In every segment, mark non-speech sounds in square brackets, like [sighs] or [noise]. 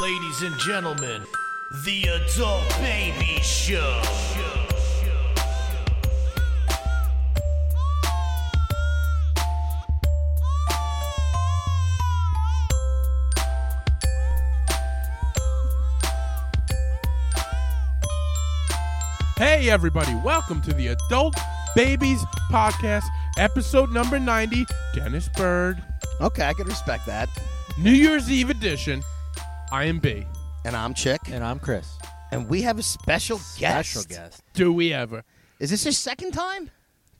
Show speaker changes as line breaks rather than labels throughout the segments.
Ladies and gentlemen, the Adult Baby Show.
Hey, everybody, welcome to the Adult Babies Podcast, episode number 90, Dennis Bird,
Okay, I can respect that.
New Year's Eve edition. I am B.
And I'm Chick.
And I'm Chris.
And we have a special guest.
Special guest.
Do we ever?
Is this his second time?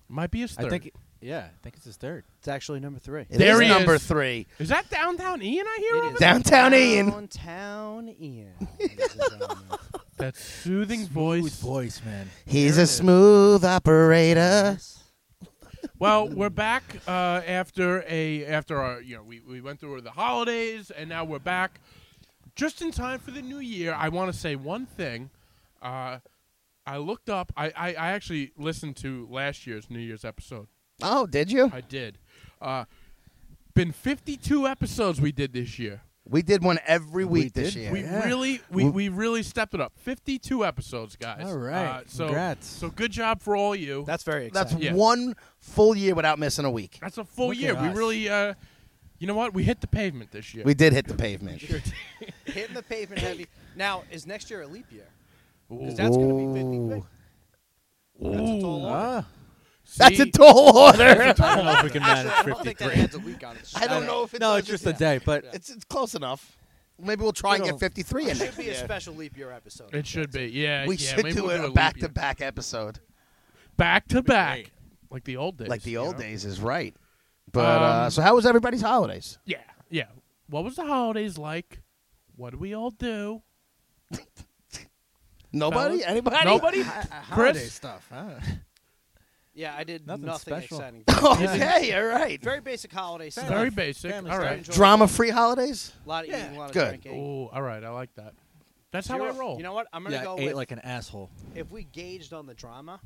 Might be his third.
I think, yeah, I think it's his third. It's actually number three.
It
There he
is number
is.
three.
Is that downtown Ian I hear?
It
over
is
there?
Downtown Ian.
Downtown Ian. This is, um,
That soothing
smooth
voice.
voice, [laughs] man.
He's a smooth operator.
Well, we're back uh, after a after our you know we, we went through the holidays and now we're back just in time for the new year. I want to say one thing. Uh, I looked up. I, I, I actually listened to last year's New Year's episode.
Oh, did you?
I did. Uh, been 52 episodes we did this year.
We did one every
We
week this
did.
year.
We
Yeah.
really we, we really stepped it up. 52 episodes, guys.
All right.
Uh, so
Congrats.
so good job for all you.
That's very
That's
exciting.
Yeah.
one full year without missing a week.
That's a full
Look at
year. We
us.
really uh, you know what? We hit the pavement this year.
We did hit the pavement.
hitting the pavement heavy. Now is next year a leap year?
Ooh.
Because that's going to be 50 That's a tall
Ooh.
order.
Ah.
That's a
See? [laughs]
tall order.
[laughs] I don't know if we can
Actually, I
manage
don't think
53.
that adds a week on it.
I don't know if it
no,
does
it's just
it.
a day, but
It's, it's close enough. Maybe we'll try and
Little-
get 53
[laughs]
It
in
should
next
be a
year.
special leap year episode.
It should be. Yeah.
We
yeah,
should
maybe
do
we'll
it
do
a
leap
back to
year.
back episode.
back to back. Like the old days.
Like the
you
old
know?
days is right. But uh,
Um,
so how was everybody's holidays?
Yeah. Yeah. What was the holidays like? What did we all do?
Nobody?
fellas?
Anybody?
Nobody?
[laughs]
holiday
Chris?
stuff. [laughs] huh?
Yeah, I did
Nothing
nothing,
special.
[laughs]
exciting. [coughs]
okay, all right.
Very basic holiday stuff.
Very basic.
Family
all
style.
right.
Drama free holidays?
A lot of
Yeah.
eating, a lot of
Good.
drinking.
Oh, all right. I like that. That's
You
how I
know-
roll.
You know what? I'm gonna
Yeah,
go
I ate
with
like an asshole.
if we gauged on the drama.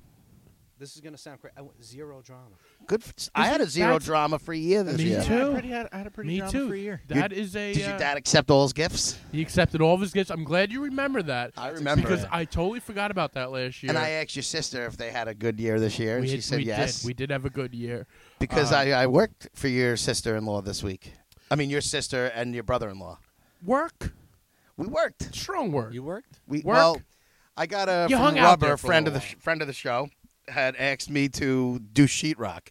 This is gonna sound crazy. I went zero drama.
Good. For, I had a zero
that's-
drama free year this
Me
year.
too.
I, pretty, had, I had a pretty
Me
drama
too.
free year.
That is a.
Did
uh,
your dad accept all his gifts?
he accepted all of his gifts. I'm glad you remember that.
I remember
because
it.
I totally forgot about that last year.
And I asked your sister if they had a good year this year, and
we
she
had-
said
we
yes.
Did. We did have a good year.
because
uh,
I, I worked for your sister-in-law this week. I mean, your sister and your brother-in-law.
Work,
We worked.
strong work.
You worked?
We
Work?
well, I got a
You
from
hung out
rubber
there for a
friend of the
little while.
friend of the show had asked me to do sheetrock,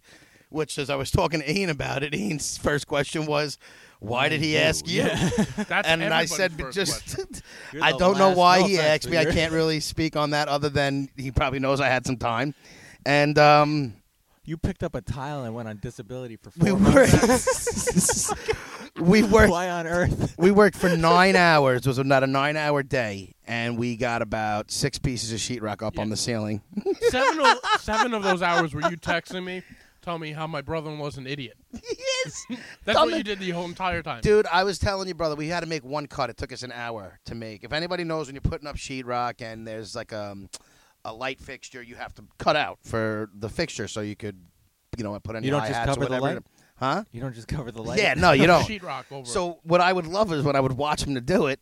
which as I was talking to Ian about it, Ian's first question was, "Why did he ask
[laughs]
you?"
That's
and I
everybody's
said, but
first
just [laughs]
question.
You're
I
the
don't know
last-
why
no
he
offense,
asked
but
me. I
you're-
can't really speak on that other than he probably knows I had some time, and um,
You picked up a tile and went on disability for four
we
months. [laughs]
worked. we worked.
Why on earth?
We worked for nine hours. It was not a nine-hour day, and we got about six pieces of sheetrock up on the ceiling.
seven, of, seven of those hours were you texting me, telling me how my brother-in-law's an idiot.
yes,
That's
Dumb
what you
it-
did the whole entire time.
dude. I was telling you, brother, we had to make one cut. It took us an hour to make. If anybody knows when you're putting up sheetrock and there's like um, a light fixture, you have to cut out for the fixture so you could, you know, put any
You don't
hi
just
hats or
cover the
whatever.
light?
Huh?
You don't just cover the light.
Yeah, no,
[laughs]
you don't.
Sheetrock over. it.
So what I would love is when I would watch him to do it,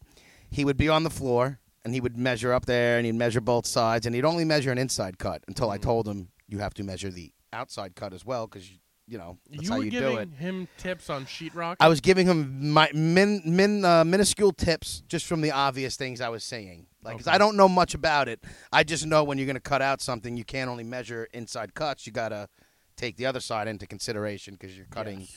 he would be on the floor and he would measure up there and he'd measure both sides and he'd only measure an inside cut until
Mm.
I told him you have to measure the outside cut as well because you know that's
you
how
were
you
giving
do it.
him tips on sheetrock.
I was giving him my min, min uh, minuscule tips just from the obvious things I was saying. Like, 'cause
Okay.
I don't know much about it. I just know when you're going to cut out something, you can't only measure inside cuts. You got to take the other side into consideration because you're cutting.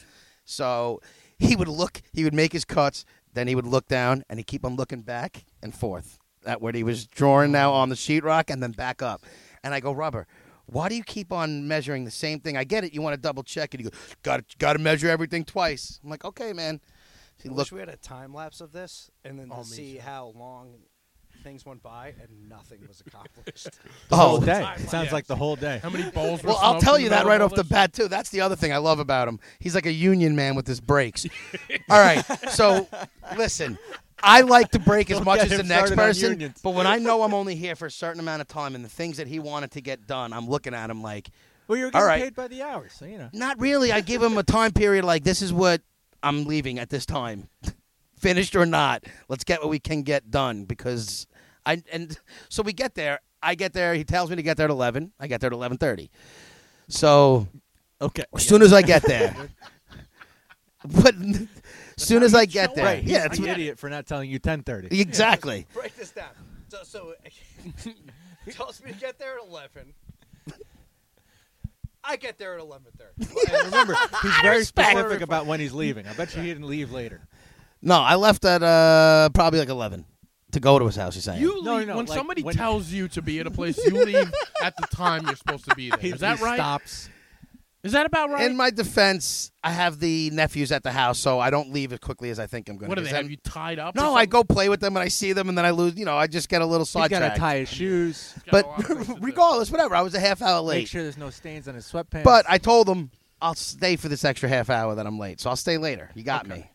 So he would look. He would make his cuts. Then he would look down, and he would keep on looking back and forth at what he was drawing now on the sheetrock, and then back up. And I go, rubber. Why do you keep on measuring the same thing? I get it. You want to double check it. You go, got got to measure everything twice. I'm like, okay, man. He
I
looked.
wish we had a time lapse of this and then
Oh,
to
me
see
too.
how long things went by and nothing was accomplished. [laughs]
Oh.
The whole day.
Time,
Sounds
yeah.
like the whole day.
How many balls? were
Well, I'll
smoked
tell
in
you that right
middle
off
of all
the
this?
bat too. That's the other thing I love about him. He's like a union man with his breaks. All right, so listen, I like to break as
Don't
much
get
as the
him
next
started on
person,
unions.
but when I know I'm only here for a certain amount of time and the things that he wanted to get done, I'm looking at him like,
Well, you were
All
getting
right.
paid by the hour, so you know.
not really. I give him a time [laughs] period like this is what I'm leaving at this time. finished or not. Let's get what we can get done because I and so we get there. I get there. He tells me to get there at eleven. I get there at eleven thirty. So
Okay.
as soon as I get there, [laughs] but as soon as I get there,
Right.
yeah,
he's
it's
an idiot for not telling you 10:30.
exactly.
Break this down. So, so [laughs] he tells me to get there at eleven. I get there at eleven thirty.
And remember, he's very
respect-
specific about when he's leaving. I bet you he didn't leave later.
No, I left at uh, probably like eleven to go to his house. He's saying
You
No,
leave,
no,
when
like,
somebody
when-
tells you to be at a place, you leave at the time you're supposed to be there. Is
He,
that
he
right?
Stops.
Is that about right?
In my defense, I have the nephews at the house, so I don't leave as quickly as I think I'm going to.
what do they have you tied up? or
No, I
something?
go play with them and I see them, and then I lose. You know, I just get a little
He's got
sidetracked.
to tie his shoes.
Got a
but
lot of
[laughs]
things to do.
regardless, whatever. I was a half hour
Make
late,
sure there's no stains on his sweatpants.
but I told them I'll stay for this extra half hour that I'm late, so I'll stay later. You got me.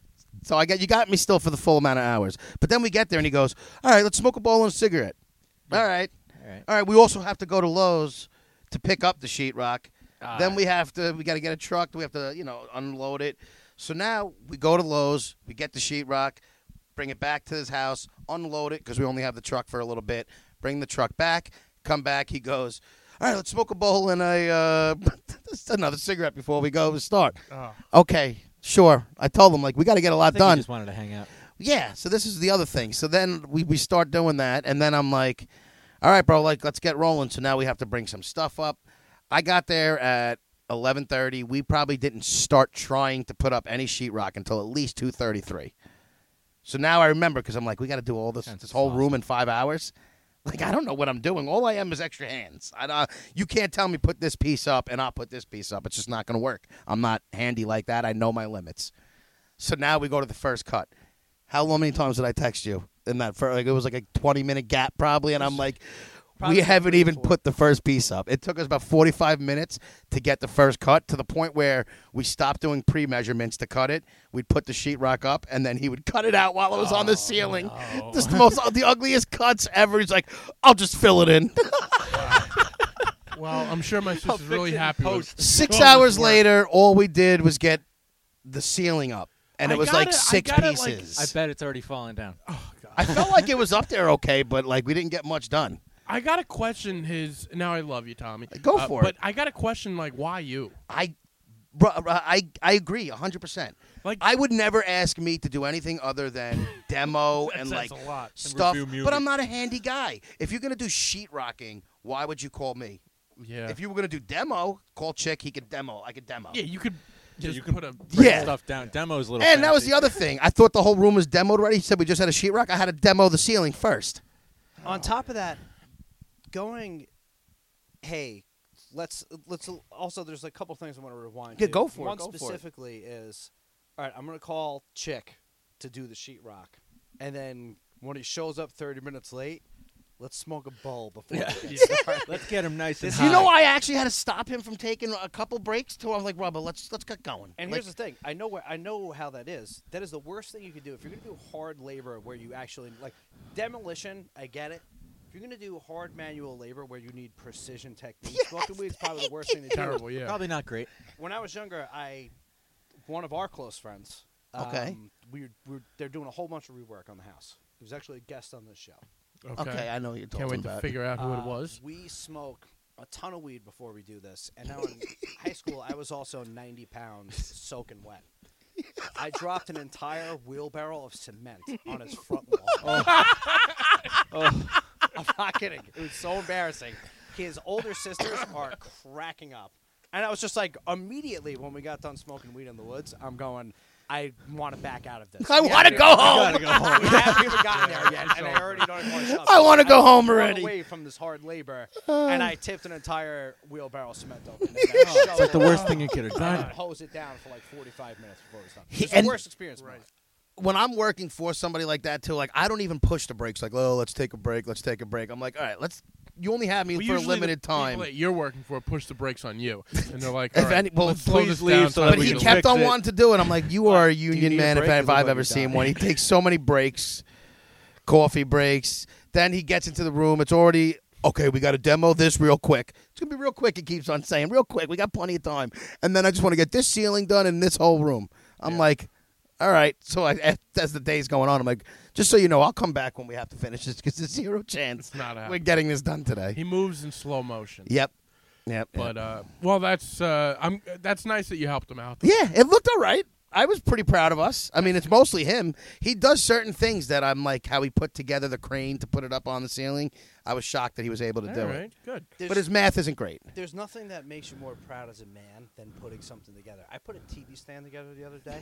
So I got you got me still for the full amount of hours. But then we get there, and he goes, "All right, let's smoke a bowl and a cigarette." All right,
All right.
all right. We also have to go to Lowe's to pick up the sheetrock.
Ah,
then we have to we got to get a truck. We have to you know unload it. So now we go to Lowe's, we get the sheetrock, bring it back to his house, unload it because we only have the truck for a little bit. Bring the truck back, come back. He goes, all right, let's smoke a bowl and a uh, [laughs] just another cigarette before we go to start.
Oh.
Okay, sure. I told him like we got to get a
Uh-huh. I
lot
think
done.
He just wanted to hang out.
Yeah, so this is the other thing. So then we, we start doing that, and then I'm like, all right, bro, like let's get rolling. So now we have to bring some stuff up. I got there at 11:30. We probably didn't start trying to put up any sheetrock until at least 2:33. So now I remember because I'm like, we got to do all this
That's
this whole
awesome.
room in five hours. Like I don't know what I'm doing. All I am is extra hands. I, uh, you can't tell me put this piece up and I'll put this piece up. It's just not going to work. I'm not handy like that. I know my limits. So now we go to the first cut. How long- many times did I text you in that first? Like it was like a 20 minute gap probably, and I'm like,
Probably
we haven't
three or
even
four.
put the first piece up. It took us about 45 minutes to get the first cut to the point where we stopped doing pre measurements to cut it. We'd put the sheetrock up, and then he would cut it out while it was on
Oh,
the ceiling. Just the most, the ugliest cuts ever. He's like, I'll just fill
[laughs]
it in.
Well, I'm sure
[laughs]
my sister's really happy. With
Six
Oh, this
hours
worked.
later, all we did was get the ceiling up, and
I
it was
got
like
it- I
six
got it, like-
pieces.
I bet it's already fallen down.
I felt like it was up there okay, but like we didn't get much done.
I got to question his. Now I love you, Tommy.
Go
Uh,
for
but
it.
I got to question like why you.
I, bro, I, I agree hundred percent.
Like-
I would never ask me to do anything
[laughs]
other than demo and
says
like
a lot. And
stuff.
review music.
But I'm not a handy guy. If you're gonna do sheetrocking, why would you call me?
Yeah.
If you were gonna do demo, call Chick. He could demo. I could demo.
yeah, you could just
you
[laughs]
can-
put a.
Break
Yeah.
Stuff down. Demos little.
And that was
fancy.
the other thing. I thought the whole room was demoed already. He said we just had a sheetrock. I had to demo the ceiling first.
On top of that, going, hey, let's let's also there's a couple things I want to rewind.
Yeah,
to.
go for it,
One
go for it.
specifically is, all right, I'm gonna call Chick to do the sheetrock, and then when he shows up 30 minutes late, let's smoke a bowl before. we
[laughs]
get started.
Let's get him nice and
This-
high.
You know, I actually had to stop him from taking a couple breaks. Till I'm like, Robert, let's let's get going.
And
Like-
here's the thing: I know where I know how that is. That is the worst thing you can do if you're going to do hard labor where you actually like demolition. I get it. If you're going to do hard manual labor where you need precision techniques, smoking weed's probably the worst thing to do.
Terrible. Yeah.
Probably not [laughs] great.
When I was younger, I one of our close friends.
Okay.
um, we were, we were, they're doing a whole bunch of rework on the house. He was actually a guest on this show.
okay. I know what you're talking
Can't wait
about.
to figure out who it
Uh,
was.
We smoke a ton of weed before we do this. And now in high school, I was also 90 pounds soaking wet. I dropped an entire wheelbarrow of cement on his front wall. [laughs] I'm not kidding. It was so embarrassing. His older sisters are cracking up. And I was just like, immediately when we got done smoking weed in the woods, I'm going, I want to back out of this.
I
We
want to
haven't-
go home.
[laughs]
We haven't even gotten there yet, and I already don't even want to
I want to go home
run
already.
away from this hard labor, and I tipped an entire wheelbarrow of cement open. and then I
It's
shoved
like the
it
worst
up
thing you could have
and
done.
Hose it down for like 45 minutes before it was done.
He-
It's the
and-
worst experience. of my life.
When I'm working for somebody like that too, like I don't even push the brakes. Like, oh, let's take a break. Let's take a break. I'm like, all right, let's. You only have me
Well,
for a
usually the
limited
people
time.
that you're working for push the brakes on you, and they're like,
If
"All right,
any- well,
let's slow
please
this
leave
down
so
so
that
that
But
we
we
he
can
can
kept
fix
on
it.
wanting to do it. I'm like, you are a
you
union
need a
man if,
break?
if
Is
I've
what
ever
you
seen
got.
one. He takes so many breaks, coffee breaks. Then he gets into the room. It's already okay. We got to demo this real quick. It's gonna be real quick. He keeps on saying, real quick. We got plenty of time. And then I just want to get this ceiling done in this whole room. I'm like, all right. So I, as- as the day's going on, I'm like, just so you know, I'll come back when we have to finish this because there's zero chance
It's not
we're
happening.
getting this done today.
He moves in slow motion.
yep. Yep.
But uh, well, that's uh, I'm that's nice that you helped him out.
Yeah, it looked all right. I was pretty proud of us. I mean, it's mostly him. He does certain things that I'm like how he put together the crane to put it up on the ceiling. I was shocked that he was able to do
All
it.
right, good.
There's,
But his math isn't great.
there's nothing that makes you more proud as a man than putting something together. I put a TV stand together the other day,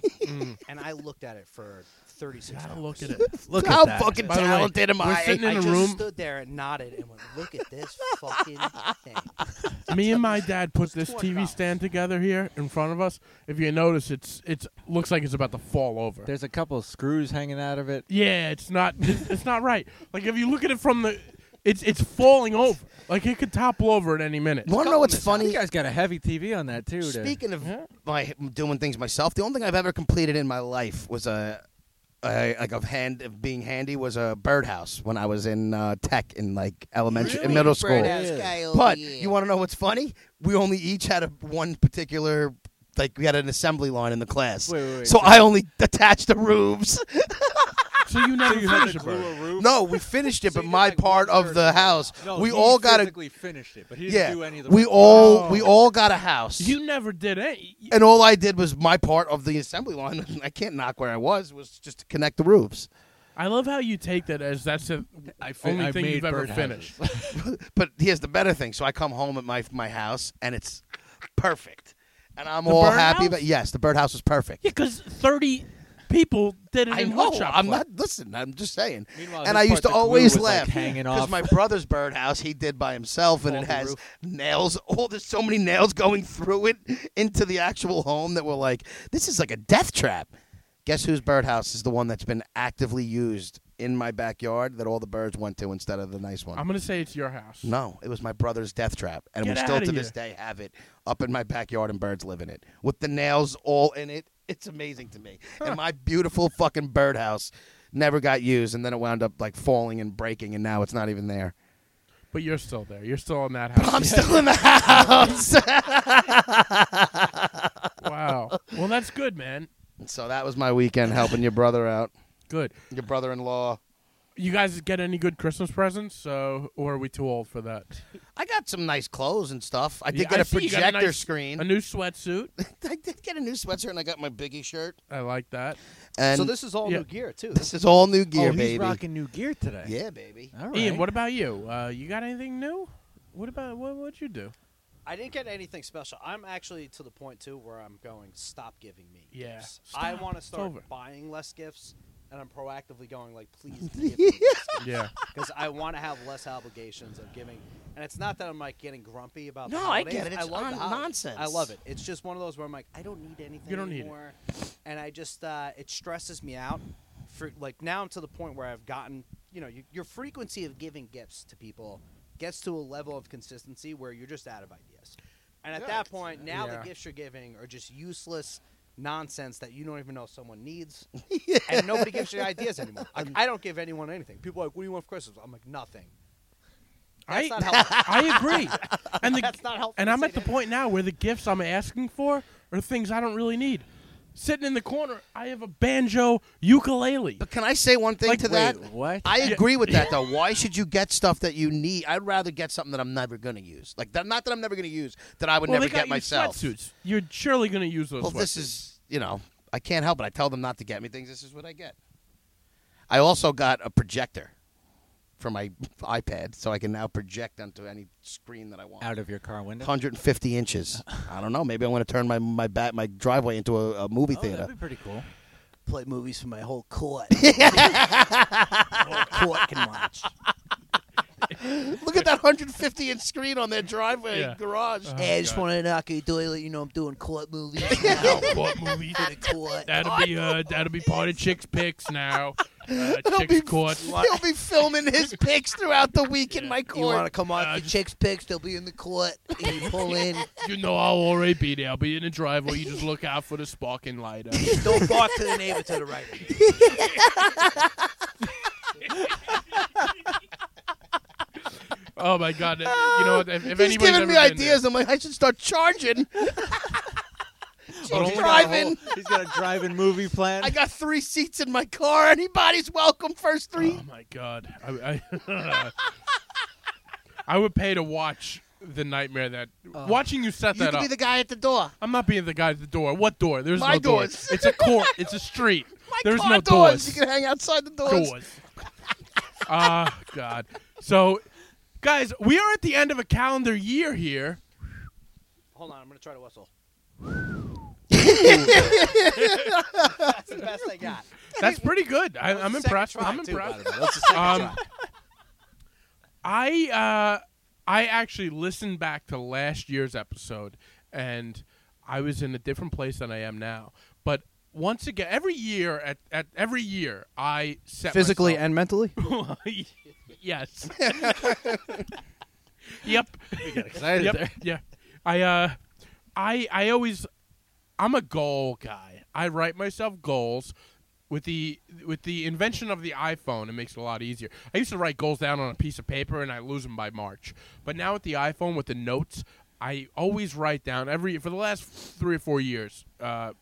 and I looked at it for 36 hours.
Look at it.
[laughs] Look
how
at that.
fucking
By the way,
talented am
we're
I?
sitting in
I
a
just
room-
stood there and nodded and went, "Look at this fucking thing."
Me and my dad put this
two
TV
hundred
stand together here in front of us. If you notice, it's it's looks like it's about to fall over.
There's a couple of screws hanging out of it.
yeah, it's not it's not right. Like if you look at it from the, it's it's falling over. Like it could topple over at any minute.
Want to know what's funny?
You guys got a heavy TV on that too. to-
Speaking of
Yeah.
my doing things myself, the only thing I've ever completed in my life was a, a like of hand of being handy was a birdhouse when I was in uh, tech in like elementary in middle school. But you want to know what's funny? We only each had a one particular like we had an assembly line in the class.
Wait, wait, wait,
so I only attached the roofs.
So you never finish it. Bert.
[laughs] no, we finished it,
So
but
you did,
my
like,
part of
one-third
the
of it.
house,
No,
we
he
all got a
physically finished it, but he didn't
yeah.
do any of the
We
work.
all
Oh.
we all got a house.
You never did it.
and all I did was my part of the assembly line. [laughs] I can't knock where I was. Was just to connect the roofs.
I love how you take that as that's the
fin-
only
I
thing
made
you've ever
birdhouses.
finished.
But here's the better thing. So I come home at my my house, and it's perfect, and I'm
The
all
birdhouse?
happy. But yes, the birdhouse was perfect.
Yeah, because thirty people did it
I
in
know.
workshop.
I'm
class.
not. Listen, I'm just saying.
Meanwhile,
and
this
I used
part,
to
the glue
always
was, like,
laugh
hanging off.
my brother's birdhouse he did by himself, and
Off
it
the
has
roof.
nails. [laughs] Oh, there's so many nails going through it into the actual home that were like, this is like a death trap. Guess whose birdhouse is the one that's been actively used in my backyard that all the birds went to instead of the nice one?
I'm gonna say it's your house.
no, it was my brother's death trap, and
Get
we still
outta
to this
here.
day have it up in my backyard, and birds live in it with the nails all in it. It's amazing to me. And my beautiful fucking birdhouse never got used, and then it wound up like falling and breaking, and now it's not even there.
but you're still there. You're still in that house.
I'm still in the house.
wow. Well, that's good, man.
[laughs] so that was my weekend helping your brother out,
Good.
your brother-in-law.
You guys get any good Christmas presents? So, or are we too old for that?
I got some nice clothes and stuff. I did
Yeah,
get
I
a
see you got a
projector
nice-
screen.
A new sweatsuit.
[laughs] I did get a new sweatshirt, and I got my Biggie shirt.
I like that.
And
so this is all
Yeah.
new gear too.
this is all new
oh,
gear,
he's
baby.
rocking new gear today.
Yeah, baby.
All right.
Ian, what about you? Uh, you got anything new? What about what? What'd you do?
I didn't get anything special. I'm actually to the point too where I'm going. Stop giving me
Yeah.
gifts. I
Stop.
want to
It's
start
over.
buying less gifts, and I'm proactively going like,
[laughs]
please give me
Yeah.
because I want to have less obligations of giving. And it's not that I'm like getting grumpy about. the
No, I
holidays.
get it. It's
love the
on-
holidays.
nonsense.
I love it. It's just one of those where I'm like, I don't need anything.
You don't need it.
anymore. And I just uh, it stresses me out. For like now, I'm to the point where I've gotten you know you, your frequency of giving gifts to people gets to a level of consistency where you're just out of ideas. And at that point, now
Yeah.
the gifts you're giving are just useless nonsense that you don't even know someone needs. And nobody gives you ideas anymore. Like, I don't give anyone anything. People are like, what do you want for Christmas? I'm like, nothing. That's
I
not helpful.
[laughs] I agree. And the,
That's not helpful
And
to
I'm
say
at the
to
point now where the gifts I'm asking for are things I don't really need. Sitting in the corner, I have a banjo ukulele.
But can I say one thing
Like,
to
Wait,
that?
what?
I agree with
[laughs]
that though. Why should you get stuff that you need? I'd rather get something that I'm never going to use. Like that, not that I'm never going to use that I would
well,
never
they got
get
you
myself.
sweatsuits. You're surely going to use those.
Well,
sweatsuits.
this is you know I can't help it. I tell them not to get me things. This is what I get. I also got a projector for my iPad, so I can now project onto any screen that I want.
Out of your car window.
150
[laughs]
inches. I don't know. Maybe I want to turn my my back my driveway into a, a movie
oh,
theater.
that'd be pretty cool.
Play movies for my whole court. whole court can watch.
Look at that 150 inch screen on their driveway
Yeah. Oh,
garage.
hey, I just want to knock you doily. You know I'm doing
[laughs]
court movies.
Oh, What movie?
court.
That'll be uh, that'll be part of chicks picks now.
[laughs]
Uh, chicks court.
He'll be filming his pics throughout the week in my
You want to
court.
come on
Uh,
your
just-
chicks' pics? They'll be in the court.
[laughs]
And you pull in.
You know I'll already be there. I'll be in the driveway. You just look out for the sparking lighter.
Don't bark to the neighbor to
[laughs]
the right. of you.
oh my god! You know what? If, if
He's
anybody's
giving
ever
me
been
ideas.
[laughs]
There,
I'm like, I should start charging. you
But only got a
driving?
whole- He's got a driving movie [laughs] plan.
I got three seats in my car. Anybody's welcome. First three.
Oh my god. I, I, [laughs] I would pay to watch the nightmare that watching you set
Oh. you
that
could
up.
be the guy at the door.
I'm not being the guy at the door. What door? There's
My
no doors.
doors.
It's a
[laughs]
court. It's a street.
My
There's
car
no
doors. You can hang outside the doors.
doors. [laughs] Ah, God. So, guys, we are at the end of a calendar year here.
Hold on, I'm gonna try to whistle. [laughs] That's the best I got.
That's pretty good. I, I'm
Second
impressed.
try,
I'm
too, by
impressed.
the way. That's the second
Um,
try.
I uh, I actually listened back to last year's episode, and I was in a different place than I am now. But once again, every year at, at every year I set
physically
myself-
and mentally.
[laughs]
[laughs]
[laughs]
yes. yep.
excited
yep.
there.
Yeah. I uh I I always I'm a goal guy. I write myself goals with the with the invention of the iPhone it makes it a lot easier. I used to write goals down on a piece of paper and I lose them by March. But now with the iPhone with the notes, I always write down every for the last 3 or 4 years. Uh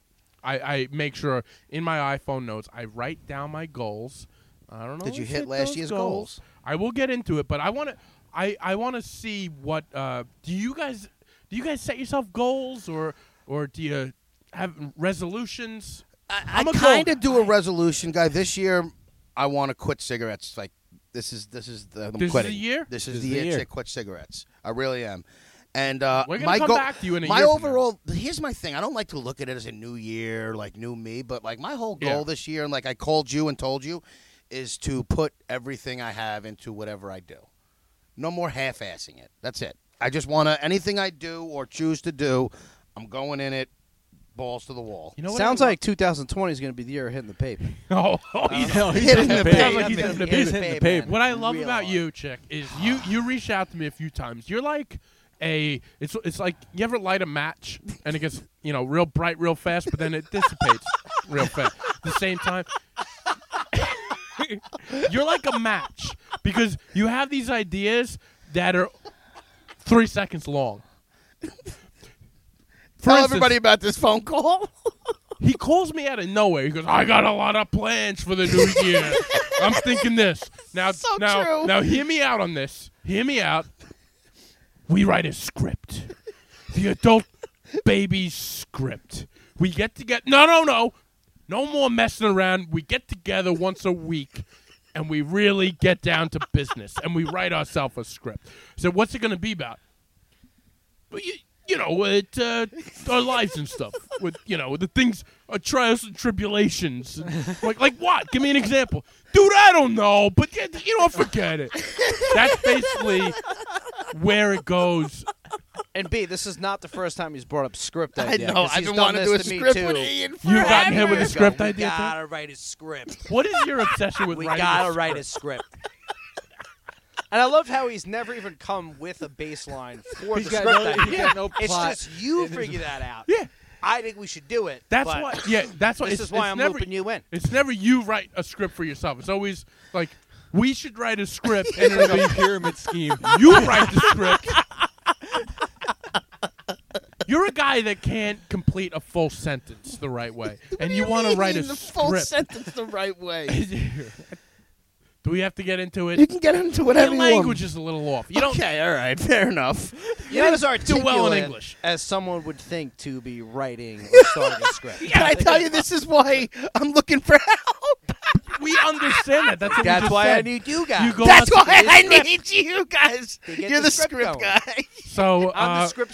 I, I make sure in my iPhone notes I write down my goals. I don't know.
Did you
if
hit last
those
year's goals?
I will get into it, but I want to. I, I want to see what uh, do you guys do you guys set yourself goals or or do you have resolutions?
I,
I'm
I
a
kind
goal
of do a resolution, guy. This year, I want to quit cigarettes. Like this is this is the I'm
This is the
quitting.
year?
This is the, year to quit cigarettes. I really am. And uh,
We're gonna
my
come
goal-
back to you in a
my
year from now.
overall. Here's my thing. I don't like to look at it as a new year, like new me. But like my whole goal
Yeah.
this year, and like I called you and told you, is to put everything I have into whatever I do. No more half-assing it. That's it. I just want to anything I do or choose to do, I'm going in it balls to the wall.
You know what
Sounds
I-
like 2020 is gonna be the year of hitting the pape.
[laughs] oh,
You
Uh,
know,
Hitting
he's hitting the
the
sounds like
pavement.
he's
Yeah,
having a
yeah,
big-
He's hitting the
babe,
pavement.
What I love
Real
about
hard.
you, chick, is you you reach out to me a few times. You're like a it's it's like you ever light a match and it gets you know real bright real fast, but then it dissipates real fast. At the same time, [laughs] you're like a match because you have these ideas that are three seconds long. For
Tell
instance-
everybody about this phone call. [laughs]
he calls me out of nowhere. He goes, "I got a lot of plans for the new
[laughs]
year. I'm thinking this now.
So
now,
true.
now, hear me out on this. Hear me out. We write a script, the adult baby script. We get together. No, no, no, no more messing around. We get together once a week." And we really get down to business, and we write ourselves a script. So, what's it going to be about? But you, you know, it, uh, our lives and stuff. With you know, the things, our trials and tribulations. And like, like what? Give me an example, dude. I don't know, but y- you know, forget it. That's basically where it goes.
And B, this is not the first time he's brought up script
I
idea.
know.
'cause
I've
he's
been
done
wanting to do a
this me
script
too.
with Ian forever.
You've gotten hit with a script
We
idea. Ted?
gotta write a script.
What is your obsession with
We
writing? a
gotta
script?
write a script. And I love how he's never even come with a baseline for
He's
the
got
script
no-
idea.
he's got no
it's
plot.
just you figure that out.
Yeah.
I think we should do it.
That's
but
why. Yeah, that's why.
This
it's,
is why
it's
I'm
never,
looping you in.
It's never you write a script for yourself. It's always like we should write a script, and
It's
it'll
like
be
a [laughs] pyramid scheme.
You write the script. You're a guy that can't complete a full sentence the right way, and you want to write a
the full
script.
sentence the right way.
Do we have to get into
[laughs] you
it?
can get into
Your
whatever you
language
want.
is a little off. You don't.
Okay, all right, fair enough.
You're not as
well in
articulate
English.
as someone would think to be writing or starting a script.
Can I tell [laughs] you this is why I'm looking for help?
We understand that. That's what we
That's
just
why I
said.
need you guys.
You go-
That's
on
why
to
I
the script.
need you guys.
To get
You're
the
the
script
script
going.
[laughs] guy.
So
I'm
uh,
the script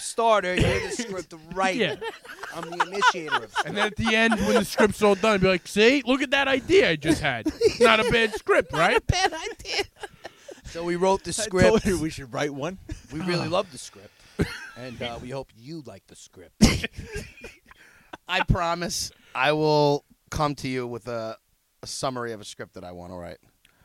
[laughs]
starter. You're the script writer.
Yeah.
I'm the initiator of
And then at the end, when the script's all done, be like, "See, look at that idea I just
[laughs]
had. Not a bad script, right?"
Bad idea.
So we wrote the
I
script.
told you we should write [laughs] one.
We really love the script, and uh, we hope you like the script.
I promise I will come to you with a, a summary of a script that I want to write.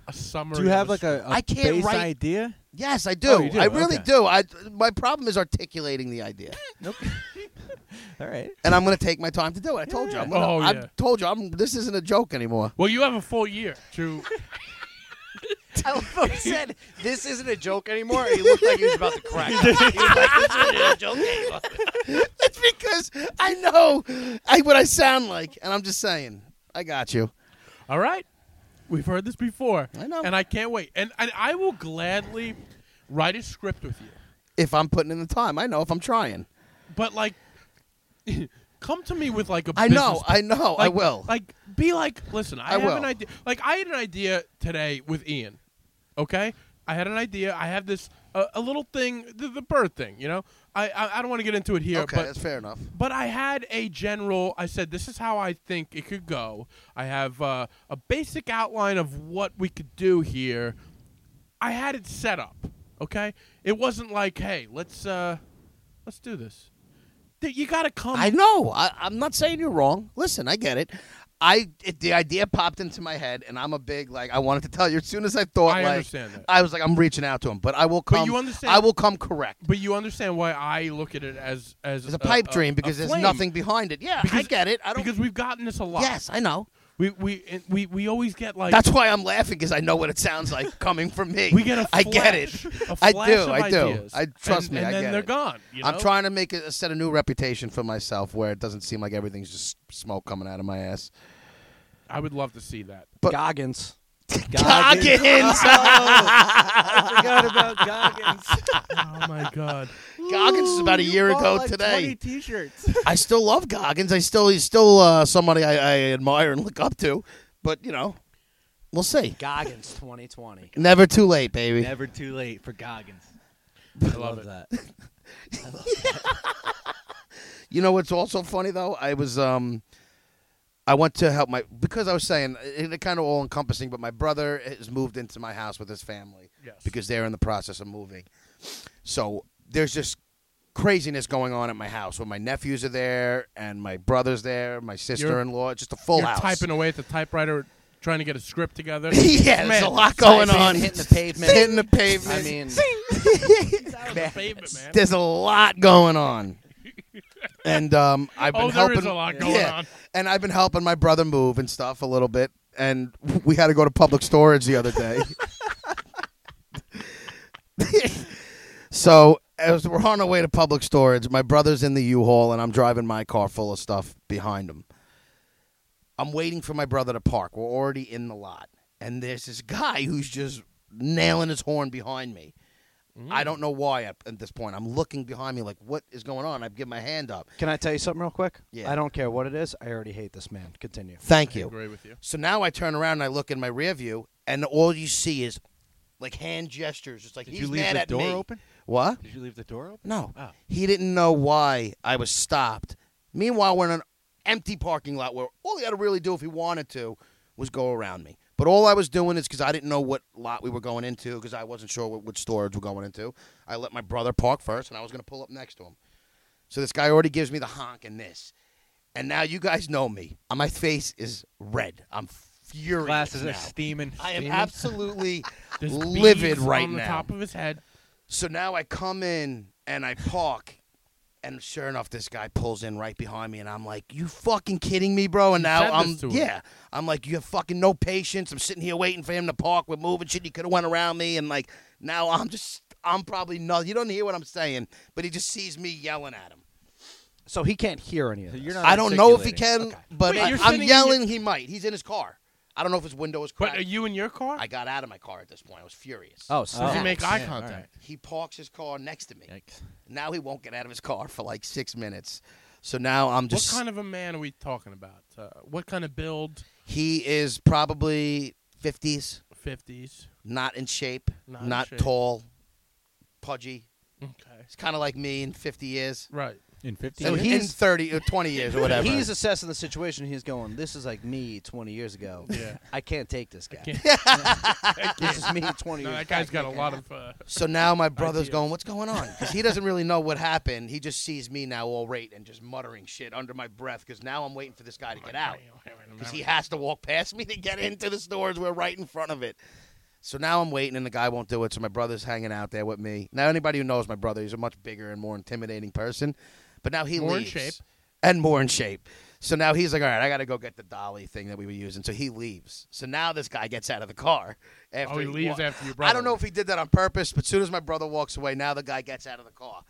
A summary.
Do you
of
have
a
like a, a
I can't
base
write-
idea?
Yes, I do.
Oh, you do?
I really
Okay.
do. I my problem is articulating the idea.
Nope. [laughs] All right.
And I'm going to take my time to do it. I told you. I'm gonna,
Oh,
I
yeah.
[laughs]
told you. I'm. This isn't a joke anymore.
Well, you have a full year to
telephone said, "This isn't a joke anymore." And he looked like he was about to crack. up. he was like, "This isn't a joke anymore."
[laughs] It's because I know I, what I sound like, and I'm just saying. I got you.
All right. We've heard this before.
I know.
And I can't wait. And, and I will gladly write a script with you.
If I'm putting in the time, I know if I'm trying.
But, like, [laughs] come to me with, like, a
I know,
business
I know, I
Like-
will.
Like, be like, listen, I,
I
have
will.
an idea. Like, I had an idea today with Ian. Okay, I had an idea. I have this uh, a little thing, the, the bird thing. You know, I I, I don't want to get into it here,
okay,
but
that's fair enough.
but I had a general. I said this is how I think it could go. I have uh, a basic outline of what we could do here. I had it set up. Okay, it wasn't like, hey, let's uh, let's do this. Th- You got to come.
I know. I, I'm not saying you're wrong. Listen, I get it. I it, the idea popped into my head, and I'm a big like. I wanted to tell you as soon as I thought.
I
like,
understand that.
I was like, I'm reaching out to him, but I will come.
you understand-
I will come correct.
But you understand why I look at it as as
It's Uh, a pipe dream
a
because there's
flame.
nothing behind it. Yeah, I
Because-
get it. I don't.
because we've gotten this a lot.
yes, I know.
we we and we we always get like
That's why I'm laughing because I know what it sounds like coming from me.
we get a
I get
flash-
it. [laughs]
a
I
flash
do,
of
I do.
ideas.
I- trust
and,
me,
And
I
then
get
they're
it.
gone. you
I'm
know?
trying to make a, set a new reputation for myself where it doesn't seem like everything's just smoke coming out of my ass.
I would love to see that.
But-
Goggins.
[laughs]
[laughs]
Goggins.
Goggins,
I forgot about
[laughs]
Goggins.
oh my
[laughs]
god.
Goggins is about a
You
year
bought,
ago
like,
today.
20 [laughs] t-shirts.
I still love Goggins. I still he's still uh, somebody I, I admire and look up to. But you know, we'll see.
Goggins 2020.
Never too late, baby.
Never too late for Goggins.
I love it.
that.
You know what's also funny though? I was um I went to help my because I was saying it, it kind of all encompassing, but my brother has moved into my house with his family
Yes.
because they're in the process of moving. So there's just craziness going on at my house where my nephews are there and my brother's there, my sister-in-law, just a full
You're
house. [laughs]
typing away at the typewriter, trying to get a script together.
yeah, there's
Man,
a lot going
Typing,
on.
hitting the pavement.
hitting the pavement.
I mean,
That's favorite, man.
[laughs] there's a lot going on. And um, I've been
Oh, there
helping.
is a lot going
yeah.
on.
And I've been helping my brother move and stuff a little bit. And we had to go to public storage the other day. [laughs] so as we're on our way to public storage, my brother's in the U-Haul, and I'm driving my car full of stuff behind him. I'm waiting for my brother to park. We're already in the lot. And there's this guy who's just nailing his horn behind me.
Mm.
I don't know why at, at this point. I'm looking behind me like, what is going on? I've given my hand up.
can I tell you something real quick?
Yeah.
I don't care what it is. I already hate this man. Continue.
Thank
I
you.
agree with you.
So now I turn around and I look in my rear view, and all you see is like hand gestures. It's like
Did
he's
you leave
mad
the
at
door
me.
open?
What?
Did you leave the door open?
No.
Oh.
He didn't know why I was stopped. Meanwhile, we're in an empty parking lot where all he had to really do if he wanted to was go around me. But all I was doing is because I didn't know what lot we were going into because I wasn't sure what, what storage we're going into. I let my brother park first, and I was going to pull up next to him. So this guy already gives me the honk and this. And now you guys know me. Uh, My face is red. I'm furious
Glasses
now.
are steaming.
I am
Steaming. [laughs]
absolutely
There's
livid
beads
right
on
now.
the top of his head.
So now I come in and I park, and sure enough, this guy pulls in right behind me, and I'm like, "You fucking kidding me, bro?" And
You
now
said
I'm
this to him.
yeah, I'm like, "You have fucking no patience." I'm sitting here waiting for him to park. We're moving shit. He could have went around me, and like now I'm just I'm probably not. You don't hear what I'm saying, but he just sees me yelling at him.
So he can't hear any of
So
this.
you're not
I don't know if he
articulating.
can, but
Wait,
I,
you're
am
sitting in your-
yelling. He might. He's in his car. I don't know if his window is
But
cracked.
are you in your car?
I got out of my car at this point. I was furious.
Oh,
Did
snap.
you
Oh,
make eye
yeah, all
contact?
He parks his car next to me.
Yikes.
Now he won't get out of his car for like six minutes. So now I'm
What
just.
kind of a man are we talking about? Uh, what kind of build?
he is probably 50s,
Fifties.
not in shape,
Not
not,
in shape.
tall, pudgy.
Okay.
He's kind of like me in 50 years.
Right.
In 50
So
years?
he's in 30 or 20 years or
[laughs]
whatever.
He's assessing the situation. He's going, "This is like me 20 years ago.
Yeah.
I can't take this guy. [laughs]
can't-
This is me 20
No,
years.
that guy's got a lot of. Uh,
so now my brother's
Ideas.
going, "What's going on?" Because he doesn't really know what happened. He just sees me now all rate and just muttering shit under my breath. Because now I'm waiting for this guy to
[laughs]
get out. because he has to walk past me to get into the stores. We're right in front of it. So now I'm waiting, and the guy won't do it. So my brother's hanging out there with me. Now anybody who knows my brother, he's a much bigger and more intimidating person. But now he
More in
leaves.
shape.
and more in shape. So now he's like, all right, I got to go get the dolly thing that we were using. So he leaves. So now this guy gets out of the car. [laughs] After
Oh, he leaves
wa-
after your
I
brother
don't know if
leaves.
he did that on purpose, but soon as my brother walks away, now the guy gets out of the car.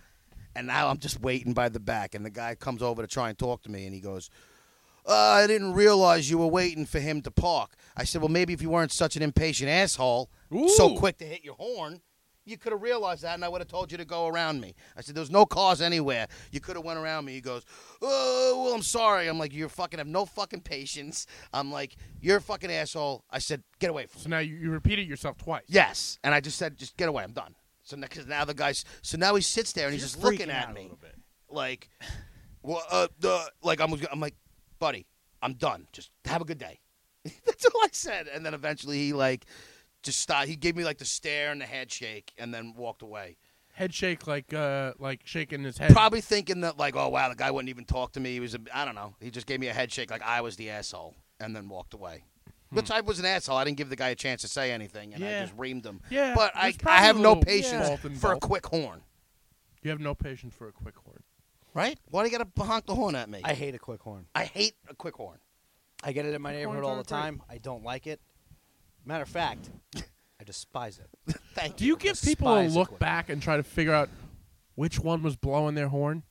And now I'm just waiting by the back. And the guy comes over to try and talk to me, and he goes, uh, I didn't realize you were waiting for him to park. I said, well, maybe if you weren't such an impatient asshole, so
Ooh.
quick to hit your horn, you could have realized that, and I would have told you to go around me. I said, there's no cars anywhere. You could have went around me. He goes, oh, well, I'm sorry. I'm like, you're fucking have no fucking patience. I'm like, you're a fucking asshole. I said, get away from me.
So now you, you repeat it yourself twice.
Yes, and I just said, just get away. I'm done. So because now the guy's so now he sits there and he's
You're
just looking
freaking
at
out A
me
little bit.
like, well, uh, the like I'm I'm like, buddy, I'm done. Just have a good day. [laughs] That's all I said. And then eventually he like just stopped. He gave me like the stare and the head shake, and then walked away.
Head shake like uh like shaking his head.
Probably thinking that like, oh wow, the guy wouldn't even talk to me. He was a, I don't know. He just gave me a head shake like I was the asshole, and then walked away. Which I was an asshole. I didn't give the guy a chance to say anything, and
Hmm. Yeah.
I just reamed him.
Yeah,
but I,
there's
I
probably
have
a
no
little
patience
fault
for a
involved.
quick horn.
You have no patience for a quick horn.
Right? Why do you gotta honk the horn at me?
I hate a quick horn.
I hate a quick horn.
I get it in my neighborhood
horns
all the
aren't great.
time. I don't like it. Matter of fact, I despise it.
Thank
Do you give people a
despise a
look
quick-
back and try to figure out which one was blowing their horn?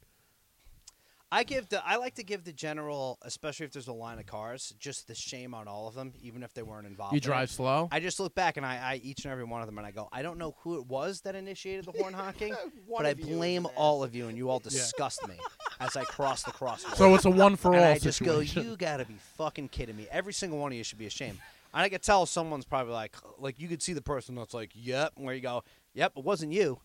I give the I like to give the general, especially if there's a line of cars, just the shame on all of them, even if they weren't involved.
You
in it.
drive slow.
I just look back and I, I each and every one of them and I go, I don't know who it was that initiated the
[laughs]
horn honking,
One
but I
of you is
blame
an
all of you and you all disgust
[laughs]
me as I cross the crosswalk.
so it's a one for
[laughs] and
all
I just
situation.
go,
[laughs]
you gotta be fucking kidding me. Every single one of you should be ashamed. And I could tell someone's probably like, like you could see the person that's like, yep, where you go, yep, it wasn't you,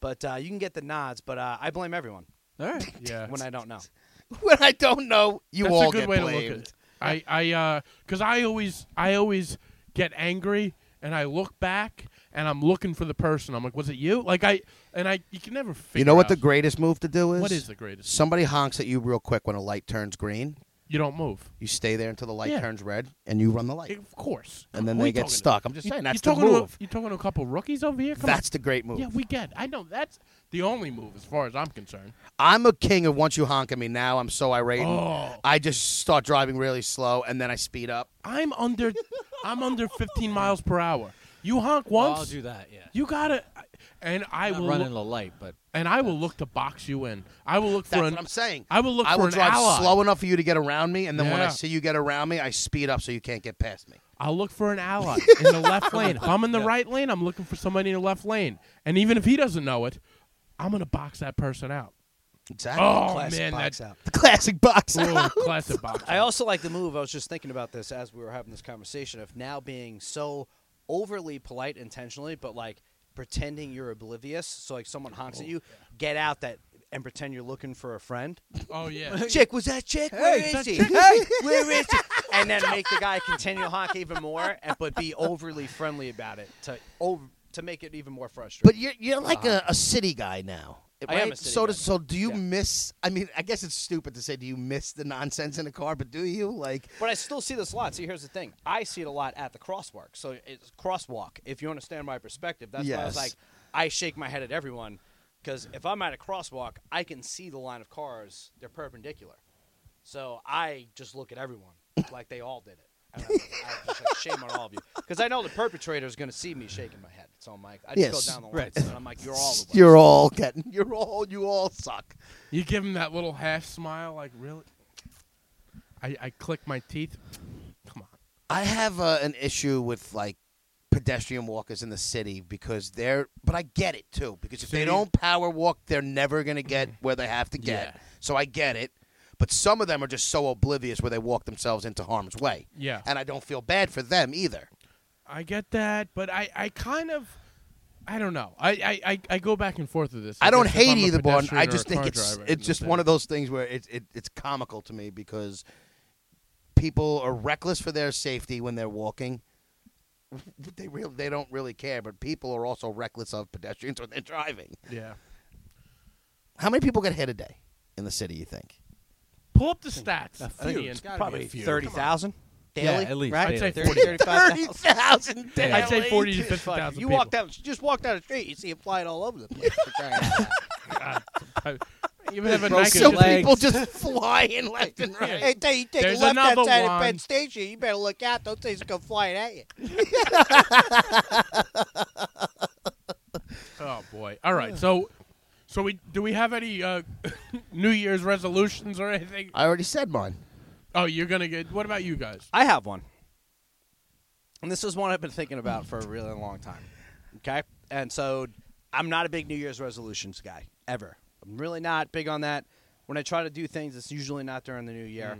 but uh, you can get the nods. But uh, I blame everyone
all right. Yeah.
when I don't know.
[laughs] when I don't know,
[laughs]
you
That's
all
a good
get
way
blamed.
to look at it. I I uh 'cause cuz I always I always get angry and I look back and I'm looking for the person. I'm like, was it you? Like I and I you can never figure
You know what the
out.
greatest move to do is?
What is the greatest?
Somebody honks at you real quick when a light turns green.
You don't move.
You stay there until the light
Yeah.
turns red, and you run the light,
Of course.
and then
Who
they
you
get
talking to?
stuck. I'm just saying that's
you
the move.
To, you talking to a couple rookies over here? Come
that's the great
on.
move.
yeah, we get. I know that's the only move as far as I'm concerned.
I'm a king of once you honk at me. Now I'm so irate. and
Oh.
I just start driving really slow, and then I speed up.
I'm under, I'm under 15 miles per hour. You honk
Well,
once,
I'll do that. Yeah.
you gotta, and I
Not
will,
running
look-
the light, but
and I will look to box you in. I will look for
That's
an.
what I'm saying.
I will look
I
for
will
an
drive
ally.
slow enough for you to get around me, and then when I
Yeah.
see you get around me, I speed up so you can't get past me.
I'll look for an
[laughs]
ally in the left lane. If I'm in the right lane, I'm looking for somebody in the left lane. And even if he doesn't know it, I'm gonna box that person
[laughs]
out.
Exactly.
Oh
Classic
man,
box
that's
out.
The classic box.
classic box.
I
out.
also like the move. I was just thinking about this as we were having this conversation of now being so overly polite intentionally, but like pretending you're oblivious. So like someone honks at you, get out that and pretend you're looking for a friend. [laughs]
Oh
[laughs]
yeah.
Chick, was that chick? Where is
that
he?
chick? [laughs]
Hey, where is he? And then make the guy continue to honk even more, and, but be overly friendly about it to over, to make it even more
But
frustrating.
you're you're like a, a city guy now.
I am a
right?
city
so
guy
does- so do you
Yeah.
miss? I mean, I guess it's stupid to say. Do you miss the nonsense in the car? But do you like?
But, I still see this a lot. See, here's the thing: I see it a lot at the crosswalk. So it's crosswalk. If you understand my perspective, that's why I
Yes.
was like, I shake my head at everyone because if I'm at a crosswalk, I can see the line of cars; they're perpendicular. So I just look
[laughs]
at everyone like they all did it. And I'm like, I was like, shame on all of you, because I know the perpetrator is going to see me shaking my head. So I'm like, I just
Yes,
go down the
right.
lights, and I'm like, you're all the worst.
You're all getting. You're all. You all suck.
You give him that little half smile, like really. I, I click my teeth. Come on.
I have uh, an issue with like pedestrian walkers in the city because they're. But I get it too because if
See?
they don't power walk, they're never gonna get where they have to get.
Mm-hmm. Yeah.
So I get it. But some of them are just so oblivious where they walk themselves into harm's way.
Yeah.
And I don't feel bad for them either.
I get that, but I, I kind of, I don't know. I, I, I, I go back and forth with this.
I don't
guess if
hate
I'm a
either one.
pedestrian
I
or a
just think
car
it's
driver in
it's
the
just
city.
one of those things where it's it, it's comical to me because people are reckless for their safety when they're walking. [laughs] They really they don't really care, but people are also reckless of pedestrians when they're driving.
Yeah.
How many people get hit a day in the city? You think?
Pull up the stats.
a few.
Ian.
It's gotta be
Probably
a
few.
thirty thousand daily,
Yeah, at least
right?
I'd say
daily.
40.
[laughs]
Thirty [laughs] thousand.
I'd say forty to fifty
Fuck,
thousand. [laughs]
[laughs]
You walk down, just walk down the street, you see it flying all over the place.
down. You have a
Broken
Nike
so
just-
leg.
people just flying [laughs] left and right.
Hey, tell you take
[laughs] There's
a left
another
outside
one.
of Penn Station. You better look out. Those things go flying at you.
Oh boy. All right. So, so we do we have any uh, [laughs] New Year's resolutions or anything?
I already said mine.
Oh, you're gonna get. What about you guys?
I have one. And this is one I've been thinking about for a really long time. Okay? And so I'm not a big New Year's resolutions guy, ever. I'm really not big on that. When I try to do things, it's usually not during the new year.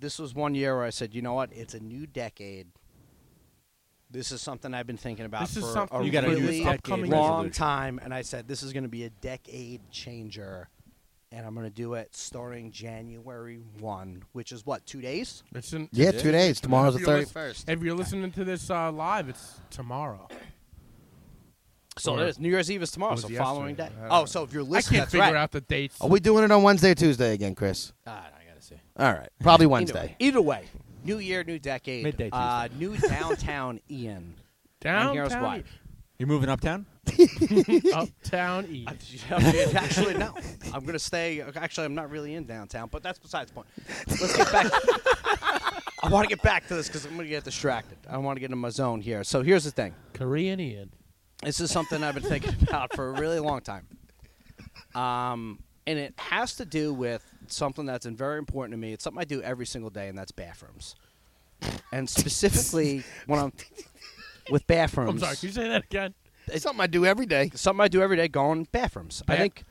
This was one year where I said, you know what? It's a new decade. This is something I've been thinking about
This
for
is something
a
You gotta do
really
this upcoming
long
resolution.
time. And I said, this is going to be a decade changer. And I'm going to do it starting January 1, which is what, two days?
It's in,
Yeah, two days. Tomorrow's the
If you're
thirty
lis-
first.
If you're listening to this uh, live, it's tomorrow.
So
Or-
it is. New Year's Eve is tomorrow,
was
so
it
following day.
yesterday? I don't know.
Oh, so if you're
I
listening,
can't
that's
figure
right.
out the dates.
Are we doing it on Wednesday or Tuesday again, Chris?
Ah, I gotta see.
All right, probably
Either
Wednesday.
way, either way, new year, new decade.
Midday
Uh, new
[laughs]
downtown Ian. [laughs]
downtown,
And here's why.
You're moving uptown?
E- uptown E.
I- actually, no. I'm gonna stay. Actually, I'm not really in downtown, but that's besides the point. Let's
[laughs]
get back. I want to get back to this because I'm gonna get distracted. I want to get in my zone here. So here's the thing.
Korean Ian.
This is something I've been thinking [laughs] about for a really long time. Um, and it has to do with something that's been very important to me. It's something I do every single day, and that's bathrooms. And specifically when I'm with bathrooms.
I'm sorry. Can you say that again?
It's something I do every day.
Something I do every day, going bathrooms. I
Ba-
think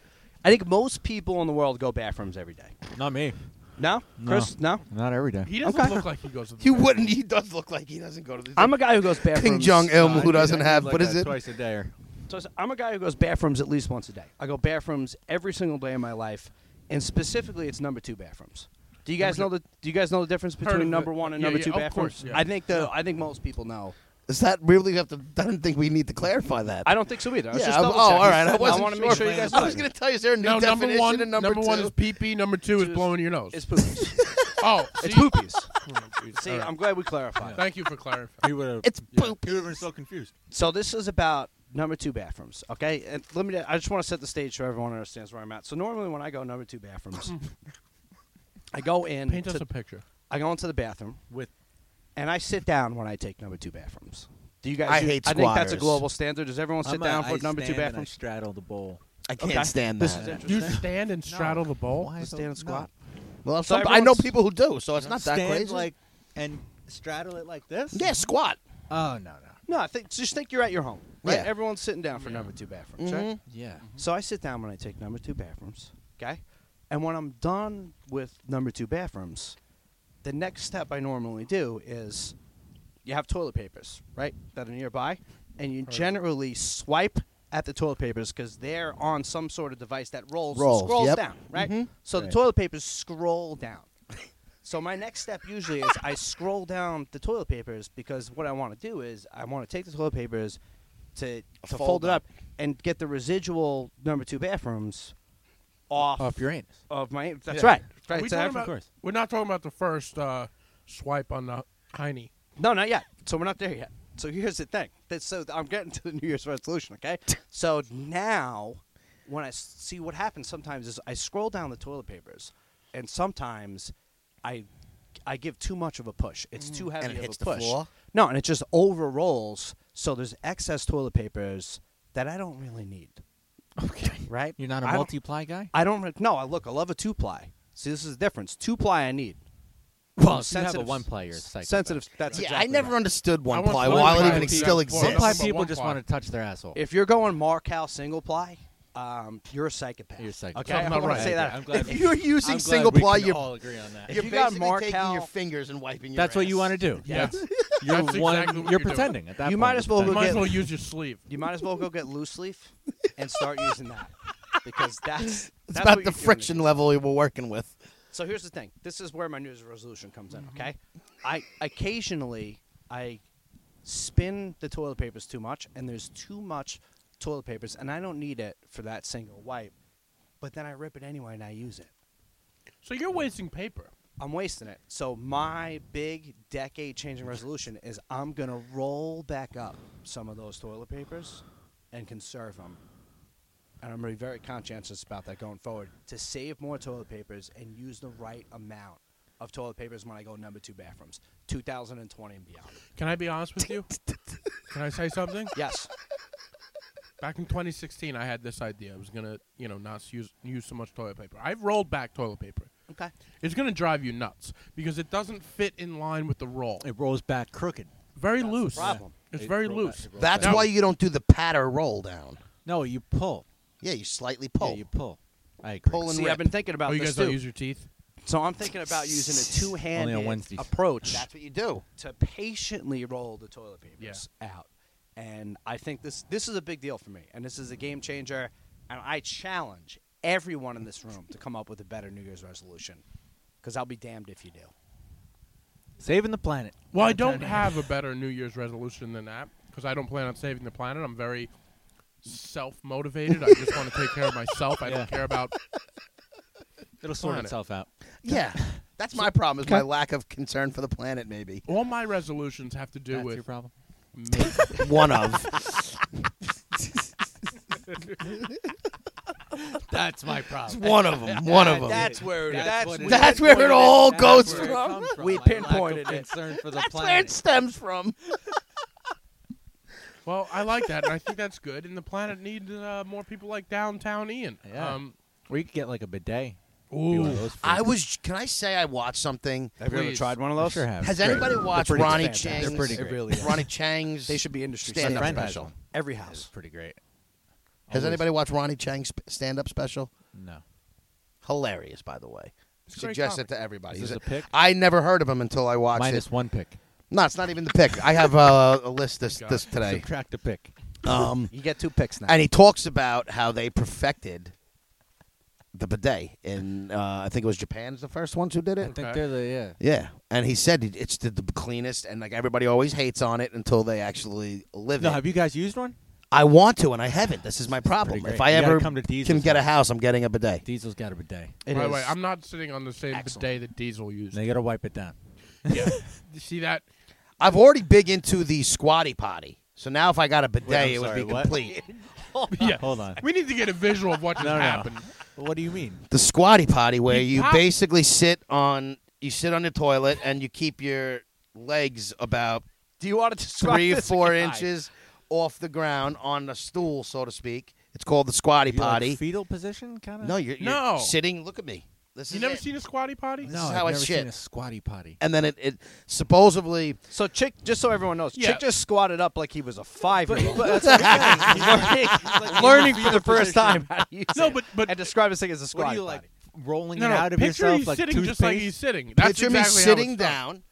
I think most people in the world go bathrooms every day.
Not me.
No?
No.
Chris, no?
Not every day.
He doesn't
Okay.
look like he goes. To the
He wouldn't. He does look like he doesn't go to the.
I'm a guy who goes bathrooms.
King Jong Il
No, I
who
do-
doesn't
I do
have
Uh, like
what
that
is it? Uh,
Twice a day. Or
So I s- I'm a guy who goes bathrooms at least once a day. I go bathrooms every single day of my life, and specifically, it's number two bathrooms. Do you guys know the Do you guys know the difference
of
between
it.
number one and
Yeah,
number
yeah,
two
of
bathrooms?
course, yeah.
I think the I think most people know.
Is that really have to? I don't think we need to clarify that.
I don't think so either. I was
Yeah,
just
I'm-
double
oh,
checking.
all right. I wasn't
want to
sure.
make sure you guys.
I was going to tell you, is there a new
no,
definition
number one.
and number,
one
two?
is pee pee. Number two is
Just-
blowing your nose.
[laughs] It's poopies.
[laughs] oh,
it's
see? [laughs]
poopies. See,
All right.
I'm glad we clarified.
Thank you for clarifying.
[laughs] he would have.
It's poop.
He would have been so confused.
So this is about number two bathrooms, okay? And let me. I just want to set the stage so everyone understands where I'm at. So normally when I go number
[laughs]
two bathrooms, I go in.
Paint us
to-
a picture.
I go into the bathroom
With
and I sit down when I take number two bathrooms. Do you guys?
I
do-
hate
I think that's a
squatters.
global standard. Does everyone sit
I'm a-
down
I
for number two
stand and I
bathrooms?
straddle the bowl.
I can't stand
This
that.
is interesting.
You stand and straddle the bowl.
Why
The
is
stand
it-
and squat.
well,
So
some, I know
everyone's-
people who do, so it's
No.
not that
Stand
crazy.
like and straddle it like this.
yeah, squat.
Oh no no.
No, I think just think you're at your home. Right?
Yeah. Mm-hmm.
Everyone's sitting down for number two bathrooms, right?
Yeah.
Mm-hmm. So I sit down when I take number two bathrooms. Okay. And when I'm done with number two bathrooms, the next step I normally do is you have toilet papers, right? That are nearby. And you generally swipe at the toilet papers because they're on some sort of device that rolls, and
Rolls,
scrolls
yep.
down, right?
Mhm.
So the
Right.
toilet papers scroll down. so my next step usually is I scroll down the toilet papers because what I want to do is I want to take the toilet papers to, to fold,
fold
it up and get the residual number two bathrooms off
Off your Oh, anus.
of my. That's
Yeah.
right.
Are
right.
we
so
talking
I have-
about,
course.
We're not talking about the first uh, swipe on the hiney.
No, not yet. So we're not there yet. So here's the thing. That, so I'm getting to the New Year's resolution,
[laughs]
okay? so now, when I s- see what happens, sometimes is I scroll down the toilet papers, and sometimes I I give too much of a push. It's
Mm.
too heavy
And it
of
hits
a
the
push.
floor?
No, and it just over rolls. So there's excess toilet papers that I don't really need.
Okay.
Right?
You're not a
I don't-
multiply guy.
I don't. re- No, I look. I love a two ply. See, this is the difference. Two ply, I need.
Well, if you have a
sensitive,
one ply, you're a psychopath.
sensitive. That's
Yeah,
exactly
I never
right.
understood
I
one
want
ply.
one
Why
ply
it even
people.
still
One
One
ply
ply
Yes.
exists?
people
One
just
ply.
want to touch their asshole.
If you're going Markow single ply, um, you're a psychopath.
You're a psychopath.
Okay,
I'm not
I'm not
right.
say that.
I'm glad.
If you're using
I'm glad
single
we
ply,
can
you're-
all agree on that.
If you got
basically taking
Markel-
your fingers and wiping your
That's what
ass.
you want to do.
Yeah.
That's-
That's
You're
exactly
one.
what
you're
you're doing.
pretending at that
You
point.
might
you're
as well
You
We'll
pretending.
might as
get-
well use your sleeve.
You might as well go get loose leaf and start using that
[laughs]
because that's
It's
that's
about
what
the
you're doing.
friction level we're working with.
So here's the thing. This is where my New Year's resolution comes in. Okay,
Mm-hmm.
I occasionally I spin the toilet papers too much, and there's too much toilet papers, and I don't need it for that single wipe. But then I rip it anyway, and I use it.
So you're wasting paper.
I'm wasting it. So my big decade-changing resolution is I'm gonna roll back up some of those toilet papers and conserve them and I'm going to be very conscientious about that going forward, to save more toilet papers and use the right amount of toilet papers when I go number two bathrooms, 2020 and beyond.
Can I be honest with you? Can I say something?
Yes.
Back in 2016, I had this idea. I was gonna, you know, not use use so much toilet paper. I've rolled back toilet paper.
[laughs] Okay.
It's gonna drive you nuts because it doesn't fit in line with the roll.
It rolls back crooked.
Very loose.
problem.
It's
It
very
roll back-
loose.
it rolls
That's
Now-
why you don't do the patter roll down.
No, you pull.
Yeah, you slightly pull.
Yeah, you pull. I agree.
pull and
See, I've
rip.
been thinking about
Oh, you
this
guys
too.
don't use your teeth.
so I'm thinking about using a
Only on
two-handed
Wednesdays.
approach
That's what you do.
to patiently roll the toilet papers out. And I think this this is a big deal for me, and this is a game changer. And I challenge everyone in this room to come up with a better New Year's resolution, because I'll be damned if you do.
Saving the planet.
Well, I don't have a better New Year's resolution than that because I don't plan on saving the planet. I'm very self motivated. I just want to take care of myself. I
Yeah.
don't care about.
It'll sort
Planet.
itself out.
Yeah. That's my problem is my lack of concern for the planet maybe.
All my resolutions have to do
That's
with
your problem.
me.
One of.
That's my problem.
One of them. One of them.
That's where that's,
what it
where,
That's where it all goes
Where it
from.
comes from.
We
My lack of
pinpointed it.
Concern for the
That's where it
planet.
stems from.
Well, I like that, and I think that's good. And the planet needs uh, more people like downtown Ian.
Yeah.
Um,
Or you could get like a bidet. Be one of
ooh,
those
I
freaks.
was can I say I watched something?
Have you ever
Please.
tried one of
I
those?
sure have.
Has
Great.
anybody watched
pretty
Ronnie
fantastic.
Chang's
They're
pretty
It
great.
really is.
Ronnie Chang's
They should be industry
Stand
My
up
standards.
friend has
special.
one.
Every
It's
house.
pretty great.
Has
Always.
anybody watched Ronnie Chang's stand up special?
No.
Hilarious, by the
a
way.
great
Suggest
comic.
it to everybody.
Is
He's
this a pick?
I never heard of him until I watched
Minus
it.
one pick.
No, it's not even the pick. I have uh, a list this
God.
this today.
Subtract a pick.
Um,
You get two picks now.
and he talks about how they perfected the bidet in uh, I think it was Japan's the first ones who did
I
it.
think
Okay.
they're the yeah.
Yeah, and he said it- it's the, the cleanest, and like everybody always hates on it until they actually live
No,
it.
have you guys used one?
I want to, and I haven't. This is my problem.
pretty
If
great.
I
You gotta
ever
come to Diesel's
can get a
house.
house, I'm getting a bidet.
Diesel's got a bidet.
It
by the
is-
way, I'm not sitting on the same
excellent.
day that Diesel used.
They gotta wipe it down.
yeah, You see [laughs] that?
I've already big into the squatty potty, so now if I got a bidet,
I'm
it would
sorry,
be
what?
complete.
Oh, Yeah,
Hold on.
we need to get a visual of what just
No, no.
happened.
What do you mean?
the squatty potty where
You
you
pop-
basically sit on you sit on the toilet and you keep your legs about
do you want to describe
three
this [laughs]
four
guy?
inches off the ground on a stool, so to speak. It's called the squatty
You like
potty.
fetal position kind of?
no, you're, you're
No.
sitting. Look at me. This
You
is
never
it.
seen a squatty potty?
no.
is
I've
how I
never
shit.
seen a squatty potty.
And then it, it supposedly
So Chick, just so everyone knows,
Yeah.
Chick just squatted up like he was a five year old. [laughs]
Like,
learning for the first time how to use
No,
it
but but
and describe this thing as a
What
squat.
do you like? Rolling
no,
it
no.
out of
picture
yourself
he's
like
sitting
toothpaste.
just like he's sitting. That's
picture
exactly
me
how
sitting
it's done.
down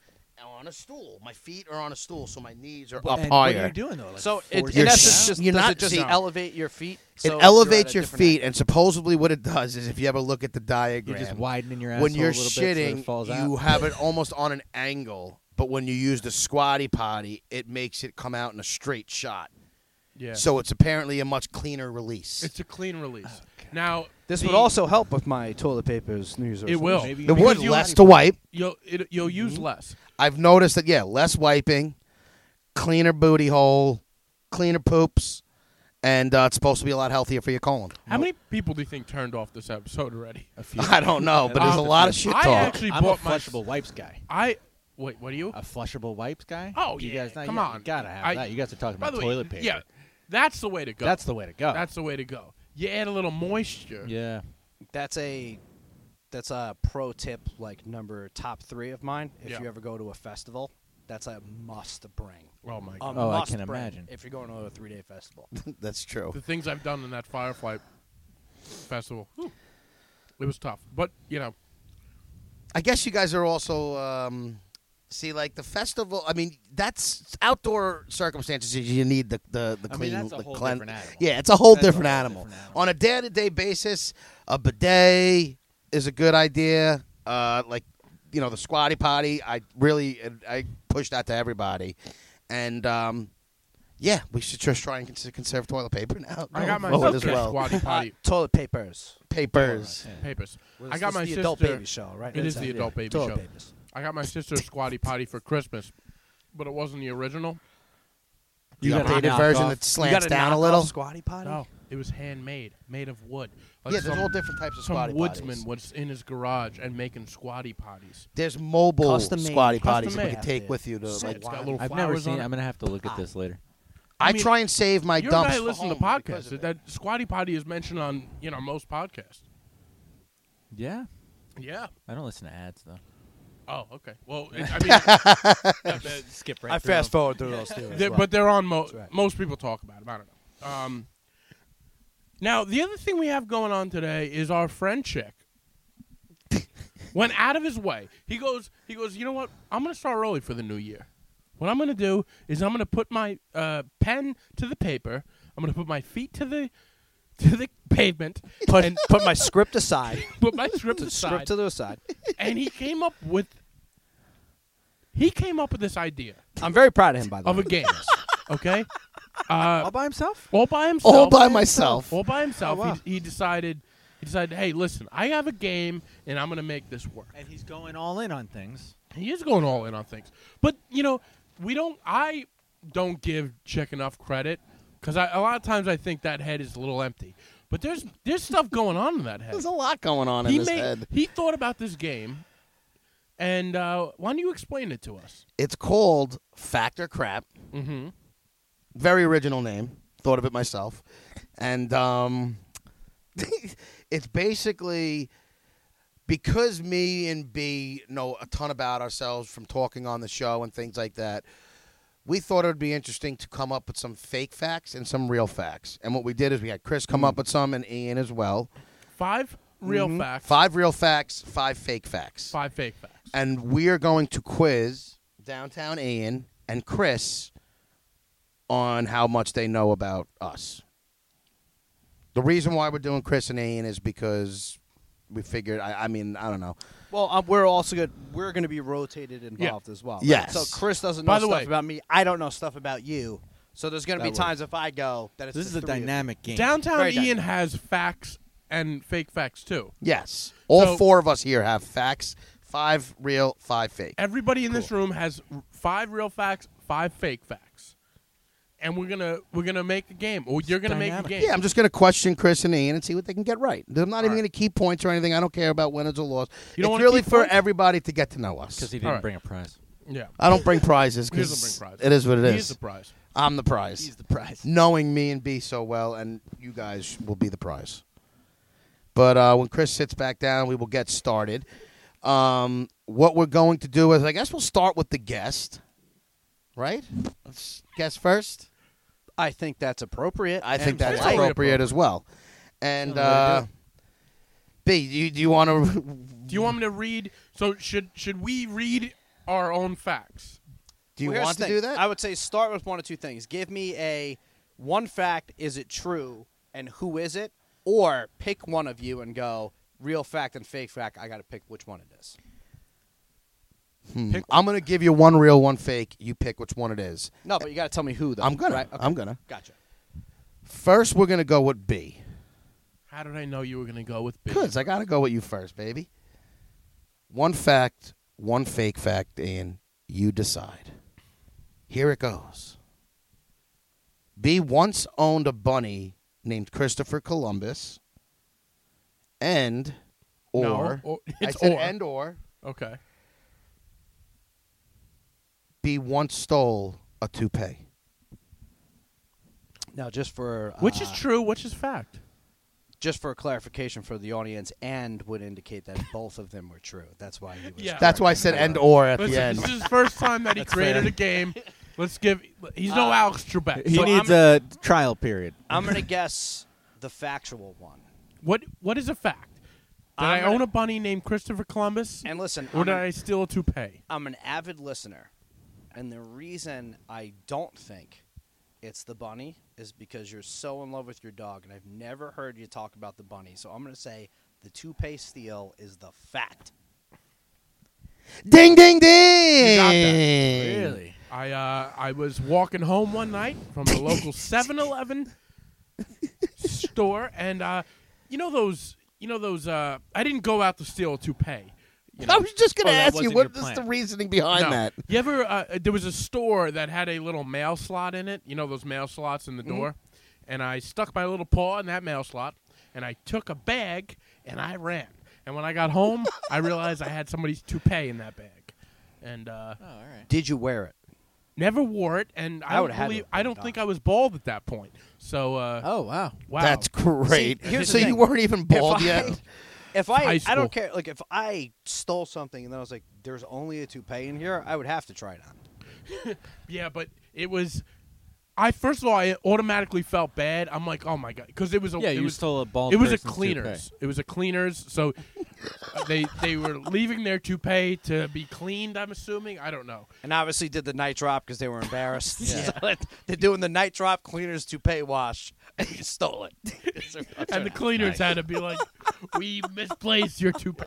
on a stool. My feet are on a stool, so my knees are up
and What are
higher.
you doing though? Like
So it,
force
in
You're
essence,
sh-
just
you're
does
not
it just
seeing-
elevate your feet?
It
So
elevates
you're
your
at a different
feet,
angle.
and supposedly what it does is if you ever look at the diagram,
You're just widening your asshole
when you're
a little bit so
shitting,
it falls
you
out.
have it almost on an angle. But when you use the squatty potty, it makes it come out in a straight shot.
Yeah.
So it's apparently a much cleaner release.
it's a clean release. now
This
the-
would also help with my toilet papers New Year's
it will.
Maybe
the
you-
wood
because you-
less to wipe.
You'll it, you'll use less.
I've noticed that yeah, less wiping, cleaner booty hole, cleaner poops, and uh, it's supposed to be a lot healthier for your colon.
How many people do you think turned off this episode already?
a few.
I don't know, but there's a
Um,
lot of shit
I
talk.
actually
I'm a Uh,
bought my
flushable wipes guy.
I wait. What are you?
A flushable wipes guy?
Oh,
you
yeah,
guys, now
come
you,
on.
you gotta have
I-
that. You guys are talking
By
about
the way,
toilet paper.
Yeah, that's the way to go.
that's the way to go.
That's the way to go. You add a little moisture.
yeah.
That's a that's a pro tip, like number top three of mine. If
Yeah.
you ever go to a festival, that's a must bring.
Oh my
A
god.
Oh, I
must
can
bring
imagine.
If you're going to a three day festival,
That's true.
the things I've done in that Firefly festival, whew, it was tough. But you know,
I guess you guys are also um, see like the festival. I mean, that's outdoor circumstances. You need the the, the
I mean,
clean.
that's a
the
whole
clean-
different animal.
Yeah, it's a whole,
That's a
different,
whole
animal.
different animal.
On a day to day basis, a bidet is a good idea. Uh, like you know, the squatty potty. I really I push that to everybody, and. Um, yeah, we should just try and cons- conserve toilet paper now.
I got
going
myself
forward as
a
well. [laughs]
squatty potty
toilet papers.
Papers.
papers.
Well,
I
this-
got
this
my
is the
sister.
adult baby show, right?
It is
That's
the
it.
adult baby
toilet
show.
papers.
I got my sister a squatty potty for Christmas, but it wasn't the original.
The
You gotta
updated
knock
version
off-
that
You got
slants
a
down a
knockoff
little.
squatty potty.
No, It was handmade, made of wood. Like
yeah, there's
some-
all different types of
some
squatty
woodsman
potties.
was in his garage and making squatty potties.
There's mobile
Custom-made.
squatty potties
Custom-made.
that you can take with you to
Shit,
like.
it's got
wine.
little
I've never
flowers
seen.
on
it.
it.
I'm gonna have to look at this later.
I
I
mean,
try and save my
You're
dumps.
a guy
for
who listens to
home because
podcasts.
of
That.
it.
squatty potty is mentioned on you know most podcasts.
Yeah,
Yeah.
I don't listen to ads though.
Oh, okay. Well, it, I mean,
[laughs]
uh,
Skip right.
I fast forward through those too. as
they're,
well.
but they're on mo-
right.
most people talk about them. I don't know. Um, now the other thing we have going on today is our friend chick [laughs] went out of his way. He goes, he goes. You know what? I'm gonna start early for the new year. What I'm gonna do is I'm gonna put my uh, pen to the paper. I'm gonna put my feet to the to the pavement
put,
and
put my script aside.
put my [laughs] script aside.
[laughs] Script to
[laughs]
the side.
and he came up with he came up with this idea
I'm very proud of him, by the
of
way.
a
[laughs]
game. Okay, uh,
All by himself.
all by himself.
All by myself.
All by himself.
Oh, wow.
he, he decided. He decided, hey, listen, I have a game, and I'm gonna make this work.
And he's going all in on things.
He is going all in on things, but you know, we don't. I don't give Chick enough credit because a lot of times I think that head is a little empty. But there's there's stuff going on in that head.
There's a lot going on
he
in his
made-
head.
He thought about this game, and uh, why don't you explain it to us?
It's called Factor Crap.
Mm-hmm.
Very original name. Thought of it myself. And um, [laughs] it's basically because me and B know a ton about ourselves from talking on the show and things like that. We thought it would be interesting to come up with some fake facts and some real facts. And what we did is we had Chris come up with some and Ian as well.
Five real
Mhm.
facts.
Five real facts, five fake facts.
Five fake facts.
and we are going to quiz downtown Ian and Chris on how much they know about us. The reason why we're doing Chris and Ian is because we figured. I, I mean, I don't know.
Well, um, we're also good. We're going to be rotated involved as well. right?
Yes.
So Chris doesn't know
By the
stuff
way-
about me. I don't know stuff about you. So there's going to be
That works.
times if I go that it's
This
the
is a
three of you.
dynamic game.
Downtown
Very
Ian
dynamic.
has facts and fake facts too.
Yes, all
So-
four of us here have facts: five real, five fake.
Everybody in this room has r- five real facts, five fake facts, and we're gonna we're gonna make a game, or you're gonna make
dynamic.
a game.
Yeah, I'm just going to question Chris and Ian and see what they can get right. I'm not even
right.
going to keep points or anything. I don't care about winners or losses.
You don't
it's
wanna
really
keep
for
points?
everybody to get to know us.
because he didn't
Alright.
bring a prize.
yeah.
I don't bring prizes
[laughs] He doesn't
because
bring prizes.
it is what it is.
He is the prize.
I'm the prize.
the prize.
knowing me and B so well, and you guys will be the prize. But uh, when Chris sits back down, we will get started. Um, what we're going to do is, I guess we'll start with the guest, right? Let's guess first.
I think that's appropriate.
I think
and
that's
right.
appropriate, as well. And uh, B, you, [laughs] do you want to?
Do you want me to read? So should should we read our own facts?
Do you
Well, here's
want
the
to
thing.
do that?
I would say start with one of two things. Give me a one fact. Is it true? And who is it? Or pick one of you and go real fact and fake fact. I got to pick which one it is.
Hmm.
pick-
I'm going to give you one real, one fake. You pick which one it is.
No, but you got to tell me who though.
I'm gonna.
Right? Okay.
I'm gonna.
Gotcha.
First, we're going to go with B.
How did I know you were gonna go with B?
Because I got to go with you first, baby. One fact, one fake fact, and you decide. Here it goes. B once owned a bunny named Christopher Columbus. And or,
No, or-
I
it's
said Ah.
or.
and or
Okay.
B once stole a toupee.
Now, just for
Which is
uh,
true? Which is fact?
just for clarification for the audience, and would indicate that both of them were true. That's why he was.
Yeah.
That's why I said and or at the
Listen,
end.
this is his first time that he created
fair.
a
[laughs]
game. Let's give. He's
Uh,
no Alex Trebek.
He
so
needs
I'm-
a trial period.
I'm gonna guess the factual one.
what? What is a fact? Did i
I'm
own
gonna-
a bunny named Christopher Columbus,
And listen,
or
I'm
did
an-
I steal a toupee?
I'm an avid listener, and the reason I don't think it's the bunny is because you're so in love with your dog, and I've never heard you talk about the bunny. So I'm going to say the toupee steal is the fact.
ding ding
You got that.
ding.
I uh, I was walking home one night from the local 7-Eleven store, and uh, you know those, you know those. Uh, I didn't go out to steal a toupee. You know?
I was just going
Oh,
to
that
ask you
wasn't your
what is
plan.
the reasoning behind
No.
that?
You ever? Uh, there was a store that had a little mail slot in it. You know those mail slots in the door, and I stuck my little paw in that mail slot, and I took a bag and I ran. And when I got home, I realized I had somebody's toupee in that bag, and uh,
Oh, all right.
Did you wear it?
never wore it. And I,
I
don't
would've had to
believe-
have
I don't
been
think
done.
I was bald at that point. So uh,
Oh, wow.
wow,
That's great.
Oh, See, here's the
so you
thing.
weren't even bald
I-
yet.
[laughs] If I,
High
I
school.
don't care. Like if I stole something and then I was like, "There's only a toupee in here," I would have to try it on.
Yeah, but it was. I first of all, I automatically felt bad. I'm like, oh my god, because it was a
Yeah,
it
you
was,
stole a bald
It was a
person's
cleaners. It was a cleaners. So [laughs] they they were leaving their toupee to be cleaned. I'm assuming. I don't know.
And obviously did the night drop because they were [laughs] embarrassed. So They're doing the night drop cleaners toupee wash. [laughs] And you stole it. [laughs]
And the cleaners had to be like, we misplaced your toupee.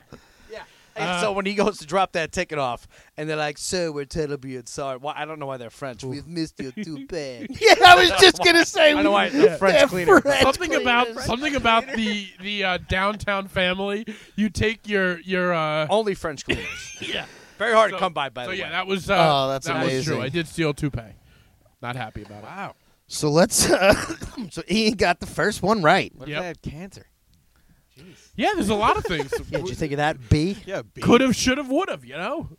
yeah. And
Uh,
so when he goes to drop that ticket off, and they're like, "Sir, we're terribly sorry." Well, I don't know why they're French. We've missed your toupee.
[laughs] yeah, I was just gonna say.
[laughs] I don't know why the French cleaner.
something about something about the the uh, downtown family. You take your your uh, [laughs]
Only French cleaners.
yeah.
Very hard
So-
to come by, by
so
the
yeah,
way.
that was uh,
Oh, that's
that was true.
amazing.
I did steal toupee. Not happy about it. Wow.
So let's. Uh, [laughs] so Ian got the first one right.
What
Yep.
if I had cancer?
Yeah, there's a lot of [laughs] things.
yeah, did you think of that? B.
Yeah,
Could have, should have, would have. You know,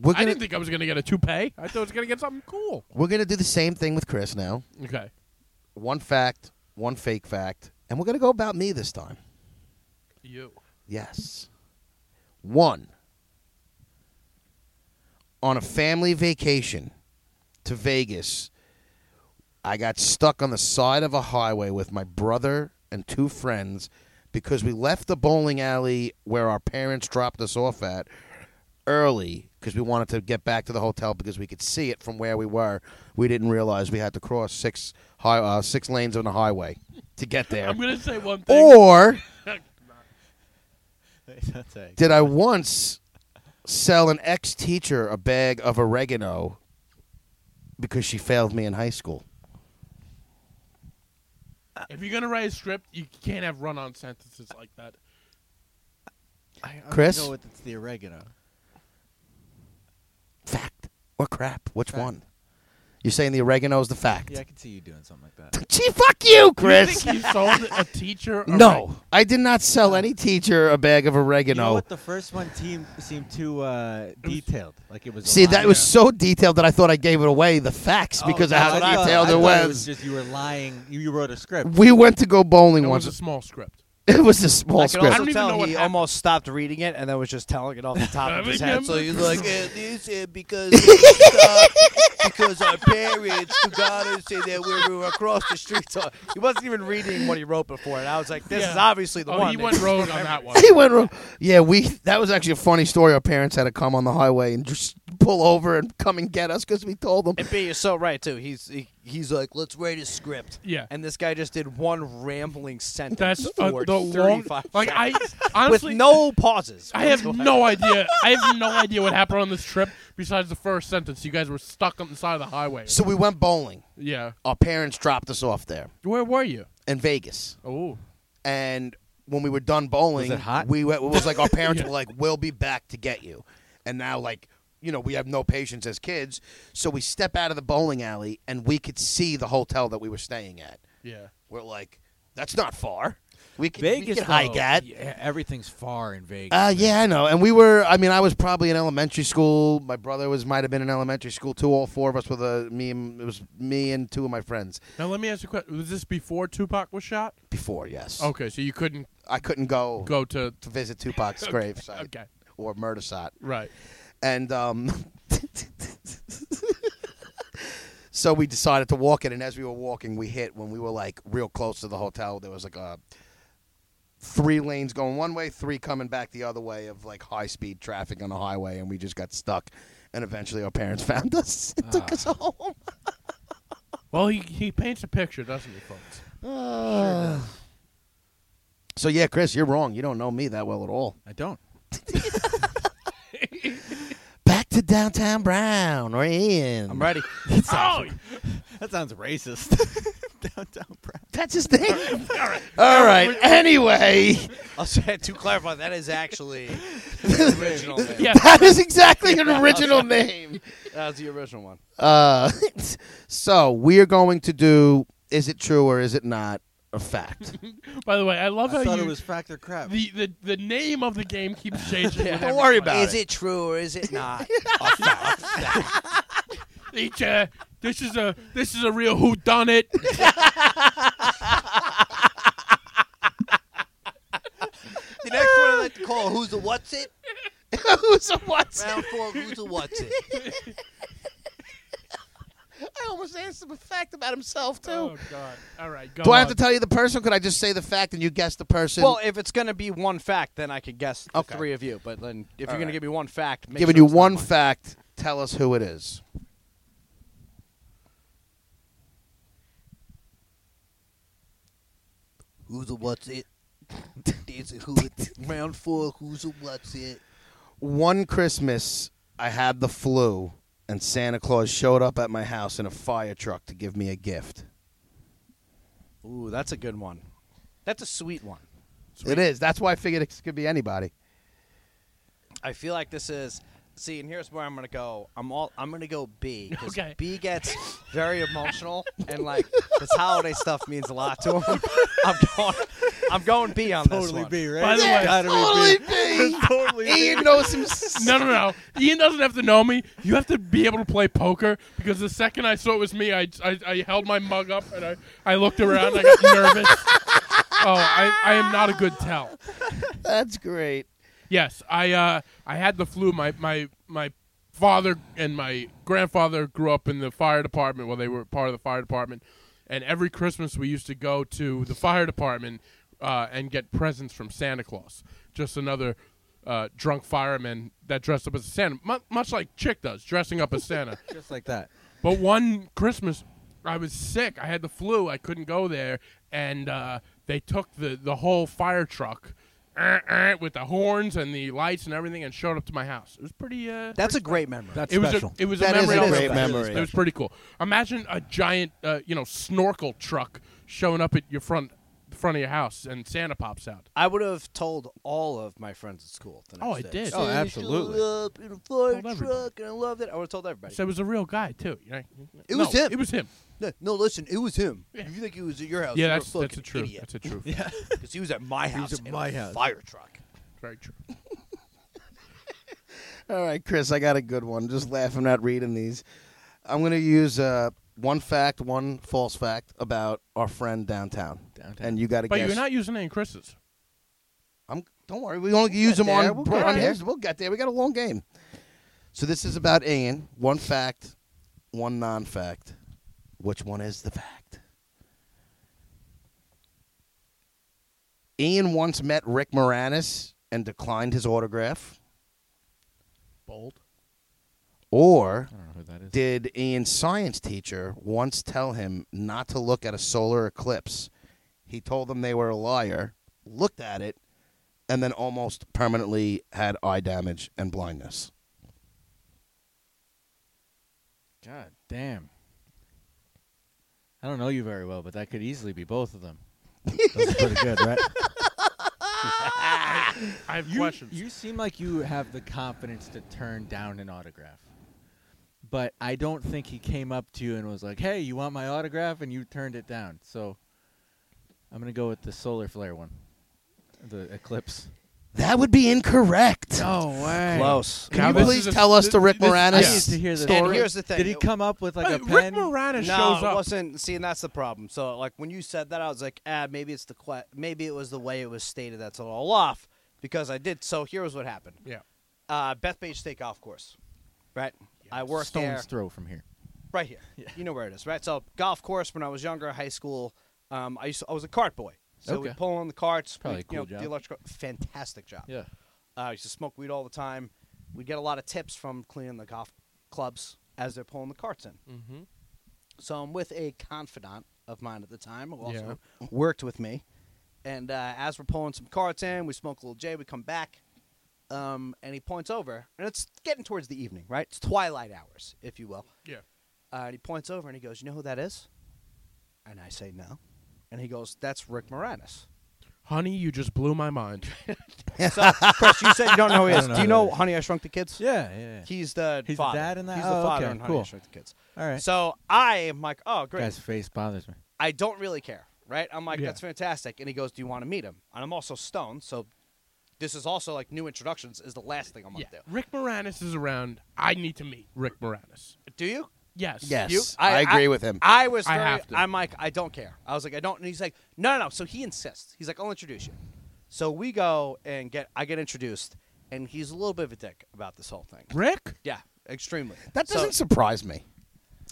We're
I
gonna
didn't think I was gonna get a toupee. I thought I was gonna get something cool.
we're gonna do the same thing with Chris now.
Okay.
One fact, one fake fact, and we're gonna go about me this time.
You.
Yes. One. On a family vacation to Vegas, I got stuck on the side of a highway with my brother and two friends because we left the bowling alley where our parents dropped us off at early because we wanted to get back to the hotel because we could see it from where we were. We didn't realize we had to cross six high, uh, six lanes on the highway to get
[laughs]
there.
I'm gonna say one thing.
or
[laughs] That's a-
Did I once sell an ex teacher a bag of oregano because she failed me in high school?
If you're gonna write a script, you can't have run-on sentences like that.
I, I'm gonna
Chris?
Go with it's the oregano.
Fact or crap? Which
Fact.
one? You're saying the oregano is the fact?
Yeah, I can see you doing something like that.
Gee, fuck you, Chris.
You think you sold a teacher? a
no, I did not sell any teacher a bag of
You know
oregano.
what? The first one team seemed too uh, detailed. Like it was. a
See,
lie.
that was so detailed that I thought I gave it away the facts because of
Oh, that's
how
what I thought.
detailed
I
it
thought
was.
just you were lying. You, you wrote a script.
We went to go bowling
It was
once.
a small script.
[laughs] it was a small
I can
script.
also
I don't even
tell
know what
he
happened.
almost stopped reading it and then was just telling it off the top of his head. So he's like, "Uh,
Yeah, this is
[laughs]
because we stopped because our parents forgot us and that we were across the street.
so he wasn't even reading what he wrote before, and I was like, "This
Yeah.
is obviously the
Oh,
one."
he went rogue on that
[laughs]
one.
he went wrong. Yeah, we. That was actually a funny story. Our parents had to come on the highway and just pull over and come and get us because we told them.
And B, you're so right too. He's he, he's like, "Let's write a script."
Yeah.
And this guy just did one rambling sentence
That's uh,
for
the long.
35
Like I
with
honestly
no pauses.
I have
whatsoever.
no idea. I have no idea what happened on this trip besides the first sentence. You guys were stuck on the side of the highway.
So we went bowling.
yeah.
Our parents dropped us off there
Where were you?
in Vegas,
Oh.
and when we were done bowling,
Was it hot?
we went, it was like our parents
[laughs]
Yeah.
were like, "We'll be back to get you," and now like you know we have no patience as kids, so we step out of the bowling alley and we could see the hotel that we were staying at.
Yeah.
We're like, "That's not far. We could, we
Vegas.
could hike
though,
at."
yeah, everything's far in Vegas.
Uh, yeah, I know. And we were, I mean, I was probably in elementary school. My brother was, might have been in elementary school too. All four of us were the, me and, it was me and two of my friends
Now let me ask you a question. Was this before Tupac was shot?
before, yes.
Okay, so you couldn't
I couldn't go,
Oh. go to
to visit Tupac's grave site
okay.
or murder site.
right.
And, um,. [laughs] So we decided to walk it, and as we were walking, we hit when we were like real close to the hotel. There was like a three lanes going one way, three coming back the other way of like high speed traffic on the highway, and we just got stuck. And eventually, our parents [laughs] found us and took us home.
Well, he he paints a picture, doesn't he, folks?
So yeah, Chris, you're wrong. You don't know me that well at all.
I don't.
Back to downtown Brown or Ian.
I'm ready.
Oh,
That sounds racist. [laughs] Downtown Brown.
That's his thing. all right. All right. Anyway,
I'll say to clarify, that
[laughs]
is actually the original. name.
[laughs] yeah.
that is exactly an original name. [laughs]
That was the original one.
Uh, so we are going to do is it true or is it not a
[laughs]
fact?
[laughs] By the way, I love
I
how
thought
you
it was fact or crap.
the, the the name of the game [laughs] keeps changing. with
Don't
everybody.
worry about
Is it true or is it
[laughs]
not?
Each, uh, this is a this is a real who done [laughs] it.
The next one I like to call Who's the What's It?
[laughs] Who's a what's
Round four, Who's the What's It?
[laughs] I almost answered a fact about himself too.
Oh God! All right, go
Do I have
on.
to tell you the person? Could I just say the fact and you guess the person?
well, if it's gonna be one fact, then I could guess the
Okay.
three of you. But then, if you're gonna give me one fact, make
giving
sure
you
it's not
one
mine.
fact. Tell us who it is.
Who's the What's
[laughs]
It? There's a who it. Round four, Who's the What's It?
One Christmas, I had the flu, and Santa Claus showed up at my house in a fire truck to give me a gift.
Ooh, that's a good one. That's a sweet one.
It is. That's why I figured it could be anybody.
I feel like this is. See, and here's where I'm gonna go. I'm all. I'm gonna go B. 'cause
Okay.
B
[laughs]
gets very emotional and like this holiday stuff means a lot to
[laughs]
him. I'm going. I'm going B on this
totally
one.
be right.
By the way-
Gotta be
Totally
big. [laughs]
me.
totally big.
Ian knows
[laughs]
some. s-
[laughs] No, no, no. Ian doesn't have to know me. You have to be able to play poker because the second I saw it was me, I, I, I held my mug up and I, I looked around. And I got nervous. Oh, I, I am not a good tell.
That's great.
Yes, I uh, I had the flu. My my my father and my grandfather grew up in the fire department. Well, they were part of the fire department, and every Christmas we used to go to the fire department uh, and get presents from Santa Claus. Just another uh, drunk fireman that dressed up as a Santa, mu much like Chick does, dressing up as Santa.
Just like that.
But one Christmas, I was sick. I had the flu. I couldn't go there, and uh, they took the the whole fire truck eh, eh, with the horns and the lights and everything, and showed up to my house. It was pretty. Uh,
That's a great memory.
That's
it was
special.
a it was
That
a
is
memory.
a
I'll
great
remember.
memory.
It was pretty cool. Imagine a giant, uh, you know, snorkel truck showing up at your front front of your house, and Santa pops out.
I would have told all of my friends at school. The next
Oh, I
day.
did.
Oh,
They
absolutely.
showed up in a fire
Told everybody.
truck. And I love
I would have told everybody.
So it was a real guy too. You know?
It
No,
was him.
It was him.
No, no, listen, it was him. If you think it was at your house,
Yeah,
you're
that's
a
that's
fucking
the truth.
idiot.
That's the truth.
Because he was at my house.
at
in
my
a
house.
Fire truck.
Very true.
All right, Chris, I got a good one. Just laughing at reading these. I'm going to use uh, one fact, one false fact about our friend downtown.
Downtown.
And you got to
But
guess.
you're not using any Chris's.
I'm, don't worry, we only use
get
them
there,
on.
we'll
We'll,
get
on
there.
his- we'll get there. We got a long game. So this is about Ian. One fact, one non-fact. Which one is the fact? Ian once met Rick Moranis and declined his autograph.
Bold.
Or
I don't know who that is.
did Ian's science teacher once tell him not to look at a solar eclipse? He told them they were a liar, looked at it, and then almost permanently had eye damage and blindness.
God damn. I don't know you very well, but that could easily be both of them. Those are pretty good, right?
I have
[laughs] You,
questions.
you seem like you have the confidence to turn down an autograph. But I don't think he came up to you and was like, hey, you want my autograph? And you turned it down. So I'm going to go with the solar flare one, the eclipse.
That would be incorrect.
No way.
Close.
Can
Now
you
this
please
is a-
tell us the Rick
This- I
Moranis
need to hear this
story?
And here's the thing.
Did he
it-
come up with like
Hey,
a
Rick
pen?
Moranis
No,
shows
it
up.
wasn't. See, and that's the problem. So, like when you said that, I was like, ah, maybe it's the que- maybe it was the way it was stated that's a little off because I did. So here's what happened.
Yeah.
Uh, Bethpage State Golf Course, right? I work there,
Stone's throw from here.
right here. You know where it is, right? So golf course. When I was younger, high school, um, I used to, I was a cart boy. So we
Okay.
pull on the carts.
Probably
we'd,
a cool
you know,
job.
The electrical, fantastic job.
Yeah.
Uh, I used to smoke weed all the time. We get a lot of tips from cleaning the golf clubs as they're pulling the carts in.
Mm-hmm.
Mhm.
So I'm with a confidant of mine at the time who
Yeah.
also worked with me. And uh, as we're pulling some carts in, we smoke a little J, we come back, um, and he points over. And it's getting towards the evening, right? It's twilight hours, if you will.
Yeah.
Uh, and he points over and he goes, You know who that is? And I say, No. And he goes, That's Rick Moranis.
Honey, you just blew my mind.
[laughs] So, Chris, you said you don't know who
[laughs]
he
Oh, I
is.
don't
Do you
know who
know
that is.
Honey, I Shrunk the Kids?
Yeah, yeah.
He's the
He's the
father.
dad in that?
He's
Oh,
the father
okay,
in Honey, I
cool.
Shrunk the Kids.
All right.
So I am like, oh great.
Guy's face bothers me.
I don't really care, right? I'm like,
Yeah.
that's fantastic. And he goes, do you want to meet him? And I'm also stoned, so this is also like new introductions is the last thing I'm
Yeah.
gonna do.
Rick Moranis is around. I need to meet Rick Moranis.
Do you?
Yes.
Yes,
You?
I, agree with him.
I was.
I
Very, I
have to.
am like, I don't care. I was like, I don't. And he's like, no, no, no. So he insists. He's like, I'll introduce you. So we go and get. I get introduced, and he's a little bit of a dick about this whole thing.
Rick?
Yeah, extremely.
that
So
doesn't surprise me.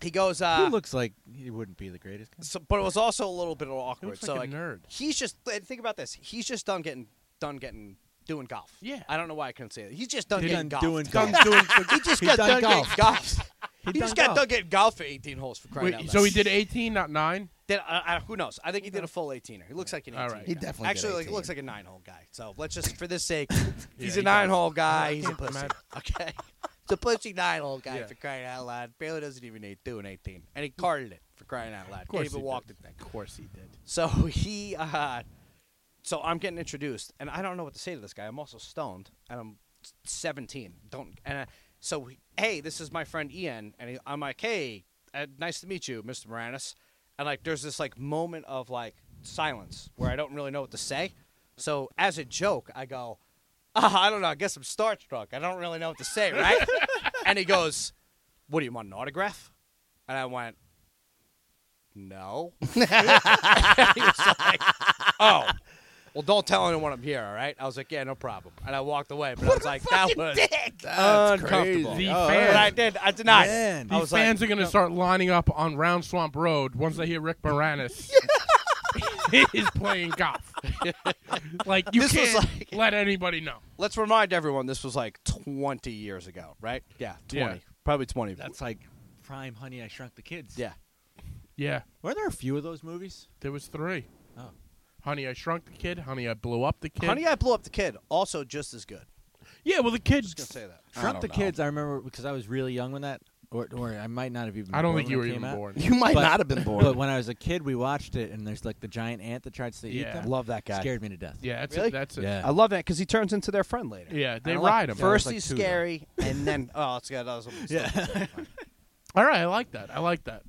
he goes.
he
Uh,
looks like he wouldn't be the greatest. guy.
so, but it was also a little bit awkward.
looks
so
like a nerd.
He's just. And think about this. He's just done getting done getting doing golf.
Yeah.
I don't know why I couldn't say that. He's just done
He
getting
done
golf.
doing
Done
golf.
doing.
[laughs] He just
He
got
done
done, getting
[laughs]
golf. He,
done
just got
golf.
done getting golf for 18 holes for crying out
Wait,
loud.
so he did 18, not nine.
Then, uh, uh, who knows? I think he did a full 18er. He looks like an 18.
All right. He
guy.
definitely did
actually like,
18.
looks like a nine hole guy. So let's just for this
[laughs]
sake, [laughs] he's
he
a nine hole guy.
I
He's a
can't
pussy.
imagine.
[laughs] Okay, he's a pussy nine hole guy
Yeah.
for crying out loud. Barely doesn't even need to do an 18, and he carded it for crying out loud.
course
Can't even
he
walk
did.
the thing.
Of course he did.
So [laughs] he, uh, so I'm getting introduced, and I don't know what to say to this guy. I'm also stoned, and I'm 17. Don't and I, so he- hey, this is my friend Ian, and he, I'm like, hey, uh, nice to meet you, Mr. Moranis. And like, there's this like moment of like silence where I don't really know what to say. So as a joke, I go, "Ah, I don't know. I guess I'm starstruck. I don't really know what to say, right? and he goes, What do you want an autograph? And I went, No. [laughs] he was like, "Oh, well, don't tell anyone I'm here, all right?" I was like, "Yeah, no problem," and I walked away. But I was like, "That was [laughs] uncomfortable."
The
But I
fans,
did. I denied.
Man.
it. I
the
was like,
fans are going to start lining up on Round Swamp Road once they hear Rick
[laughs]
Moranis is playing golf. like you
This was
can't
like-
let anybody know.
"Let's remind everyone this was like 20 years ago, right? Yeah, 20,
Yeah.
probably 20.
That's like prime Honey I Shrunk the Kids.
yeah."
Yeah,
Were there a few of those movies?
there was three.
Oh.
Honey, I shrunk the kid. Honey, I blew up the kid.
Honey, I blew up the kid. Also, just as good.
yeah, well, the kid.
Just gonna say that.
Shrunk the
don't know.
Kids. I remember because I was really young when that, or, or I might not have even.
I don't
born
think you
when
were
it
even
came out.
born.
You might
But-
not have been born.
But when I was a kid, we watched it, and there's like the giant ant that tries to
Yeah.
eat them.
Love that guy.
Scared me to death.
[laughs] Yeah, that's
Really?
it. That's it.
Yeah.
I love that because he turns into their friend later.
Yeah, they
And I like-
ride him.
First
Yeah, I was like
he's
two, though.
scary, and then oh, it's got that [laughs] was,
Yeah.
All right, I like that. I like that.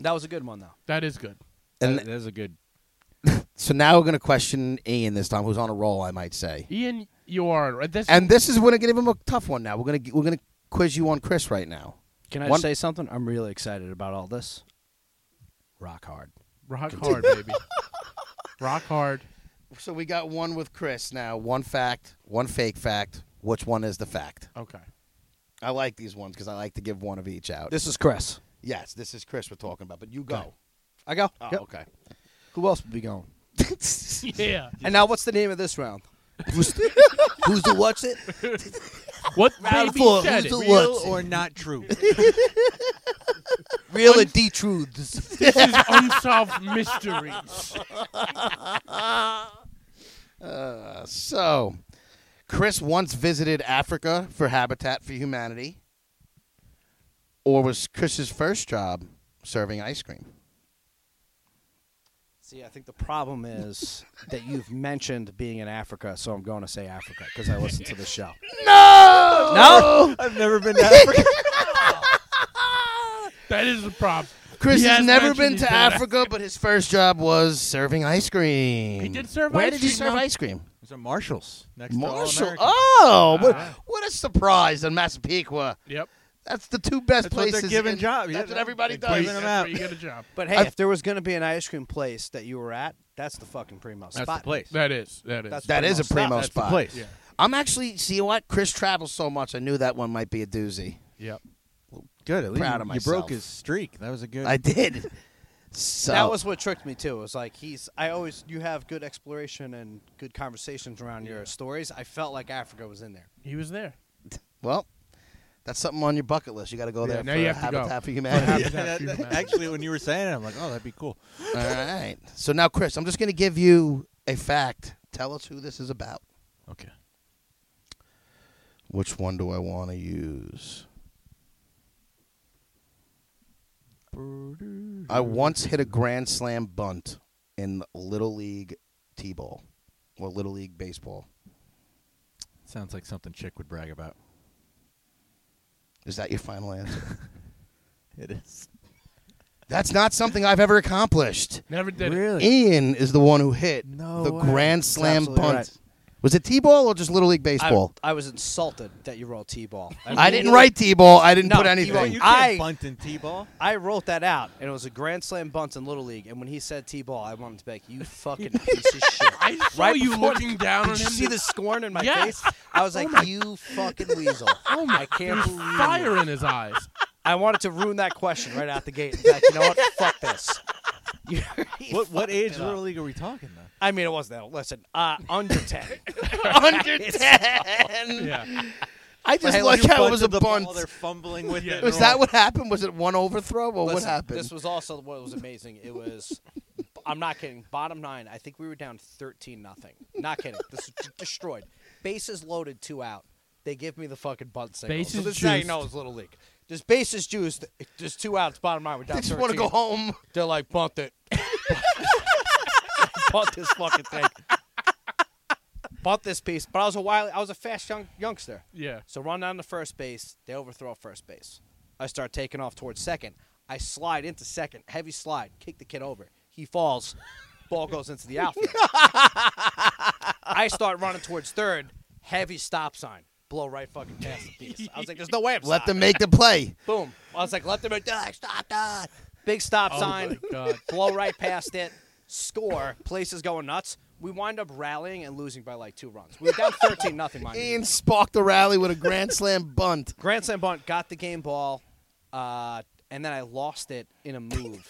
that was a good one though.
That is good.
And-
That- that's a good.
so now we're going to question Ian this time, who's on a roll, I might say.
Ian, you are right. This
And this is we're going to give him a tough one. Now we're going to we're going to quiz you on Chris right now.
Can
I One- say
something? I'm really excited about all this. Rock hard.
rock hard, baby. rock hard.
So we got one with Chris now. One fact, one fake fact. Which one is the fact?
Okay.
I like these ones because I like to give one of each out.
This is Chris.
yes, this is Chris we're talking about. But
[laughs]
you go.
I go.
Oh,
Yep.
okay.
Who else would be going?
Yeah.
And now, what's the name of this round?
Who's, who's the what's it?
[laughs] What
Round
baby
four. Who's
said it?
the
Real
what's it?
or not true?
Real or D truths?
This is unsolved mysteries.
Uh, so, Chris once visited Africa for Habitat for Humanity, or was Chris's first job serving ice cream?
See, I think the problem is [laughs] that you've mentioned being in Africa, so I'm going to say Africa because I listened to the show.
No.
[laughs] No,
I've never been to Africa.
That is the problem.
Chris
He
has
has
never
mentioned
been
he's
to
been in
Africa, but his first job was serving ice cream.
He did serve
Where
ice
did you
cream,
serve
huh?
ice cream?
There's a Marshalls next to
Marshall.
All
Oh,
American.
what,
Ah.
what a surprise in Massapequa.
Yep.
That's the two best
That's what they're
places.
giving
in-
job, yeah,
That's what everybody
they're giving
does.
That's
them
where
out.
you get a job.
[laughs] but hey,
I've-
if there was going to be an ice cream place that you were at, that's the fucking primo spot.
That's the place.
That is. That is.
That's-
That is a
Primo
primo
stop.
spot.
place.
yeah.
I'm actually see what Chris travels so much. I knew that one might be a doozy.
Yep.
Good. At least
Proud
you,
of
you
myself.
broke his streak. That was a good. [laughs]
I did.
[laughs]
So
That was what tricked me too. It was like he's. I always you have good exploration and good conversations around your stories. I felt like Africa was in there.
He was there.
well. That's something on your bucket list. You got to go
Yeah,
there.
now
for
you have to
Habitat
go.
for Humanity.
Habitat for Humanity.
actually, when you were saying it, I'm like, oh, that'd be cool.
All right. So now, Chris, I'm just going to give you a fact. Tell us who this is about.
Okay.
Which one do I want to use? I once hit a grand slam bunt in Little League T-ball or Little League baseball.
Sounds like something chick would brag about.
Is that your final answer?
It is.
That's not something I've ever accomplished.
Never did it.
really?
Ian is the one who hit
No
the
way.
grand slam
absolutely
punt.
right.
Was it T-ball or just Little League baseball?
I, I was insulted that you wrote [laughs] T-ball.
I, didn't write T-ball. I didn't
No,
put
you-
Well,
anything. [laughs]
you can't
I-
bunt in t-ball.
I wrote that out, and it was a grand slam bunt in Little League. And when he said T-ball, I wanted to be like,
[laughs]
"You fucking piece of shit!"
I saw
Right
you
before-
looking down
Did
on
you
him.
see the scorn in my
Yes.
face? I was like, "You fucking weasel!"
[laughs] Oh my!
I can't
There's
believe
fire in his eyes.
I wanted to ruin that question right out the gate. In fact, you know what? Fuck this. You already
What what
fucked
age
it up.
little league are we talking though?
I mean, it wasn't that. Listen, uh,
[laughs]
under ten. [laughs]
Under ten.
Yeah.
I just like how it was a bunt.
They're fumbling with
Yeah,
it.
they're
Was that what happened? Was it one overthrow or what
Listen,
happened?
This was also what was amazing. It was, [laughs] I'm not kidding. Bottom nine. I think we were down 13 nothing. Not kidding. This was d- destroyed. Bases loaded, two out. They give me the fucking bunt signal.
Bases
so this guy
juiced.
knows little league. Just bases juiced. Just two outs. Bottom nine. We're down.
I just
13.
want to go home.
They're like bunt it. [laughs] bunt this fucking thing. Bunt this piece. But I was a wild. I was a fast young youngster.
Yeah.
So run down to first base. They overthrow first base. I start taking off towards second. I slide into second, heavy slide, kick the kid over. He falls. Ball goes into the
[laughs]
outfield. I start running towards third, heavy stop sign, blow right fucking past the piece. I was like, "There's no way I'm
Let
stopping.
them make the play.
Boom! I was like, "Let them make they're like, stop that." Big stop
Oh
sign,
my god.
blow right past it, score. Place is going nuts. We wind up rallying and losing by like two runs. We were
[laughs]
down thirteen nothing. Mind you.
Ian sparked the rally with a grand slam bunt.
Grand Slam bunt got the game ball, uh, and then I lost it in
[laughs]
a move,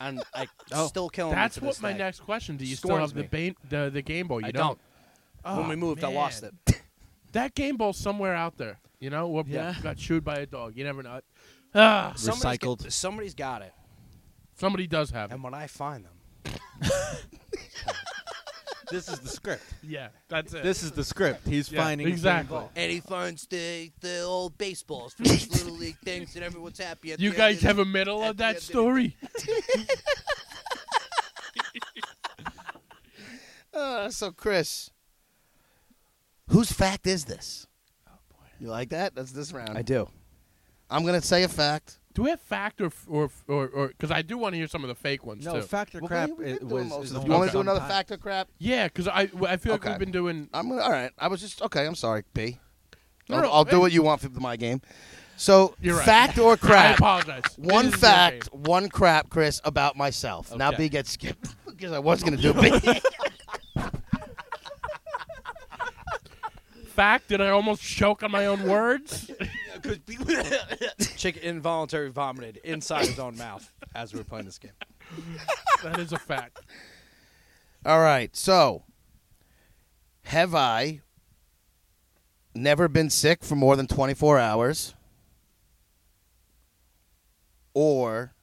and I still killing. me
Oh, That's
to
what
this
my
day.
next question. Do you
Scorns
still have the,
me.
ba- the the Game Boy? You
I
don't.
don't.
Oh,
when we moved, I lost
man.
it.
[laughs] That Game Ball's somewhere out there. You know, or
Yeah.
[laughs] got chewed by a dog. You never know. Ah,
Somebody's g-
Recycled.
somebody's got it,
somebody does have it.
and when I find them,
This is the script.
Yeah, that's it.
This is the script. He's
Yeah,
finding
exactly.
And he finds the, the old baseballs from
[laughs]
these little league things, and everyone's happy. At
You
the
guys
end of
have a middle of that story.
Uh, so Chris, whose fact is this? You like that? That's this round.
do.
I'm gonna say a fact.
Do we have fact or f- or f- or because I do want to hear some of the fake ones
No,
too.
factor
Well,
crap.
we- we've
It
been doing
was.
most
is
of them.
on
You want to
top.
do another fact or crap?
yeah, because I w- I feel like
Okay. Uh,
we've been doing.
I'm gonna. All right. I was just okay. I'm sorry, B.
No,
I'll,
no,
I'll do
hey.
what you want for my game. So
You're right.
fact or
I
crap?
apologize.
[laughs] One
This is your
fact,
game.
one crap, Chris, about myself. Now
Okay.
B gets skipped [laughs] because I was gonna do B.
Fact that I almost choke on my own words.
Chick involuntary vomited inside his own mouth as we were playing this game.
[laughs] that is a fact.
All right. So, have I never been sick for more than 24 hours? Or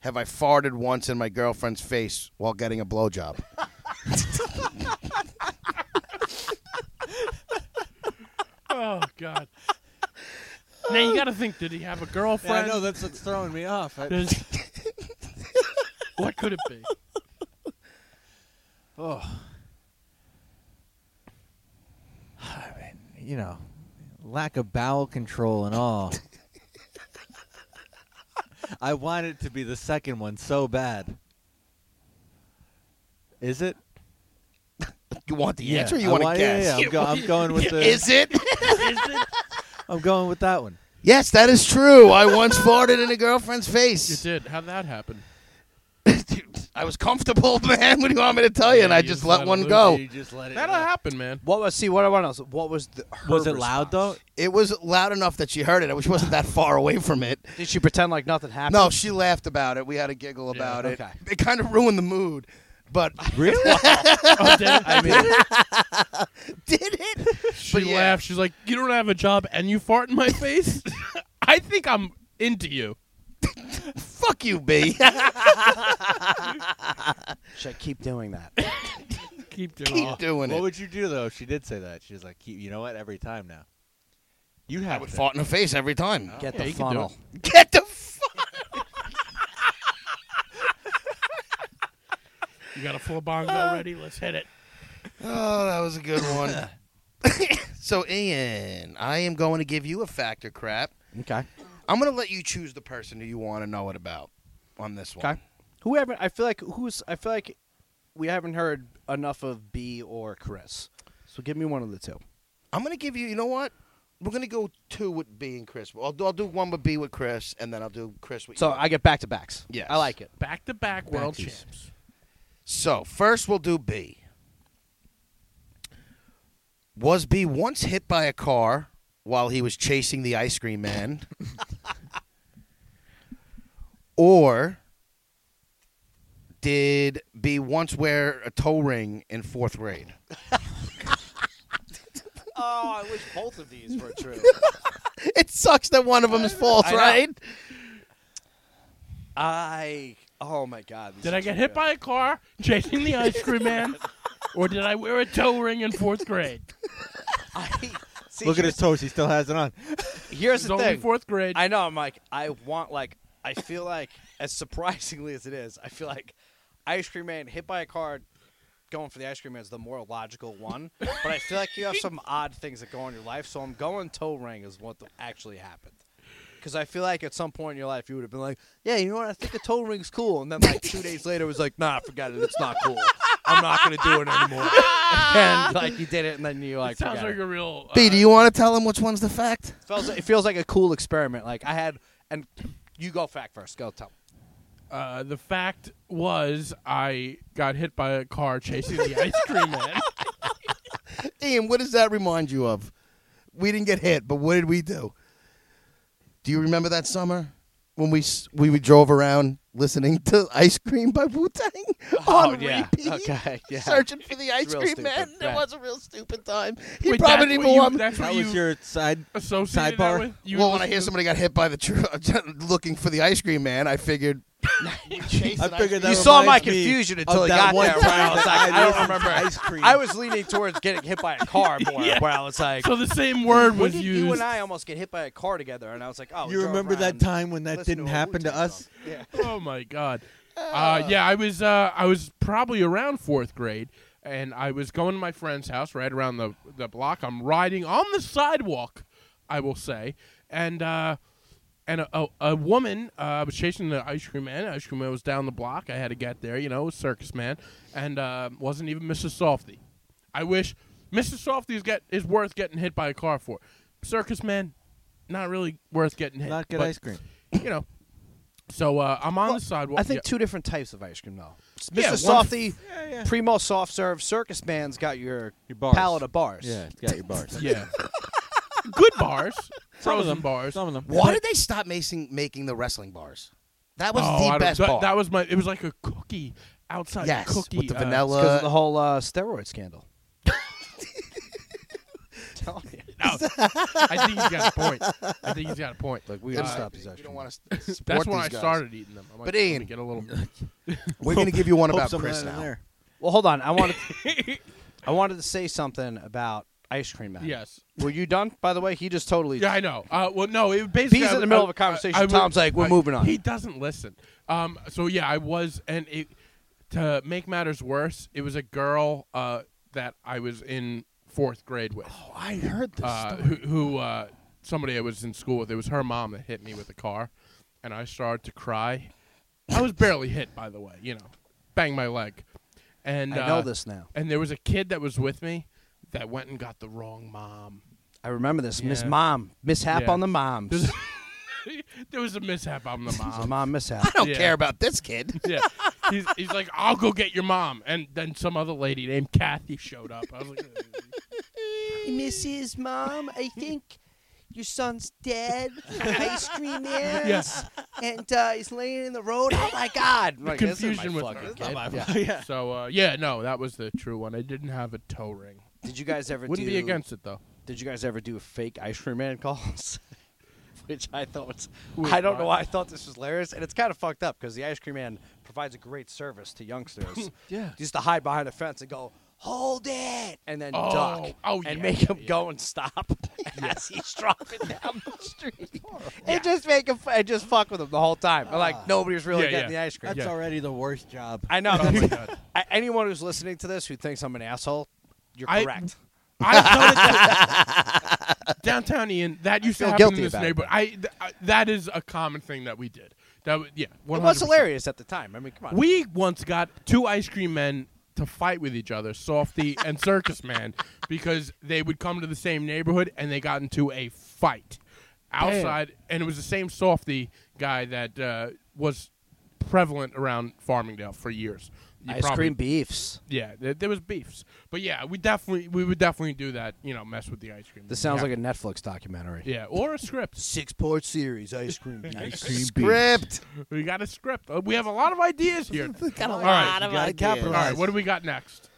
have I farted once in my girlfriend's face while getting a blowjob?
[laughs]
[laughs]
Oh God. now you got to think. Did he have a girlfriend?
Yeah, I know that's what's throwing me off. I-
There's- [laughs] what could it be?
oh. I mean, you know, lack of bowel control and all. I want it to be the second one so bad. Is it?
You want the answer? Or
I
you want to
want- yeah,
guess?
yeah, I'm, go- I'm going with the.
Is it? [laughs]
I'm going with that one.
yes, that is true. I once farted in a girlfriend's
You
face.
did. How'd that happen?
[laughs] I was comfortable, man. What do you want me to tell you?
Yeah,
and I
you
just
just
let
let it
one
loose.
go.
You just let it.
That'll happen, man.
What was see? What I want else? What was the? her
Was it loud though?
response?
It was loud enough that she heard it. She wasn't that far away from it.
Did she pretend like nothing happened?
No, she laughed about it. We had a giggle
Yeah,
about
okay.
it. It kind of ruined the mood. But
Really?
[laughs] Oh, did it?
I mean,
[laughs]
[laughs]
did it?
She
But yeah.
laughed. She's like, "You don't have a job and you fart in my face." [laughs] I think I'm into you.
Fuck you, B. [laughs]
should I keep
[laughs]
doing that?
Keep doing.
Keep doing
What
it.
would you do though if she did say that? She's like, you you know what? Every time now, you have
I would
to.
fart in her face every time.
Get
Yeah,
the
you can do
funnel.
Get the fuck.
Oh, You got a full bongo ready? Let's hit it.
Oh, that was a good one. [laughs] so, Ian, I am going to give you a factor crap.
Okay.
I'm gonna let you choose the person who you want to know it about on this one.
Okay. Whoever I feel like who's I feel like we haven't heard enough of B or Chris. So give me one of the two.
I'm gonna give you. You know what? We're gonna go two with B and Chris. I'll do, I'll do one with B with Chris, and then I'll do Chris with.
So
you.
I get back to backs.
Yes.
I like it.
Back to back world
Backies.
champs.
So first we'll do B. Was B once hit by a car while he was chasing the ice cream man? [laughs] or did B once wear a toe ring in fourth grade?
Oh, I wish both of these were true.
It sucks that one of them is false,
I know.
right?
[laughs] I oh my god. these
Did
are
I get
so
hit
good.
by a car chasing the ice cream [laughs] man, or did I wear a toe ring in fourth grade?
[laughs] [laughs] I, see,
Look at his
here's,
toes; he still has it on.
Here's
It's
the
only
thing.
fourth grade.
I know. I'm like, I want like, I feel like, as surprisingly as it is, I feel like ice cream man hit by a car, going for the ice cream man is the more logical one. but I feel like you have
[laughs]
some odd things that go on in your life, so I'm going toe ring is what actually happened. Because I feel like at some point in your life you would have been like, yeah, you know what? I think a toe ring's cool, and then like two days later it was like, nah, forget it. It's not cool. I'm not gonna do it anymore. [laughs] and like you did it, and then you like.
it sounds
forgot
like
it.
a real. Uh,
B, do you want to tell him which one's the fact?
feels it feels like a cool experiment. Like I had, and you go fact first. Go tell.
uh, the fact was, I got hit by a car chasing the ice cream [laughs] man.
Ian, what does that remind you of? We didn't get hit, but what did we do? Do you remember that summer when we s- we, we drove around listening to "Ice Cream" by Wu Tang
Oh,
on
yeah.
repeat,
Okay, yeah.
searching for the ice
real
cream
stupid,
man? It
yeah.
was a real stupid time. You
Wait,
probably
that's
didn't
what
even
you-
want.
That's
That
what
was
you
your side.
associated that
sidebar?
with. You
Well, when I
listened
hear
to-
somebody got hit by the truck [laughs] looking for the ice cream man, I figured. [laughs]
I figured that
You saw my
reminds me
confusion
of
until it
that
got
one
there, where
Time
I was
that
like, I don't
listened to
remember.
Ice cream.
I was leaning towards getting
[laughs]
hit by a car more,
Yeah.
where I was like,
So the same word
when
was
did
used.
you and I almost get hit by a car together? And I was like, oh, we
you
drove
remember that
around,
time when that
listened
didn't
a
happen to
Wu-Tang
us?
song. Yeah.
[laughs] oh my god.
Ah.
Uh, yeah, I was uh, I was probably around fourth grade, and I was going to my friend's house right around the the block. I'm riding on the sidewalk, I will say, and uh, and a, a, a woman uh, I was chasing the ice cream man. ice cream man was down the block. I had to get there, you know, circus man, and uh, wasn't even Mrs. Softy. I wish Mrs. Softy's get is worth getting hit by a car for. Circus man, not really worth getting hit.
Not good
Eh, but,
ice cream.
You know. So uh, I'm on
Well,
the sidewalk.
I think
yeah.
two different types of ice cream though. Mr.
Yeah, one-
Softy,
Yeah, yeah.
Primo soft serve, Circus Man's got your,
Your bars.
palette of bars.
Yeah, it's got your
[laughs]
bars.
Yeah. Good bars.
Some
Frozen
of them
bars.
Some of them.
Why did they stop making making the wrestling bars? That was
Oh, I
the
don't-
best
that,
bar.
that was my. It was like a cookie outside
yes,
cookie
with the
uh,
vanilla.
because of the whole uh, steroid scandal. Telling you.
no. I think he's got a point. I think he's got a point.
Like we
Yeah,
gotta
but
stop
you
these ice
don't
cream.
want to
That's when I started eating them. I'm like,
But
let me
Ian-
get a little.
We're going to give you one
Hope
about
some of
Chris
that is
now.
there.
Well, hold on. I wanted, I wanted to say something about ice cream man.
yes.
Were you done? By the way, he just totally.
Yeah, I know. Uh, well, no, it basically.
He's
I-
in the middle
I-
of a conversation.
I- I-
Tom's like, "We're
I-
moving on."
He doesn't listen. Um, so yeah, I was, and it, to make matters worse, it was a girl uh, that I was in fourth grade with.
Oh, I heard this.
uh, who, who uh, somebody I was in school with. It was her mom that hit me with a car, and I started to cry. I was barely hit, by the way. You know, bang my leg. And
I know
uh,
this now.
And there was a kid that was with me that went and got the wrong mom.
I remember this. Miss
Yeah.
Mom, mishap
Yeah.
on the moms.
There's- there was a mishap on the
It's a
[laughs]
mom.
[laughs] mom mishap.
I don't
Yeah.
care about this
[laughs]
kid.
yeah, he's, he's like, I'll go get your mom, and then some other lady named Kathy showed up. I was like,
Mrs. Mom, I think your son's dead. Ice cream man.
yes.
And uh, he's laying in the road.
oh my God! Like, this is my
Confusion with
fucking
her.
kid. Yeah.
yeah.
So uh, yeah, no, that was the true one. I didn't have a toe ring.
Did you guys ever
Wouldn't
do?
be against it
[laughs]
though.
Did you guys ever do fake ice cream man calls? [laughs] Which I thought was,
Wait,
I don't know
what?
why I thought this was hilarious, and it's kind of fucked up because the ice cream man provides a great service
[laughs]
to youngsters.
Yeah.
just to hide behind a fence and go, hold it, and then
Oh,
duck,
oh,
and
yeah,
make
yeah,
him
yeah.
go and stop [laughs] as he's dropping [laughs] down the
[laughs]
street, and just make him, and just fuck with him the whole time. And, like nobody was really
Ah. Yeah,
getting
yeah.
the ice cream.
That's
Yeah.
already the worst job.
I know.
[laughs] Oh my
that's- [laughs]
god.
I- anyone who's listening to this who thinks I'm an asshole, you're
I-
correct.
I've done it. To, downtown Ian, that used to
feel
happen in
guilty
this
about it.
neighborhood. I, th- I that is a common thing that we did. That w- yeah,
It
100%.
was hilarious at the time. I mean, come on.
We once got two ice cream men to fight with each other,
[laughs]
Softy and Circus Man, because they would come to the same neighborhood and they got into a fight outside, and it was the same Softy guy that uh, was prevalent around Farmingdale for years. You
ice
probably-
cream beefs.
yeah, there, there was beefs, but yeah, we definitely we would definitely do that. You know, mess with the ice cream.
This sounds
yeah.
like a Netflix documentary.
yeah, or a script.
Six part series, ice
[laughs]
cream.
Script.
We got a script. Uh, We have a lot of ideas here.
[laughs] Got a
All right.
of ideas.
All right, what do we got next?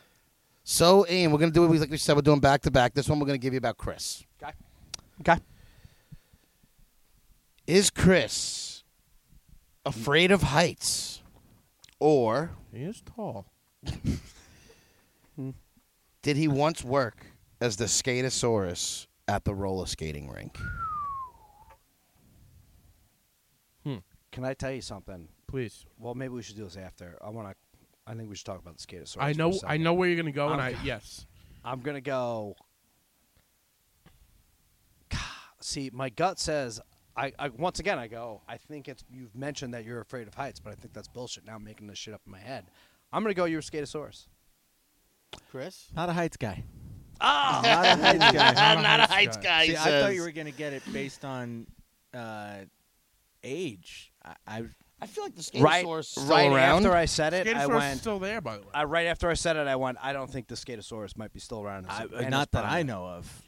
So, Ian, we're gonna do what we like we said. We're doing back to back. This one we're gonna give you about Chris.
Okay.
Okay. Is Chris afraid of heights, or
He is tall.
did he once work as the Skatosaurus at the roller skating rink?
Can I tell you something?
Please.
Well, maybe we should do this after. I want to. I think we should talk about the Skatosaurus.
I
for
know
a second.
I know where you're gonna go, and
I'm-
I
[laughs]
yes.
I'm gonna go. See, my gut says I, I. Once again, I go. I think it's you've mentioned that you're afraid of heights, but I think that's bullshit. Now I'm making this shit up in my head. I'm gonna go. You're a Skatosaurus.
Chris,
Not a heights guy.
Ah,
Not a heights [laughs] guy.
I'm not a heights guy.
See,
he
I thought
says.
you were gonna get it based on uh, age. I, I
I feel like the
right.
Skatosaurus
Right
still around.
after I said it, I
Skatosaurus is
went.
still there, by the way.
I, right after I said it, I went. I don't think the Skatosaurus might be still around.
I, uh,
And it's
not that
probably-
I know of.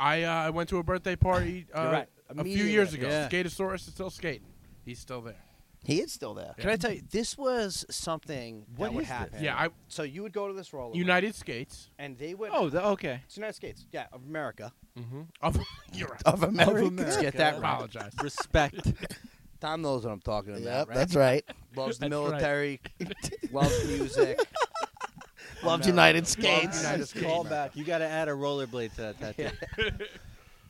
I uh, I went to a birthday party uh,
You're right.
a few years ago.
Immediately.
Yeah.
Skatosaurus is still skating. He's still there.
he is still there.
Can I tell you? This was something
What
that would
is this?
happen.
Yeah, I
So you would go to this roller rink,
United Skates.
and they would.
Oh, the, okay.
it's United States. Yeah, of America.
Mm-hmm. Of, [laughs] you're
[laughs]
right.
Of America.
Let's get that right.
Apologize.
[laughs] Respect.
Tom knows what I'm talking about.
Yep,
right?
that's [laughs] right.
loves the
That's right.
[laughs] military, loves music.
Loved United
Loved
Skates.
United States.
Call back. You got to add a rollerblade to [laughs] that tattoo.
[laughs]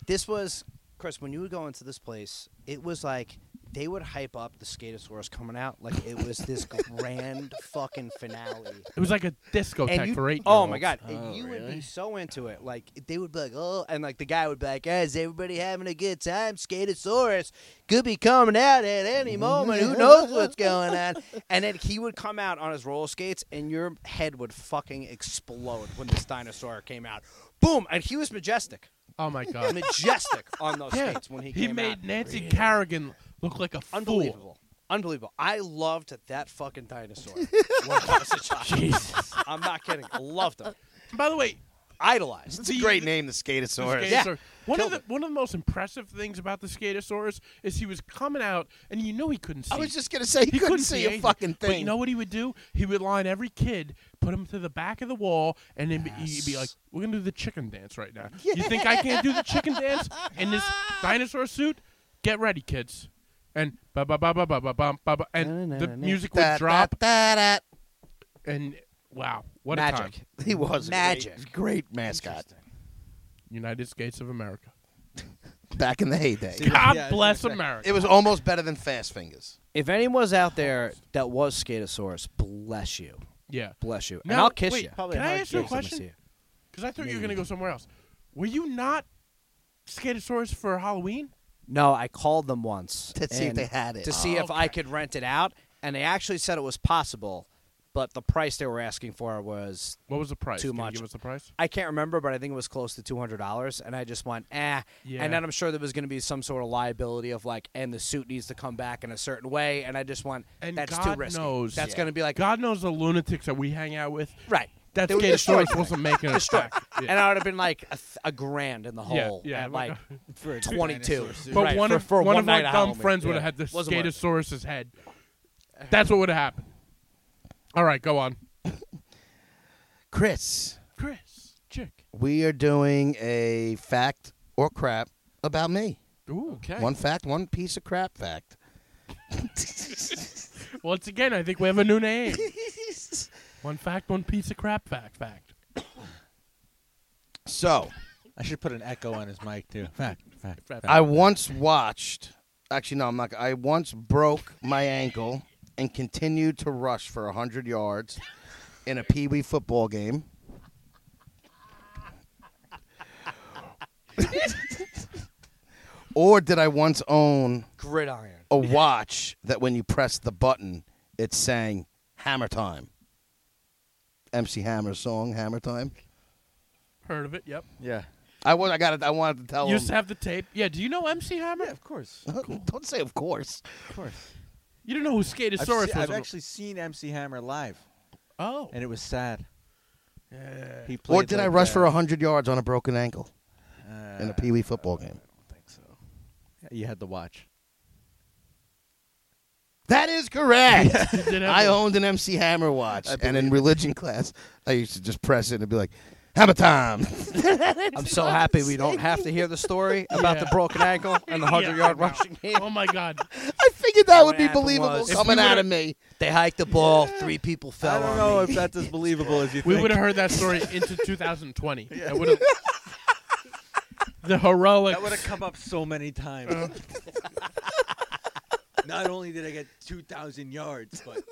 This was Chris. When you would go into this place, it was like they would hype up the Skatosaurus coming out like it was this grand fucking finale.
It was like a discotheque
you,
for eight.
oh my god,
Oh,
and you would
really?
be so into it. Like they would be like, oh, and like the guy would be like, hey, is everybody having a good time? Skatosaurus could be coming
[laughs]
out at any moment. Who knows what's going on? And then he would come out on his roller skates, and your head would fucking explode when this dinosaur came out. Boom! And he
[laughs]
was majestic,
Oh my god.
majestic on those
Yeah.
skates when he
He
came
made
out.
Nancy Kerrigan look like a fool. [laughs]
Unbelievable. Unbelievable. I loved that
[laughs]
fucking dinosaur when I was a child. [laughs] Jesus. I'm not kidding. Loved him.
By the way,
Idolized.
It's a great name, the Skatosaurus.
Skatosaurus.
Yeah.
One of
Killed
the one of the most impressive things about the Skatosaurus is he was coming out, and you know he couldn't see.
I was just gonna say you couldn't, see a
anything.
fucking
But you
thing.
know what he would do? He would line every kid, put him to the back of the wall, and then he'd be like, "We're gonna do the chicken dance right
[laughs]
now. You think I can't do the chicken dance in this dinosaur suit? Get ready, kids!" And ba ba ba ba ba ba ba ba, and the music would
Da-
drop,
da- da- da.
and wow, what a time!
Magic.
[laughs] He was a great-
Magic.
great mascot
United States of America.
back in the heyday.
See,
God
Yeah, I was
bless
gonna say.
America.
It was almost better than Fast Fingers.
If anyone's out there that was Skatosaurus, bless you.
yeah.
Bless you. and
Now-
I'll kiss
wait,
you.
Probably
Can
a
I
hard
ask you a
choice.
Promise
question?
you.
Because I thought you were going to go somewhere else. Were you not Skatosaurus for Halloween?
No, I called them once.
To see if
and-
they had it.
To see if I could rent it out. And they actually said it was possible, but the price they were asking for was,
What was the price?
Too
Can you
much.
give us the price?
I can't remember, but I think it was close to $200. And I just went, eh.
Yeah.
And then I'm sure there was going to be some sort of liability of like, and the suit needs to come back in a certain way. And I just went,
And
that's too
God
risky.
knows-
that's
Yeah.
going to be like,
God knows the lunatics that we hang out with.
right.
That
They were destroyed.
Skatosaurus wasn't
[laughs]
making a
Destroyed.
strike. Yeah.
And I would have been like a, th- a grand in the
Yeah,
hole
yeah,
at
my [laughs]
like [laughs]
For a
22.
dinosaur suit.
But
Right,
one
for-
of
for
one,
one
of my
night of
dumb
Halloween,
friends would
yeah.
have had the
Wasn't worth it.
Skatosaurus's head. That's what would have happened. All right, go on,
Chris,
Chris. Chick.
we are doing a fact or crap about me.
Ooh, okay.
One fact, one piece of crap fact.
Once again, I think we have a new
[laughs]
name. one fact, one piece of crap. Fact, fact.
So,
I should put an echo on his mic too. Fact, fact, fact.
I once watched. Actually, no, I'm not. I once broke my ankle and continued to rush for 100 yards in a Pee Wee football game. Or did I once own
[laughs]
Gridiron.
a watch that when you pressed the button, it sang Hammer Time? MC Hammer's song, Hammer Time.
Heard of it? Yep.
Yeah.
I was. I got it. I wanted to tell
You
him. [laughs]
used to have the tape. Yeah. Do you know MC Hammer?
Yeah, of course.
Don't say of course.
Of course.
You don't know who Skatosaurus was?
I've, se- I've
on the-
actually seen MC Hammer live,
Oh. [laughs]
and it was sad.
Yeah.
He played
Or did I
like,
rush for
uh,
for hundred yards on a broken ankle in a
uh,
Pee Wee football game?
I think so. Yeah, You had the watch.
That is correct.
You did have
[laughs] I
a-
owned an MC Hammer watch, and in religion class, I used to just press it and be like, "Hammer time." [laughs]
I'm so happy we don't have to hear
[laughs]
the story about the
Yeah.
broken ankle and the
Yeah,
100
I
yard
know.
rushing game.
Oh my God.
I figured that would be
happened
believable
was-
If
coming
we
out
would've-
of me.
They hiked the ball. Three people fell
I don't
on
know
[laughs]
me.
if that's as believable as you
We
think.
would have heard that
[laughs]
story into 2020. That would've- the heroic.
That would have come up so many
Uh.
times. [laughs] Not only did I get 2,000 yards, but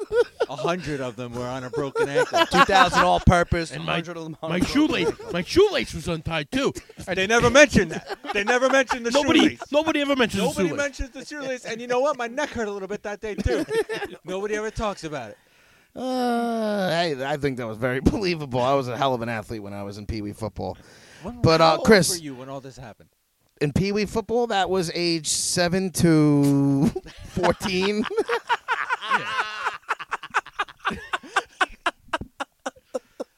100 of them were on a broken ankle.
2,000 all purpose.
And my-
100 of them on
my
a broken
shoelace, my shoelace was untied too.
And they never mentioned that. They never mentioned the
Nobody,
shoelace.
nobody ever mentions the
Nobody
shoelace.
mentions the shoelace. And you know what? My neck hurt a little bit that day, too. Nobody ever talks about it.
Uh, hey, I think that was very [laughs] believable. I was a hell of an athlete when I was in Pee Wee football. But
How
uh,
old
Chris,
were you when all this happened?
in Pee Wee football, that was age seven to [laughs] fourteen.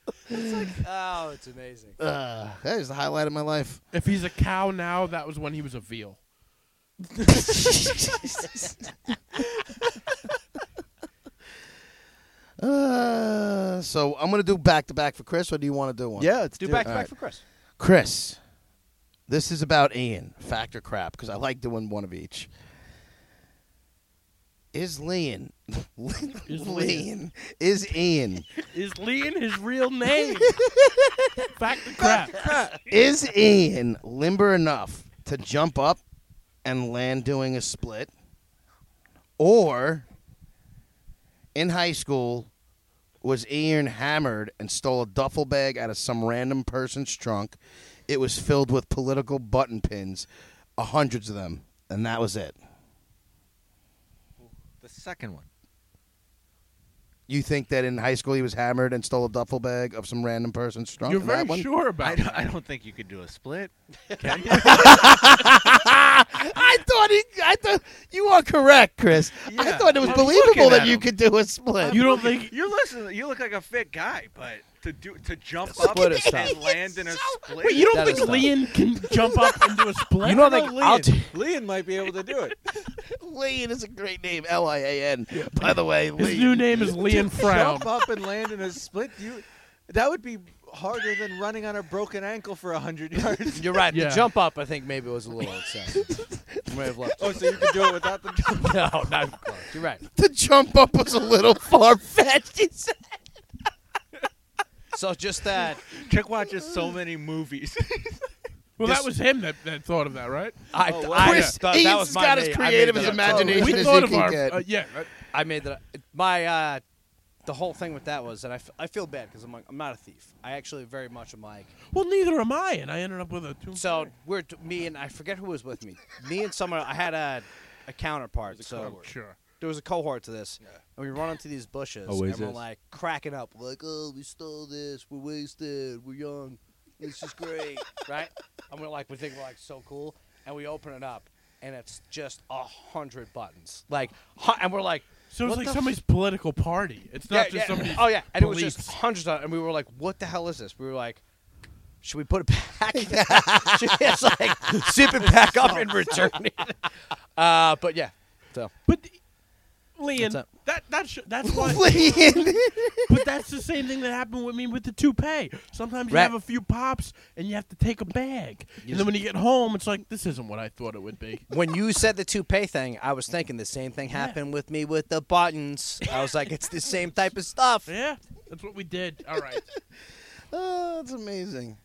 Oh, it's amazing.
uh, that is the highlight of my life.
If he's a cow now, that was when he was a veal.
Uh, so I'm gonna do back to back for Chris, or do you want to do one?
it's
Do back to
All right.
back for Chris.
Chris, this is about Ian. Fact or crap? Because I like doing one of each. Is [laughs] Lean?
Is
Lean? Is Ian?
Is Lean his real name? Fact the crap.
Is Ian limber enough to jump up and land doing a split? Or in high school, was Ian hammered and stole a duffel bag out of some random person's trunk? It was filled with political button pins, a hundreds of them, and that was it.
The second one.
You think that in high school he was hammered and stole a duffel bag of some random person's trunk?
You're
and that
very
one?
sure
I
about
don't,
that.
I don't think you could do a split.
I thought he, I thought you are correct, Chris. I
Yeah.
thought it was
I'm
believable
looking
that
at
you
him.
could do a split.
You don't think?
You listen. You look like a fit guy, but to do to jump
Split
up
is tough.
and land in a split.
Wait, you don't
That
think
is tough.
Lean can jump up and do a split? [laughs]
You don't think I'll t-
Leon might be able to do [laughs] it.
Lian is a great name. L I A N. By the way,
his
Lian.
new name is Lean Frown.
Jump up and land in a split. You, that would be harder than running on a broken ankle for hundred yards.
You're right.
Yeah.
The jump up, I think maybe was a little excessive.
[laughs]
You may have left.
[laughs] oh, so you could do it without the [laughs] jump.
No, not even close. You're right.
The jump up was a little [laughs] far fetched. He said.
So just that.
Chick watches so many movies.
Well,
This-
that was him that, that thought of that, right?
I,
Oh, wow.
I,
Chris,
that, that
Ian's
was my
got as
name. I made
creative
that
as
up.
imagination
we
as
thought
you
of
can
our.
get.
Uh, yeah, uh,
I made that. My uh, the whole thing with that was, and I, f- I feel bad because I'm like I'm not a thief. I actually very much am like.
Well, neither am I, and I ended up with a two.
So we're t- me and I forget who was with me. Me and someone I had a a counterpart. so
sure.
there was a cohort to this, and we run into these bushes,
Oh,
Always
and we're
is.
like cracking up, like oh we stole this, we're wasted, we're young, this is great, [laughs] right? And we're like we think we're like so cool, and we open it up, and it's just a hundred buttons, like, hu- and we're like.
So it's
what
like
the
somebody's political party. It's not just somebody's.
Oh yeah, and it was just
beliefs.
hundreds of, and we were like, "What the hell is this?" We were like, "Should we put it [laughs] back?" it's like zip it back up and return it. [laughs] Uh, but yeah, so
But Leon,
What's up?
that that's
[laughs]
that's
[laughs]
why.
Lian.
but that's the same thing that happened with me with the toupee. Sometimes you
Right.
have a few pops and you have to take a bag, and then when you get home, it's like this isn't what I thought it would be.
when you said the toupee thing, I was thinking the same thing happened with me with the buttons. I was like, "It's the same type of stuff."
Yeah, that's what we did. All right.
Oh, that's amazing.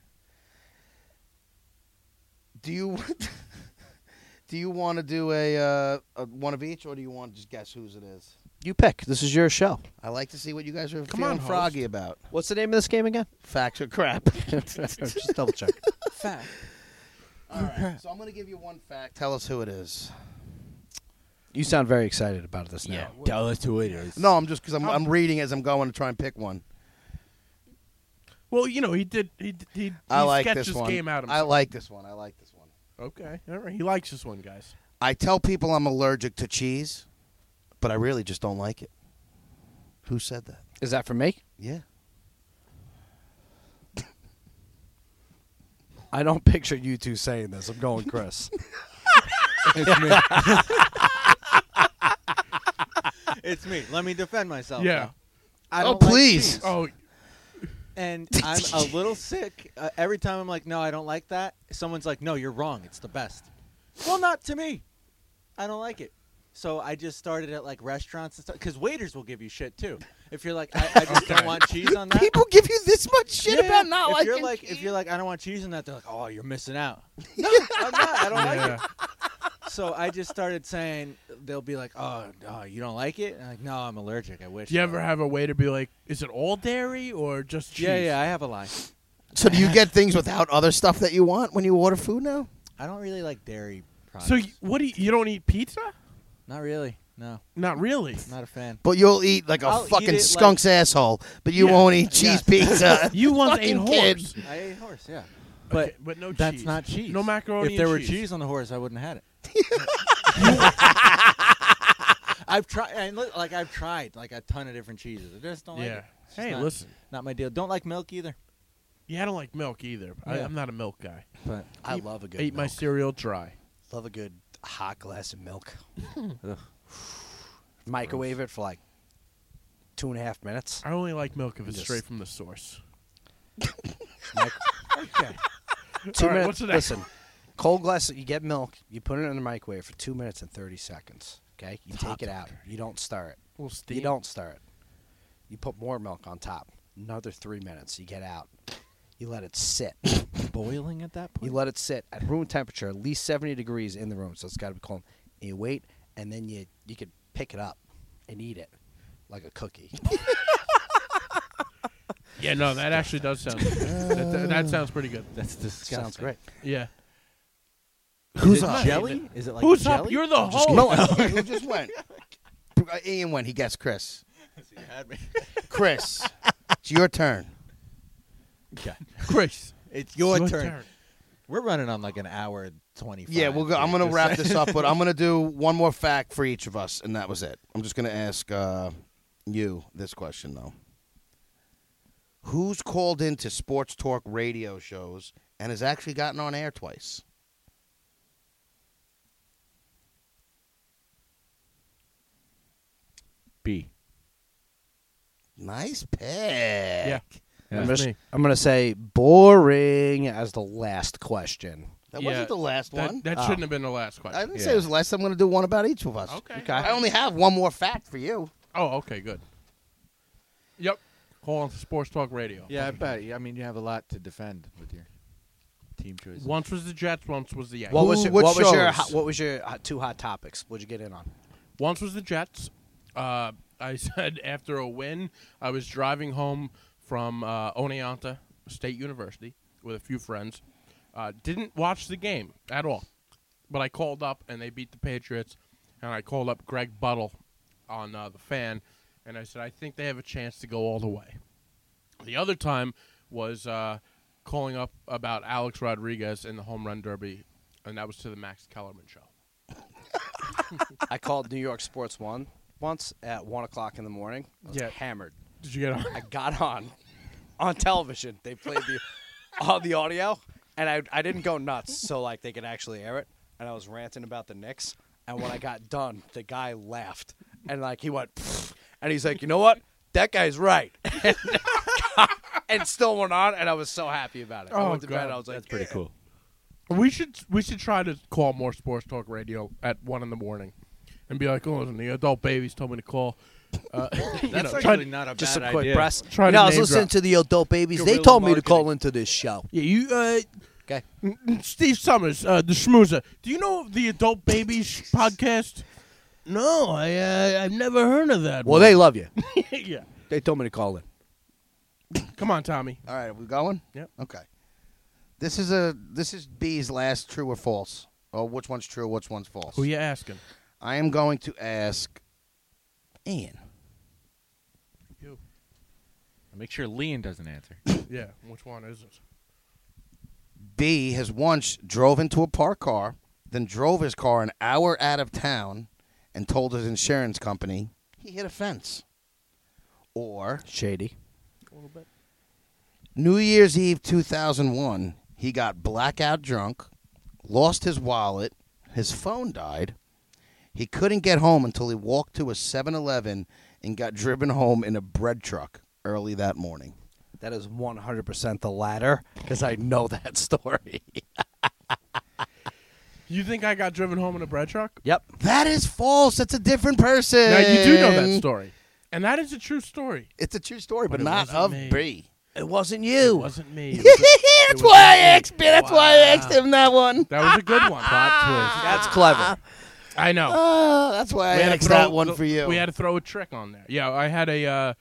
Do you [laughs] do you want to do a, uh, a one of each, or do you want to just guess whose it is?
You pick. This is your show.
I like to see what you guys are
Come
feeling
on, host.
froggy about.
[laughs]
What's the name of this game again?
Facts or crap?
Just double check.
Fact.
All right. [laughs] So I'm going to give you one fact. Tell us who it is.
You sound very excited about this
[laughs]
now.
Tell us who it is.
No, I'm just because
Um,
I'm, I'm reading as I'm going to try and pick one.
[laughs] Well, you know, he did. He d- he, he
I like
sketched
this
his
one.
game out
I
himself.
like this one. I like this one.
okay, all right. He likes this one, guys.
I tell people I'm allergic to cheese, but I really just don't like it. Who said that?
Is that for me?
Yeah.
I don't picture you two saying this. I'm going Chris.
it's me. it's me. Let me defend myself.
Yeah.
now. I
Oh,
don't like
please.
cheese.
Oh,
[laughs]
and I'm a little sick. Uh, every time I'm like, no, I don't like that. Someone's like, no, you're wrong. It's the best. Well, not to me. I don't like it. So I just started at like restaurants and stuff because waiters will give you shit too. If you're like, I,
[laughs]
I just don't want cheese on that.
People give you this much shit
Yeah.
about not
if
liking
you're like,
cheese.
if you're like, I don't want cheese on that, they're like, oh, you're missing
[laughs]
out. No, I'm not. I don't like it.
yeah.
So I just started saying, they'll be like, oh, oh you don't like it? And I'm like, no, I'm allergic. I wish.
Do you
though."
ever have a waiter be like, "Is it all dairy or just cheese?"
Yeah, yeah, I have a lie.
so do you get things without other stuff that you want when you order food now?
I don't really like dairy products.
So y- what do you, you don't eat pizza?
not really. No,
Not really.
not a fan.
But you'll eat like a
I'll eat it
fucking
like-
skunk's asshole, but you
Yeah.
won't eat cheese pizza.
[laughs]
You once ate
Fucking
horse,
kid.
I ate horse, yeah. But
Okay, but no cheese.
that's not cheese.
No macaroni.
If there
and
were
cheese.
cheese on the horse, I wouldn't
[laughs]
have had it. I've tried, and li- like I've tried like a ton of different cheeses. I just don't like
yeah.
it. It's just
Hey,
not,
listen.
not my deal. Don't like milk either.
Yeah, I don't like milk either. I,
Yeah.
I'm not a milk guy.
But
I love a good
I eat my
milk.
cereal dry.
love a good hot glass of milk.
Hmm.
[sighs] Microwave it for like two and a half minutes.
I only like milk if it's
Just-
straight from the source. [laughs]
okay,
Two
All right,
minutes.
what's the next
Listen, cold glass. You get milk. You put it in the microwave for two minutes and thirty seconds. Okay, you take it out. You don't stir it.
Well,
You don't stir it. You put more milk on top. Another three minutes. You get out. You let
[laughs]
it sit.
boiling at that
You
point.
let it sit at room temperature, at least seventy degrees in the room, so it's got to be cold. And you wait, and then you you could pick it up and eat it like a cookie.
Yeah, no, that actually does sound.
[laughs]
that, that, that sounds pretty good.
That's disgusting.
Sounds great.
Yeah.
Who's
up?
Jelly? Is it like
Who's
jelly?
up? You're the host.
No, who just
[laughs]
went? Uh, Ian went. He guessed Chris.
[laughs]
Chris, it's your turn.
Okay.
Chris.
It's your,
your
turn. We're running on like an hour and twenty-five.
Yeah, we'll go. I'm
here.
gonna
Just
wrap
saying.
this up, but I'm gonna do one more fact for each of us, and that was it. I'm just gonna ask uh, you this question though: Who's called into sports talk radio shows and has actually gotten on air twice?
B.
Nice pick. Yeah,
Yeah.
I'm, just-
me.
I'm gonna say boring as the last question.
that
Yeah,
wasn't the last one. Ah.
That, that
Oh.
shouldn't have been the last question.
I didn't say it was the last. I'm gonna do one about each of us.
Okay.
I only have one more fact for you.
Oh, okay, good. Yep. Call on Sports Talk Radio.
Yeah, I bet. I mean, you have a lot to defend with your team choices.
Once was the Jets, once was the Yankees.
What was
Who-
your,
what
what, was your
shows?
hot, what was your hot, two hot topics? What'd you get in on?
Once was the Jets. Uh, I [laughs] said after a win, I was driving home from uh, Oneonta State University with a few friends. Uh, didn't watch the game at all, but I called up and they beat the Patriots, and I called up Greg Buttle on uh, the fan, and I said I think they have a chance to go all the way. The other time was uh, calling up about Alex Rodriguez in the home run derby, and that was to the Max Kellerman show.
I called New York Sports One once at one o'clock in the morning. I was
Yeah.
hammered.
Did you get on?
I got on on television. They played the all the audio, and I I didn't go nuts, so like they could actually air it. And I was ranting about the Knicks, and when I got done, the guy laughed, and like he went, "Pfft," and he's like, you know what? That guy's right. [laughs] and still went on, and I was so happy about it. I
Oh,
went to bed.
God,
I was like,
That's pretty cool.
We should we should try to call more sports talk radio at one in the morning, and be like, oh, listen, the adult babies told me to call. Uh, [laughs] you know,
That's
try-
actually not a
Just
bad
a quick
idea.
press.
Try
you
to
know, I was
name
listening
drop.
to the adult babies. they
Guerrilla
told me to
marketing.
call into this show.
Yeah, you, uh,
Okay.
Steve Summers, uh, the schmoozer. Do you know the adult babies podcast? No, I uh, I've never heard of that.
Well, they love you.
they [laughs] yeah.
They told me to call in.
Come on, Tommy.
All right, are we going?
Yep.
Okay. This is a this is B's last true or false. Oh, which one's true? Which one's false?
Who you asking?
I am going to ask Ian.
Make sure Leon doesn't answer.
Yeah, which one is it?
B has once drove into a parked car, then drove his car an hour out of town and told his insurance company he hit a fence. Or
Shady.
New Year's Eve 2001, he got blackout drunk, lost his wallet, his phone died. He couldn't get home until he walked to a 7 Eleven and got driven home in a bread truck early that morning.
That is 100% the latter because I know
[laughs]
that story.
You think I got driven home in a bread truck?
Yep.
That is false. That's a different person.
Now you do know
Eh.
that story, and that is a true story.
It's a true story, but,
But it
not
wasn't
of
me.
B.
It wasn't
It
you.
wasn't me.
[laughs]
It was
[laughs]
a-
That's
was
why I
me.
asked B. That's why I asked him that one.
that was a good one.
That's clever.
I know.
[laughs] Oh, that's why I
had to
asked
throw-
that one for you.
We had to throw a trick on there. Yeah, I had a, uh,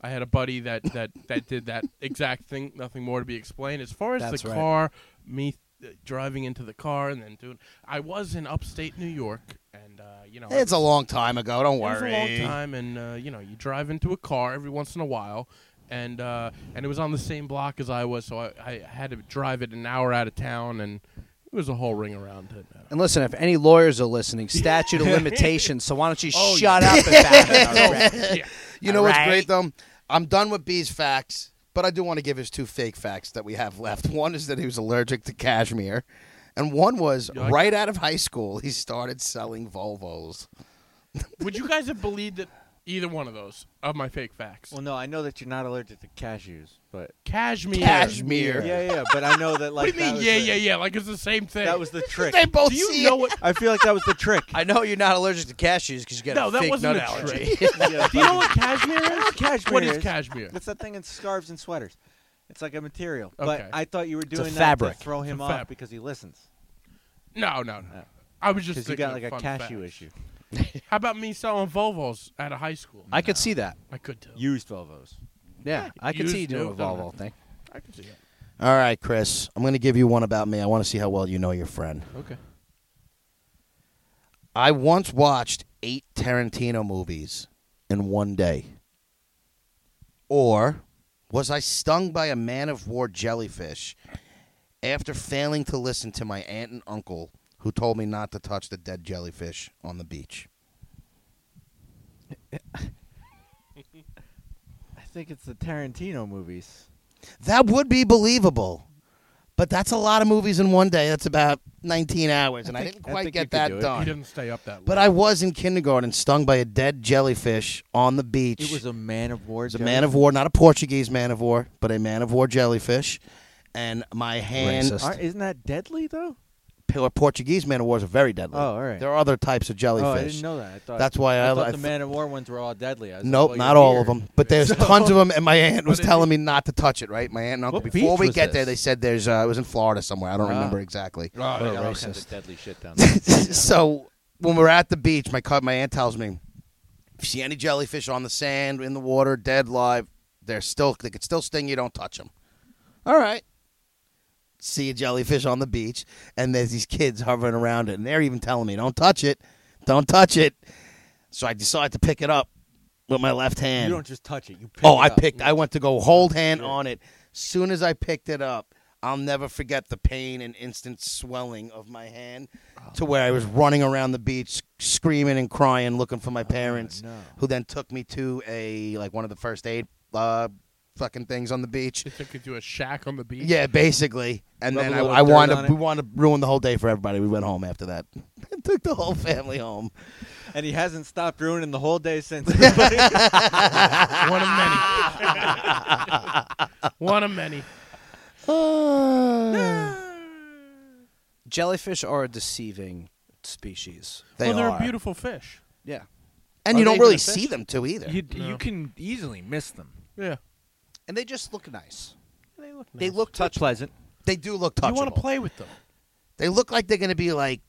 I had a buddy that that that did that exact thing. Nothing more to be explained. As far as
That's
the
right.
car, me uh, driving into the car and then doing. I was in upstate New York, and uh, you know,
it's a long time ago. Don't worry.
It was a long time, and uh, you know, you drive into a car every once in a while, and uh, and it was on the same block as I was, so I, I had to drive it an hour out of town, and it was a whole ring around. It.
And listen, if any lawyers are listening, statute
[laughs]
of limitations. So why don't you
Oh,
shut up and
[laughs]
back up?
yeah.
You know what's
Alright.
great though? I'm done with B's facts, but I do want to give his two fake facts that we have left. One is that he was allergic to cashmere, and one was
You like-
right out of high school he started selling Volvos.
Would you guys have believed that either one of those of my fake facts?
Well, no, I know that you're not allergic to cashews, but
Cashmere.
Cashmere.
yeah, yeah. But I know that
What
like
do you mean?
that
Yeah,
was
yeah,
the,
yeah. Like it's the same thing.
That was the trick.
They both
[laughs] Do you
see
know
it.
what?
I feel like that was the trick.
I know you're not allergic to cashews because you got
No,
a
that
fake
wasn't
nut
a
allergy.
trick.
[laughs]
[laughs]
Yeah,
Do you know what cashmere is?
Cashmere [laughs]
What is
is-
cashmere?
It's that thing in scarves and sweaters. It's like a material.
Okay.
But I thought you were
a
doing
fabric.
that to throw him off
fabric.
because he listens.
No, no, no. I was just
Because
thinking
you got
of
like a
fun
cashew
facts.
issue.
How about me selling Volvos out of high school?
I could see that.
I could too.
Used Volvos.
Yeah, I could see you
used
doing a
to, don't
Volvo
I?
thing.
I could see that.
All right, Chris, I'm going to give you one about me. I want to see how well you know your friend.
Okay.
I once watched eight Tarantino movies in one day. Or was I stung by a man of war jellyfish after failing to listen to my aunt and uncle who told me not to touch the dead jellyfish on the beach?
I think it's the Tarantino movies.
That would be believable. But that's a lot of movies in one day. That's about 19 hours, and I, didn't
I
quite
think you
get
could
that
do it.
He
done.
didn't stay up that late.
but I was in kindergarten stung by a dead jellyfish on the beach.
It was a man of war.
It's a man of war, not a Portuguese man of war, but a man of war jellyfish. And my hand,
Racist.
Aren't- isn't that deadly though?
P- Portuguese man of wars are very deadly.
Oh, all right.
There are other types of jellyfish.
Oh, I didn't know that. I thought
That's why I- I
thought the
th-
man of war ones were all deadly. I was like,
Nope,
well,
not
you're
all of
weird.
them, but
[laughs]
there's tons of them. And my aunt was
But if
telling me not to touch it. Right, my aunt and uncle.
What
Before
beach
we
was
get there,
this?
they said there's. Uh, it was in Florida somewhere. I don't
Ah.
remember exactly.
Oh, they
What a
got all kinds
racist.
of deadly shit
[laughs]
down there.
so when we're at the beach, my co- my aunt tells me, if you see any jellyfish on the sand, in the water, dead, live, they're still they could still sting you. Don't touch them. All right. See a jellyfish on the beach, and there's these kids hovering around it, and they're even telling me, "Don't touch it, don't touch it." So I decide to pick it up with my left hand.
you don't just touch it. You pick
Oh,
it
I
up. Oh,
picked. I went to go hold hand on it. Soon as I picked it up, I'll never forget the pain and instant swelling of my hand,
Oh,
to where I was running around the beach screaming and crying, looking for my parents,
Oh, no.
who then took me to a like one of the first aid uh, fucking things on the beach.
[laughs]
They took it to a shack on the beach.
Yeah, basically. And
Rub
then
a
I,
little
I
dirt
wanted
on
to,
it.
we wanted to ruin the whole day for everybody. We went home after that. [laughs] took the whole family home.
And he hasn't stopped ruining the whole
[laughs]
day since.
One of many. One of
[laughs]
many.
Jellyfish are a deceiving species.
They
well, they're
are.
a beautiful fish.
Yeah.
and
Are
you
they
don't
even
really
a fish?
see them too either.
you,
No.
you can easily miss them.
Yeah.
And they just look nice.
They look
They look touch.
pleasant.
they do look touchable.
You want to play with them.
They look like they're gonna be like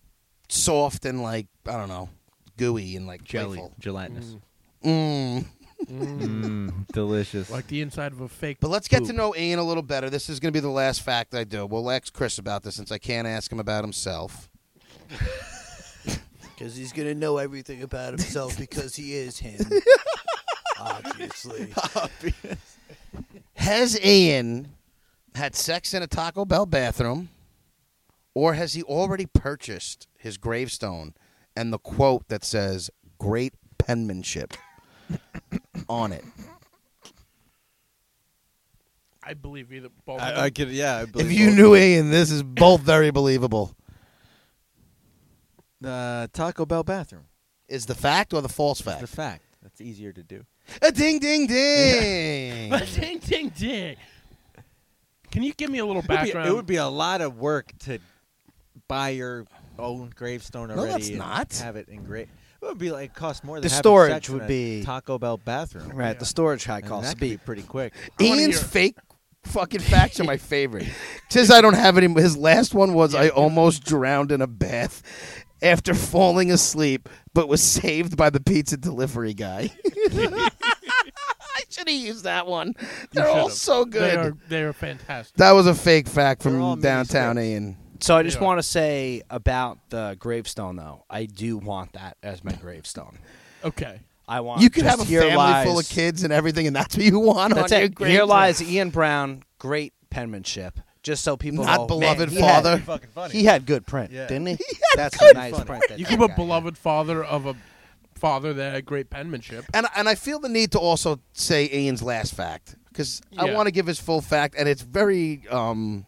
soft and like I don't know, gooey and like
Jelly.
playful.
Gelatinous.
Mm.
Mm, delicious.
like the inside of a fake.
But let's get to
poop.
know Ian a little better. This is going to be the last fact I do. We'll ask Chris about this since I can't ask him
[laughs]
about himself.
Because he's going to know everything about
[laughs]
himself because he is him. Obviously.
Has Ian had sex in a Taco Bell bathroom, or has he already purchased his gravestone and the quote that says "Great penmanship" on it?
I believe either. Both
I, I could, yeah. I
If
believe
you
both.
knew Ian, this is both very believable.
the Uh, Taco Bell bathroom,
Is the fact or the false
It's the
fact?
fact that's easier to do.
A ding,
[laughs]
ding, ding.
[laughs] ding, ding, ding. Can you give me a little
It would, be,
background?
it would be a lot of work to buy your own gravestone
No,
already.
that's
and
not.
Have it engraved. It would be like cost more than
The
having
storage
sex in
would
a
be-
Taco Bell bathroom.
Right,
Yeah.
the storage high
And
costs
that
to
could be
beat.
pretty quick.
wanna
Ian's
hear it.
fake fucking facts
[laughs]
are my favorite. Says I don't have any. His last one was I almost drowned in a bath after falling asleep, but was saved by the pizza delivery guy. [laughs] I should have used that one. They're all
should've.
so
They
good.
are, they are fantastic.
That was a fake fact
They're all
from
mini
downtown
scripts.
Ian.
So I just
Yeah.
want to say about the gravestone, though. I do want that as my gravestone.
Okay.
I want
You could
Uh, just
have a
here
family
lies,
full of kids and everything, and that's what you want
That's
on
it.
your grave.
Here lies Ian Brown, great penmanship. Just so people
Not
know,
beloved
Oh, man, he had-
father.
Fucking funny.
He had good print,
Yeah.
[laughs]
didn't he? That's a nice
funny.
print. that
You
that
keep a
guy had.
beloved father of a father that had great penmanship.
And and I feel the need to also say Ian's last fact because I
Yeah.
want to give his full fact, and it's very um.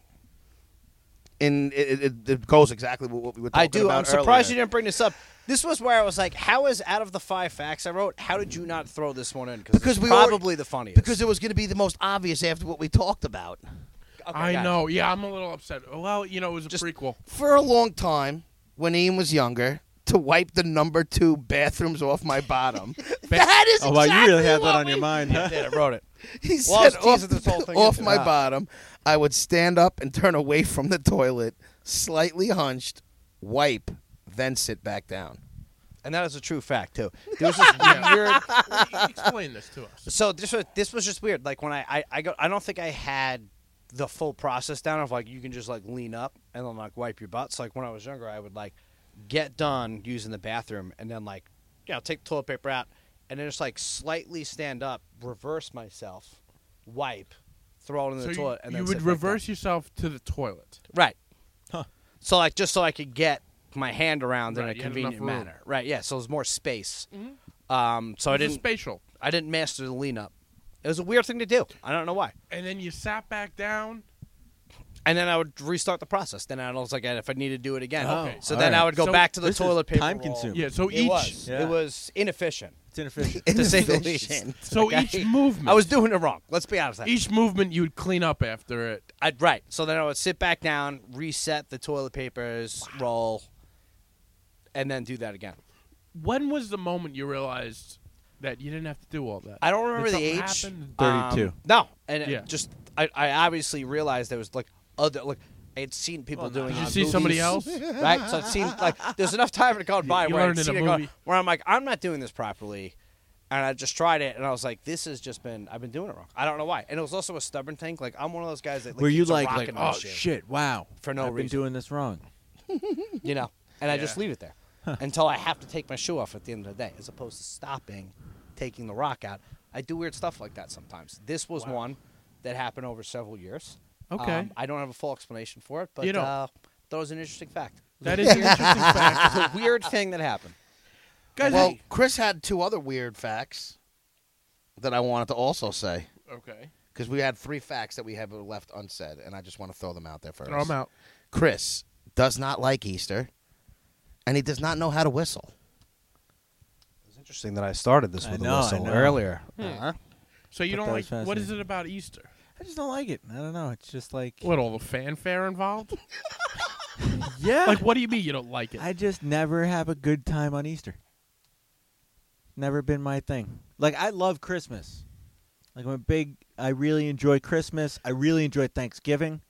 In it, it, it goes exactly with what we were talking
I do.
about
I'm surprised you
earlier.
didn't bring this up. This was where I was like, "How is out of the five facts I wrote? How did you not throw this one in?
Because
it's
we already-
probably the funniest. [laughs]
because it was going to be the most obvious after what we talked about.
Okay,
I
gotcha.
know. Yeah, I'm a little upset. Well, you know, it was a
Just-
prequel.
For a long time, when Ian was younger, to wipe the number two bathrooms off my
[laughs]
bottom. that is
Oh, wow, you
exactly
really had
what
that on
we-
your mind, huh?
Yeah, I wrote it.
[laughs] He
Well, I
said,
was
off,
teasing
[laughs]
this whole thing
off
into
my
that.
bottom, I would stand up and turn away from the toilet, slightly hunched, wipe, then sit back down.
and that is a true fact too. There was
[laughs]
this weird.
Explain this to us.
So this was this was just weird. Like when I, I I go, I don't think I had the full process down of like you can just like lean up and then like wipe your butt. So like when I was younger, I would like get done using the bathroom and then like you know take toilet paper out and then just like slightly stand up, reverse myself, wipe, throw it in
So
the
you,
toilet, and then
you
sit
would
back
reverse yourself to the toilet.
down. right. So like just so I could get my hand around
Right,
in
you
a
had enough
convenient
room. Mm-hmm.
manner. Right. Yeah. So there's more space. Um. So I
It's a
didn't.
spatial.
I didn't master the lean up. It was a weird thing to do. I don't know why.
And then you sat back down.
And then I would restart the process. Then I was like, if I need to do it again.
Oh,
so
all
then I
right.
would go
So
back to the
this is
toilet paper.
time
roll.
consuming.
Yeah. So
It
each.
was.
Yeah.
It was inefficient.
It's inefficient.
[laughs] To
[laughs]
say the least.
Inefficient.
So
Like, I-
each movement.
I was doing it wrong. Let's be honest.
Each movement you would clean up after it.
I'd, right. So then I would sit back down, reset the toilet papers, roll, and then do that again.
When was the moment you realized that you didn't have to do all that?
I don't remember
Did
the age.
something happen?
Um,
32.
no, and it
Yeah.
just I, I obviously realized there was like other like I had seen people doing.
Did
it
you
on
see somebody else?
movies, [laughs] Right, so it seemed like there's enough time had gone by
[laughs] you
where, I'd
learned in
seen
a
it gone-
movie.
where I'm like, I'm not doing this properly, and I just tried it, and I was like, this has just been I've been doing it wrong. I don't know why, and it was also a stubborn thing. Like I'm one of those guys that like,
Were you
keeps a
like,
rock
like,
in my
oh
shoe,
shit, wow,
For no
I've been
reason.
doing this wrong.
you know, and I just
Yeah.
[laughs]
leave it there until I have to take my shoe off at the end of the day, as opposed to stopping, taking the rock out. I do weird stuff like that sometimes. This was one that happened over several years.
Okay.
Um, I don't have a full explanation for it, but
You don't.
uh, that was an
[laughs]
interesting fact.
That is an interesting fact.
It's a weird thing that happened.
Guys,
Well,
hey-
Chris had two other weird facts that I wanted to also say
okay.
because we had three facts that we have left unsaid, and I just want to throw them out there first.
Throw 'em out.
Chris does not like Easter, and he does not know how to whistle.
It's interesting that I started this
I
with
know,
a
I
whistle
know.
earlier. Uh-huh.
So you
But
don't
that
like.
was
What is
fascinating.
it about Easter?
I just don't like it. I don't know. It's just like
What all the fanfare involved?
[laughs] yeah.
like, what do you mean you don't like it?
I just never have a good time on Easter. Never been my thing. Like I love Christmas. Like I'm a big I really enjoy Christmas. I really enjoy Thanksgiving.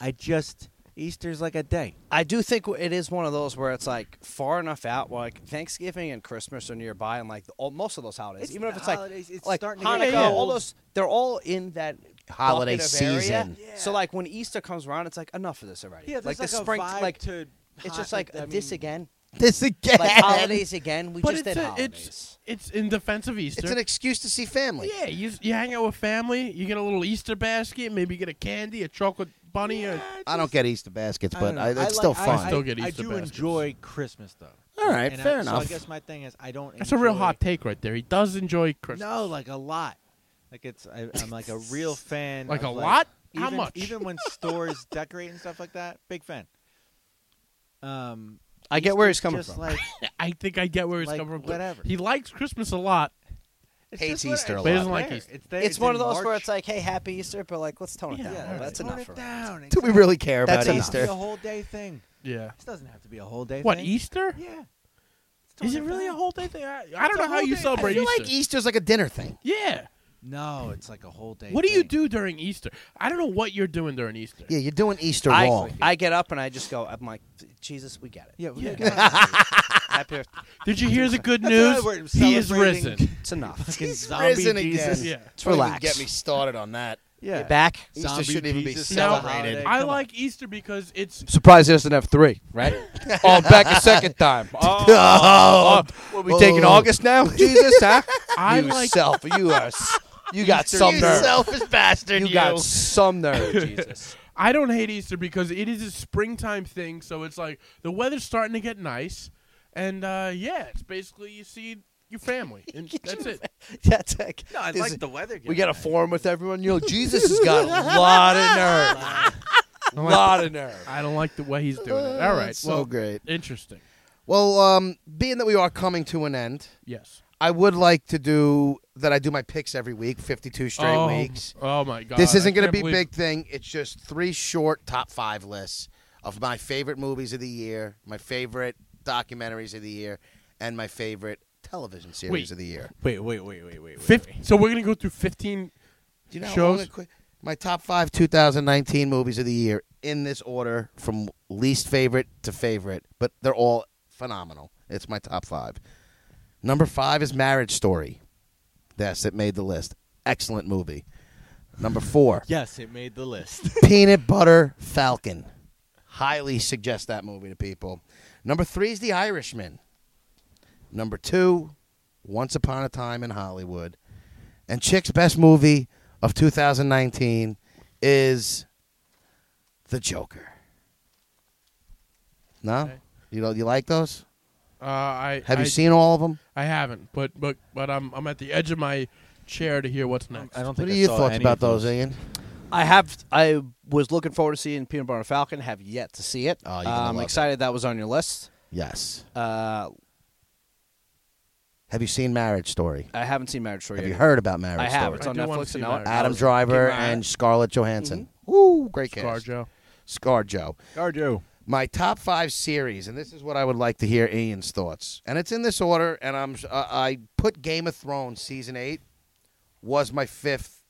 I just Easter's like a day.
I do think it is one of those where it's like far enough out, where, like Thanksgiving and Christmas are nearby, and like the, all, most of those holidays,
It's
even if
the
it's like
holidays, it's
like
starting to
Hanukkah,
get
all
cold.
those they're all in that
Holiday
bucket of area.
season. [laughs]
So like when Easter comes around, it's like enough of this already. like the spring, like it's just like this [laughs] again,
This again.
like holidays again. We
but
just
it's
did
a,
holidays.
it's it's in defense of Easter.
It's an excuse to see family.
yeah, you you hang out with family, you get a little Easter basket, maybe you get a candy, a chocolate bunny, or
I don't get Easter baskets, but
don't
I
know.
it's still
like-
fun.
I still get
I
Easter
do
baskets.
enjoy Christmas though.
All right,
And
fair
I, So I
enough.
guess my thing is I don't.
That's a real
enjoy-
hot take right there. He does enjoy Christmas.
No, like a lot. Like it's I, I'm like a real fan.
Like
of,
a lot?
Even,
How much?
Even
[laughs]
when stores decorate and stuff like that, big fan. Um,
I get where he's coming
just
from.
like
I think I get where he's
Like,
coming from. too.
whatever.
He likes Christmas a lot.
it's
Hates
just what-
Easter a
it's
lot.
But he doesn't
there.
like Easter.
It's there.
it's, one of
in
those where
March.
it's like, hey, happy Easter, but like let's tone it
Yeah,
down.
all right.
That's
Tone
enough.
it
for us.
down.
Do we really care about
That's
Doesn't have to
Easter?
be a whole day thing.
Yeah.
This doesn't have to be a whole day.
What
thing.
Easter?
Yeah. It's
Is it
totally
really a
fine.
whole day thing? I, I don't
It's a
know how
whole
you
day- I
I
celebrate
feel
Easter.
like Easter's like a dinner thing.
yeah.
No, it's like a whole day.
What do you
thing.
do during Easter? I don't know what you're doing during Easter.
Yeah, you're doing Easter
I,
wrong.
I get up and I just go. I'm like, Jesus, we get it.
Yeah,
Yeah.
[laughs]
Happy,
Did you hear the good
That's
news?
why we're
He is
celebrating.
risen.
it's [laughs] enough.
Fucking
He's
zombie
risen
Jesus.
again.
Yeah.
Don't even
Relax.
Get me started on that.
Yeah.
Back.
Easter
Zombie
shouldn't even be
Jesus is a
celebrated.
holiday.
I
Come on.
like Easter because it's
Surprised he doesn't have three,
[laughs]
right? oh, I'm back a second time. Oh,
Oh,
what, we taking
oh.
August
[laughs]
now? Jesus, huh?
I
you
like
self, you are, s- you got some
you
nerve.
selfish bastard.
you
You,
got some nerve, Jesus.
I don't hate Easter because it is a springtime thing, so it's like the weather's starting to get nice, and uh, yeah, it's basically you see your family,
[laughs]
and that's it.
That's like,
No, I
this
like
is-
the weather.
We got a forum with everyone. You know, Jesus has got a lot
[laughs]
of nerve. lot of nerve.
I don't like the way he's doing it. All right,
That's
well,
Oh, so great.
interesting.
Well, um, being that we are coming to an end,
Yes,
I would like to do that. I do my picks every week, 52 straight
oh,
weeks.
Oh my god,
This
I
isn't going
can't
to be
believe-
big thing. It's just three short top five lists of my favorite movies of the year, my favorite documentaries of the year, and my favorite television series
Wait.
of the year.
Wait, wait, wait, wait, wait.
Fif- so we're gonna go through fifteen.
Do you know how
Shows?
long it qu- my top five 2019 movies of the year in this order from least favorite to favorite, but they're all phenomenal. It's my top five. Number five is Marriage Story. Yes, it made the list. Excellent movie. Number four.
Yes, it made the list.
Peanut Butter Falcon. Highly suggest that movie to people. Number three is The Irishman. Number two, Once Upon a Time in Hollywood. And Chick's best movie of 2019 is The Joker. No?
Okay.
You know, you like those?
Uh, I
Have
I-
you seen all of them?
I haven't, but but but I'm I'm at the edge of my chair to hear what's next.
[laughs] I don't think
What are
I
your
saw
thoughts
any
about
of those.
those, Ian?
I have. I was looking forward to seeing Peanut Butter Falcon. Have yet to see it.
Oh, you're gonna
I'm
love
excited that was on your list.
Yes.
Uh,
Have you seen Marriage Story?
I haven't seen Marriage Story.
Have
yet.
you heard about Marriage
I have.
Story?
It's
I
on
do wanna
Netflix
see
and now.
Marriage
Adam Driver
Came out.
and Scarlett Johansson.
Mm-hmm.
Woo, great cast.
Scarjo.
Scar Joe.
Garjo.
My top five series, and this is what I would like to hear Ian's thoughts. And it's in this order. And I'm uh, I put Game of Thrones season eight was my fifth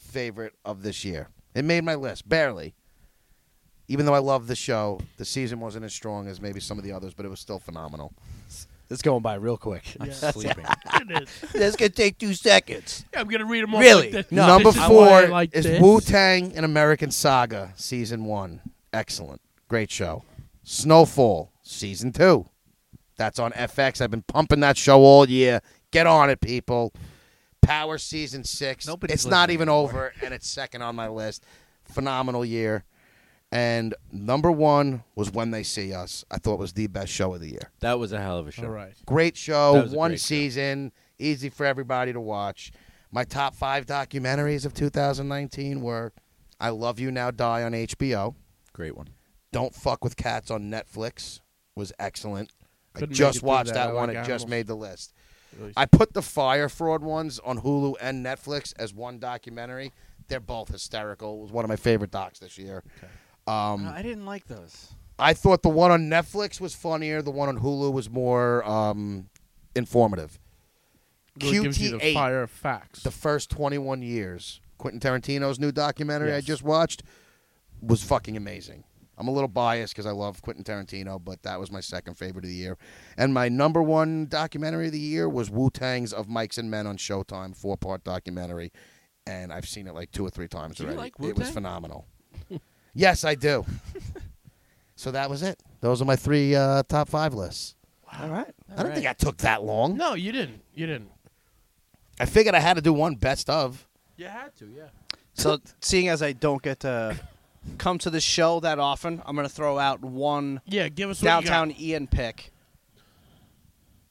favorite of this year. It made my list barely. Even though I love the show, the season wasn't as strong as maybe some of the others, but it was
[laughs]
still phenomenal.
It's going by real quick.
Sleeping.
It is.
That's gonna take two seconds.
I'm gonna read them all.
Really?
Like this.
Number
This is why I
four
like
is
this.
Wu Tang and American Saga season one. Excellent, great show. Snowfall season two. That's on FX. I've been pumping that show all year. Get on it, people. Power season six.
Nobody's
it's not
listening
even
anymore.
over, and it's second on my list. Phenomenal year. And number one was When They See Us. I thought was the best show of the year.
That was a hell of a show.
All right.
Great show,
That was a
one
great show.
season, easy for everybody to watch. My top five documentaries of 2019 were I Love You Now Die on HBO,
Great one.
Don't Fuck with Cats on Netflix was excellent.
Couldn't make
I
it
just
through
watched
that.
that,
I
one,
like
it
animals.
just made the list.
Really
I put the fire fraud ones on Hulu and Netflix as one documentary. They're both hysterical. It was one of my favorite docs this year. Um,
I didn't like those.
I thought the one on Netflix was funnier. The one on Hulu was more um, informative.
Really gives you the
QT8,
fire facts.
the first 21 years, Quentin Tarantino's new documentary I
Yes.
just watched was fucking amazing. I'm a little biased because I love Quentin Tarantino, but that was my second favorite of the year. And my number one documentary of the year was Wu Tang's Of Mikes and Men on Showtime, four part documentary. And I've seen it like two or three times
Do you
already.
like
it was
Wu-Tang?
phenomenal. [laughs] yes, I do. so that was it. Those are my three uh, top five lists.
All right.
I don't think I took that long.
No, you didn't. You didn't.
I figured I had to do one best of.
You had to, yeah.
So, seeing as I don't get to come to the show that often, I'm going to throw out one
Yeah, give us what you got.
downtown Ian pick.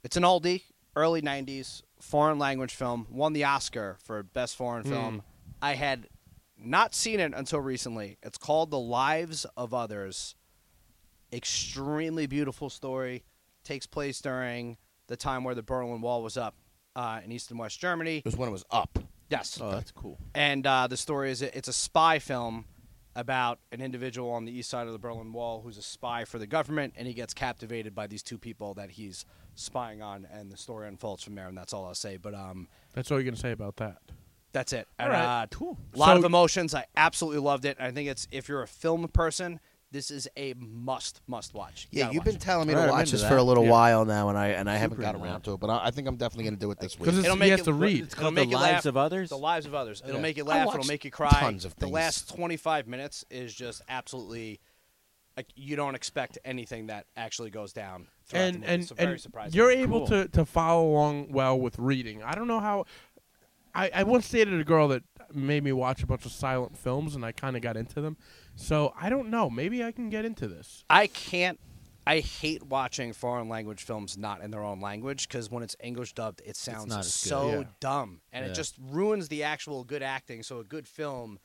It's an oldie, early '90s foreign language film. Won the Oscar for best
Hmm.
foreign film. I had not seen it until recently. It's called The Lives of Others. Extremely beautiful story. Takes place during the time where the Berlin Wall was up uh, in East and West Germany.
It was when it was up.
Yes.
that's cool.
And uh, the story is it's a spy film about an individual on the east side of the Berlin Wall who's a spy for the government, and he gets captivated by these two people that he's spying on, and the story unfolds from there. And that's all I'll say. But um,
That's all you're gonna say about that.
that's it.
All
And,
right.
uh,
Cool.
A lot of
So-
emotions. I absolutely loved it. I think it's if you're a film person, this is a must must watch. You
Yeah,
gotta
you've
watch
been telling me
Right, I
to watch
remember
this
that.
for a little
Yeah.
while now, and I and I haven't
Super
got
into
around
that.
to it. But I, I think I'm definitely going to do it this week.
Because
It'll
he
make
has
it
to
look-
read.
It's called
It'll
The
make you
Lives
laugh.
of Others.
The lives of others. It'll
Yeah.
make you
I
laugh. It'll
watched
make you cry.
tons of
the
things.
last 25 minutes is just absolutely like you don't expect anything that actually goes down. throughout the
and
movie.
and,
so very
and
surprising.
you're able
Cool.
to, to follow along well with reading. I don't know how. I, I once dated a girl that made me watch a bunch of silent films, and I kind of got into them. So I don't know. Maybe I can get into this.
I can't. I hate watching foreign language films not in their own language because when it's English dubbed, it sounds
not as good.
so
Yeah.
dumb, and
Yeah.
it just ruins the actual good acting. So a good film,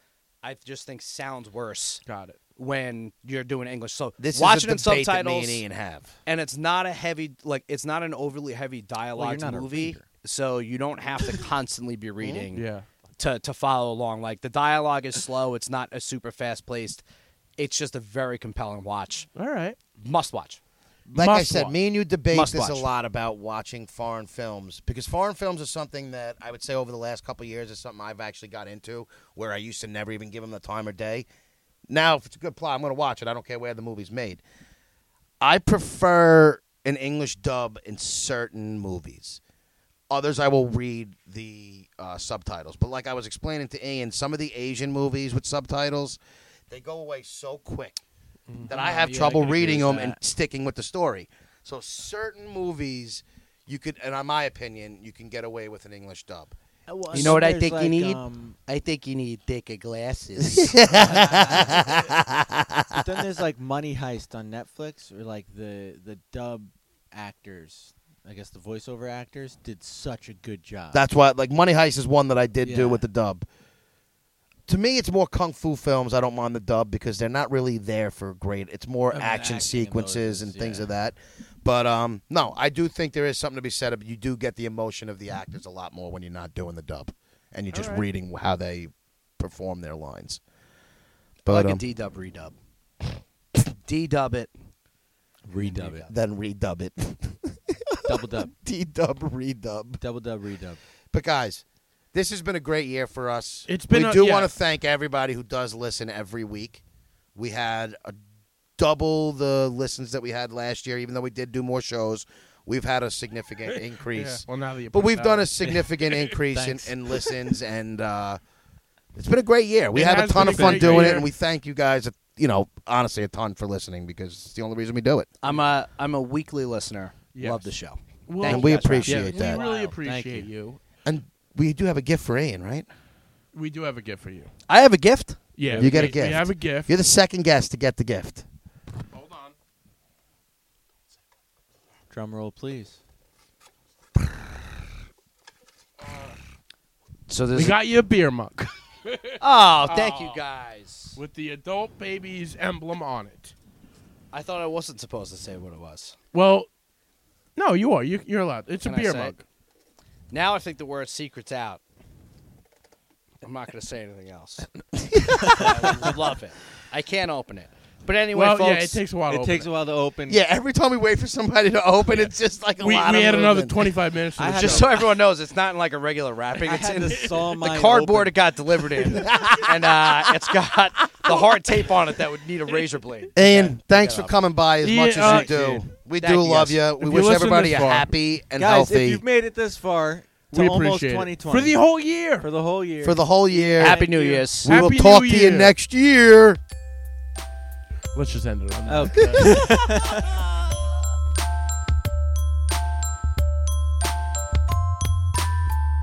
I just think sounds worse
Got it.
when you're doing English. So
this is
watch
a
it in
debate
subtitles.
That me and Ian have.
and it's not a heavy like it's not an overly heavy dialogue
not a
movie
reader.
so you don't have to constantly be reading
Yeah.
to, to follow along like the dialogue is slow it's not a super fast paced it's just a very compelling watch
All right.
must watch
Like I
Must
said,
watch.
me and you debate
Must
this a
watch.
lot about watching foreign films because foreign films is something that I would say over the last couple of years is something I've actually got into where I used to never even give them the time or day. Now, if it's a good plot, I'm going to watch it. I don't care where the movie's made. I prefer an English dub in certain movies. Others, I will read the uh, subtitles. But like I was explaining to Ian, some of the Asian movies with subtitles, they go away so quick that Mm-hmm. I have
Yeah, I
trouble
can agree
reading
with
them and
that.
sticking with the story. So certain movies, you could, and in my opinion, you can get away with an English dub.
You know what I
There's
think you
like,
need?
um,
I think you need thicker
[laughs]
glasses.
but then there's like Money Heist on Netflix, or like the the dub actors, I guess the voiceover actors did such a good job.
That's why, like Money Heist is one that I did
Yeah.
do with the dub. To me, it's more kung fu films. I don't mind the dub because they're not really there for great. It's more
Of an
action
acting
sequences and
emotions,
things
yeah.
of that. But um, no, I do think there is something to be said. Of, you do get the emotion of the actors a lot more when you're not doing the dub and you're just
Alright.
reading how they perform their lines.
like
But
a
um,
d-dub redub d-dub it
redub it,
then redub it, [laughs]
double dub,
d dub redub.
double dub, redub.
But guys, this has been a great year for us.
It's been
We
a-
do
yeah.
want to thank everybody who does listen every week. We had a double the listens that we had last year, even though we did do more shows. We've had a significant
[laughs] Yeah.
increase,
Well, now that you
but
point
we've
that
done a
out. [laughs]
significant increase in,
Thanks.
in listens, and uh, it's been a great year. We
It
had a
has
ton
been
of
a
fun
great
doing it,
year.
and we thank you guys. You know, honestly, a ton for listening because it's the only reason we do it,
i'm a i'm a weekly listener love
Yes.
the show
Well,
and we
guys for having
yeah,
appreciate that.
We really
Wow,
appreciate
thank
you.
and we do have a gift for Ian, right?
We do have a gift for you.
i have a gift
Yeah.
You get a
we-
gift.
We have a gift.
You're the second guest to get the gift.
Hold on.
Drum roll, please.
so
We
there's
got you a beer mug
[laughs]
oh thank you guys
with the adult babies emblem on it.
i thought i wasn't supposed to say what it was
Well, no, you are. You, you're allowed. It's a
Can I
beer
say it?
mug.
Now I think the word secret's out. [laughs] Uh, I'm not going to say anything else. I love it. I can't open it. But anyway,
well,
folks,
yeah, it takes a while. to
it
open
takes a while to open.
Yeah, every time we wait for somebody to open, it's just like a
We, we
lot of
had another
movement.
25 minutes. To
I
the
had
show.
just so everyone knows, it's not in like a regular wrapping.
I
It's
had
in
to saw
the
mine
cardboard
open.
it got
[laughs]
delivered in, and uh, it's got the hard tape on it that would need a razor blade.
Ian, thanks for
up.
coming by as
Yeah,
much as
uh,
you do. We
Thank
do
you,
love
yes.
you. We
If you
wish
listen
everybody
this
a
far-
happy and
guys, if
healthy
you've made it this far to
we
almost
appreciate it.
2020
for [laughs] the whole year.
for the whole year
for the whole year.
Happy
Thank
New
you.
Year's.
we will
Happy
talk
New
to
Year.
you next year.
Let's just end it on that.
okay.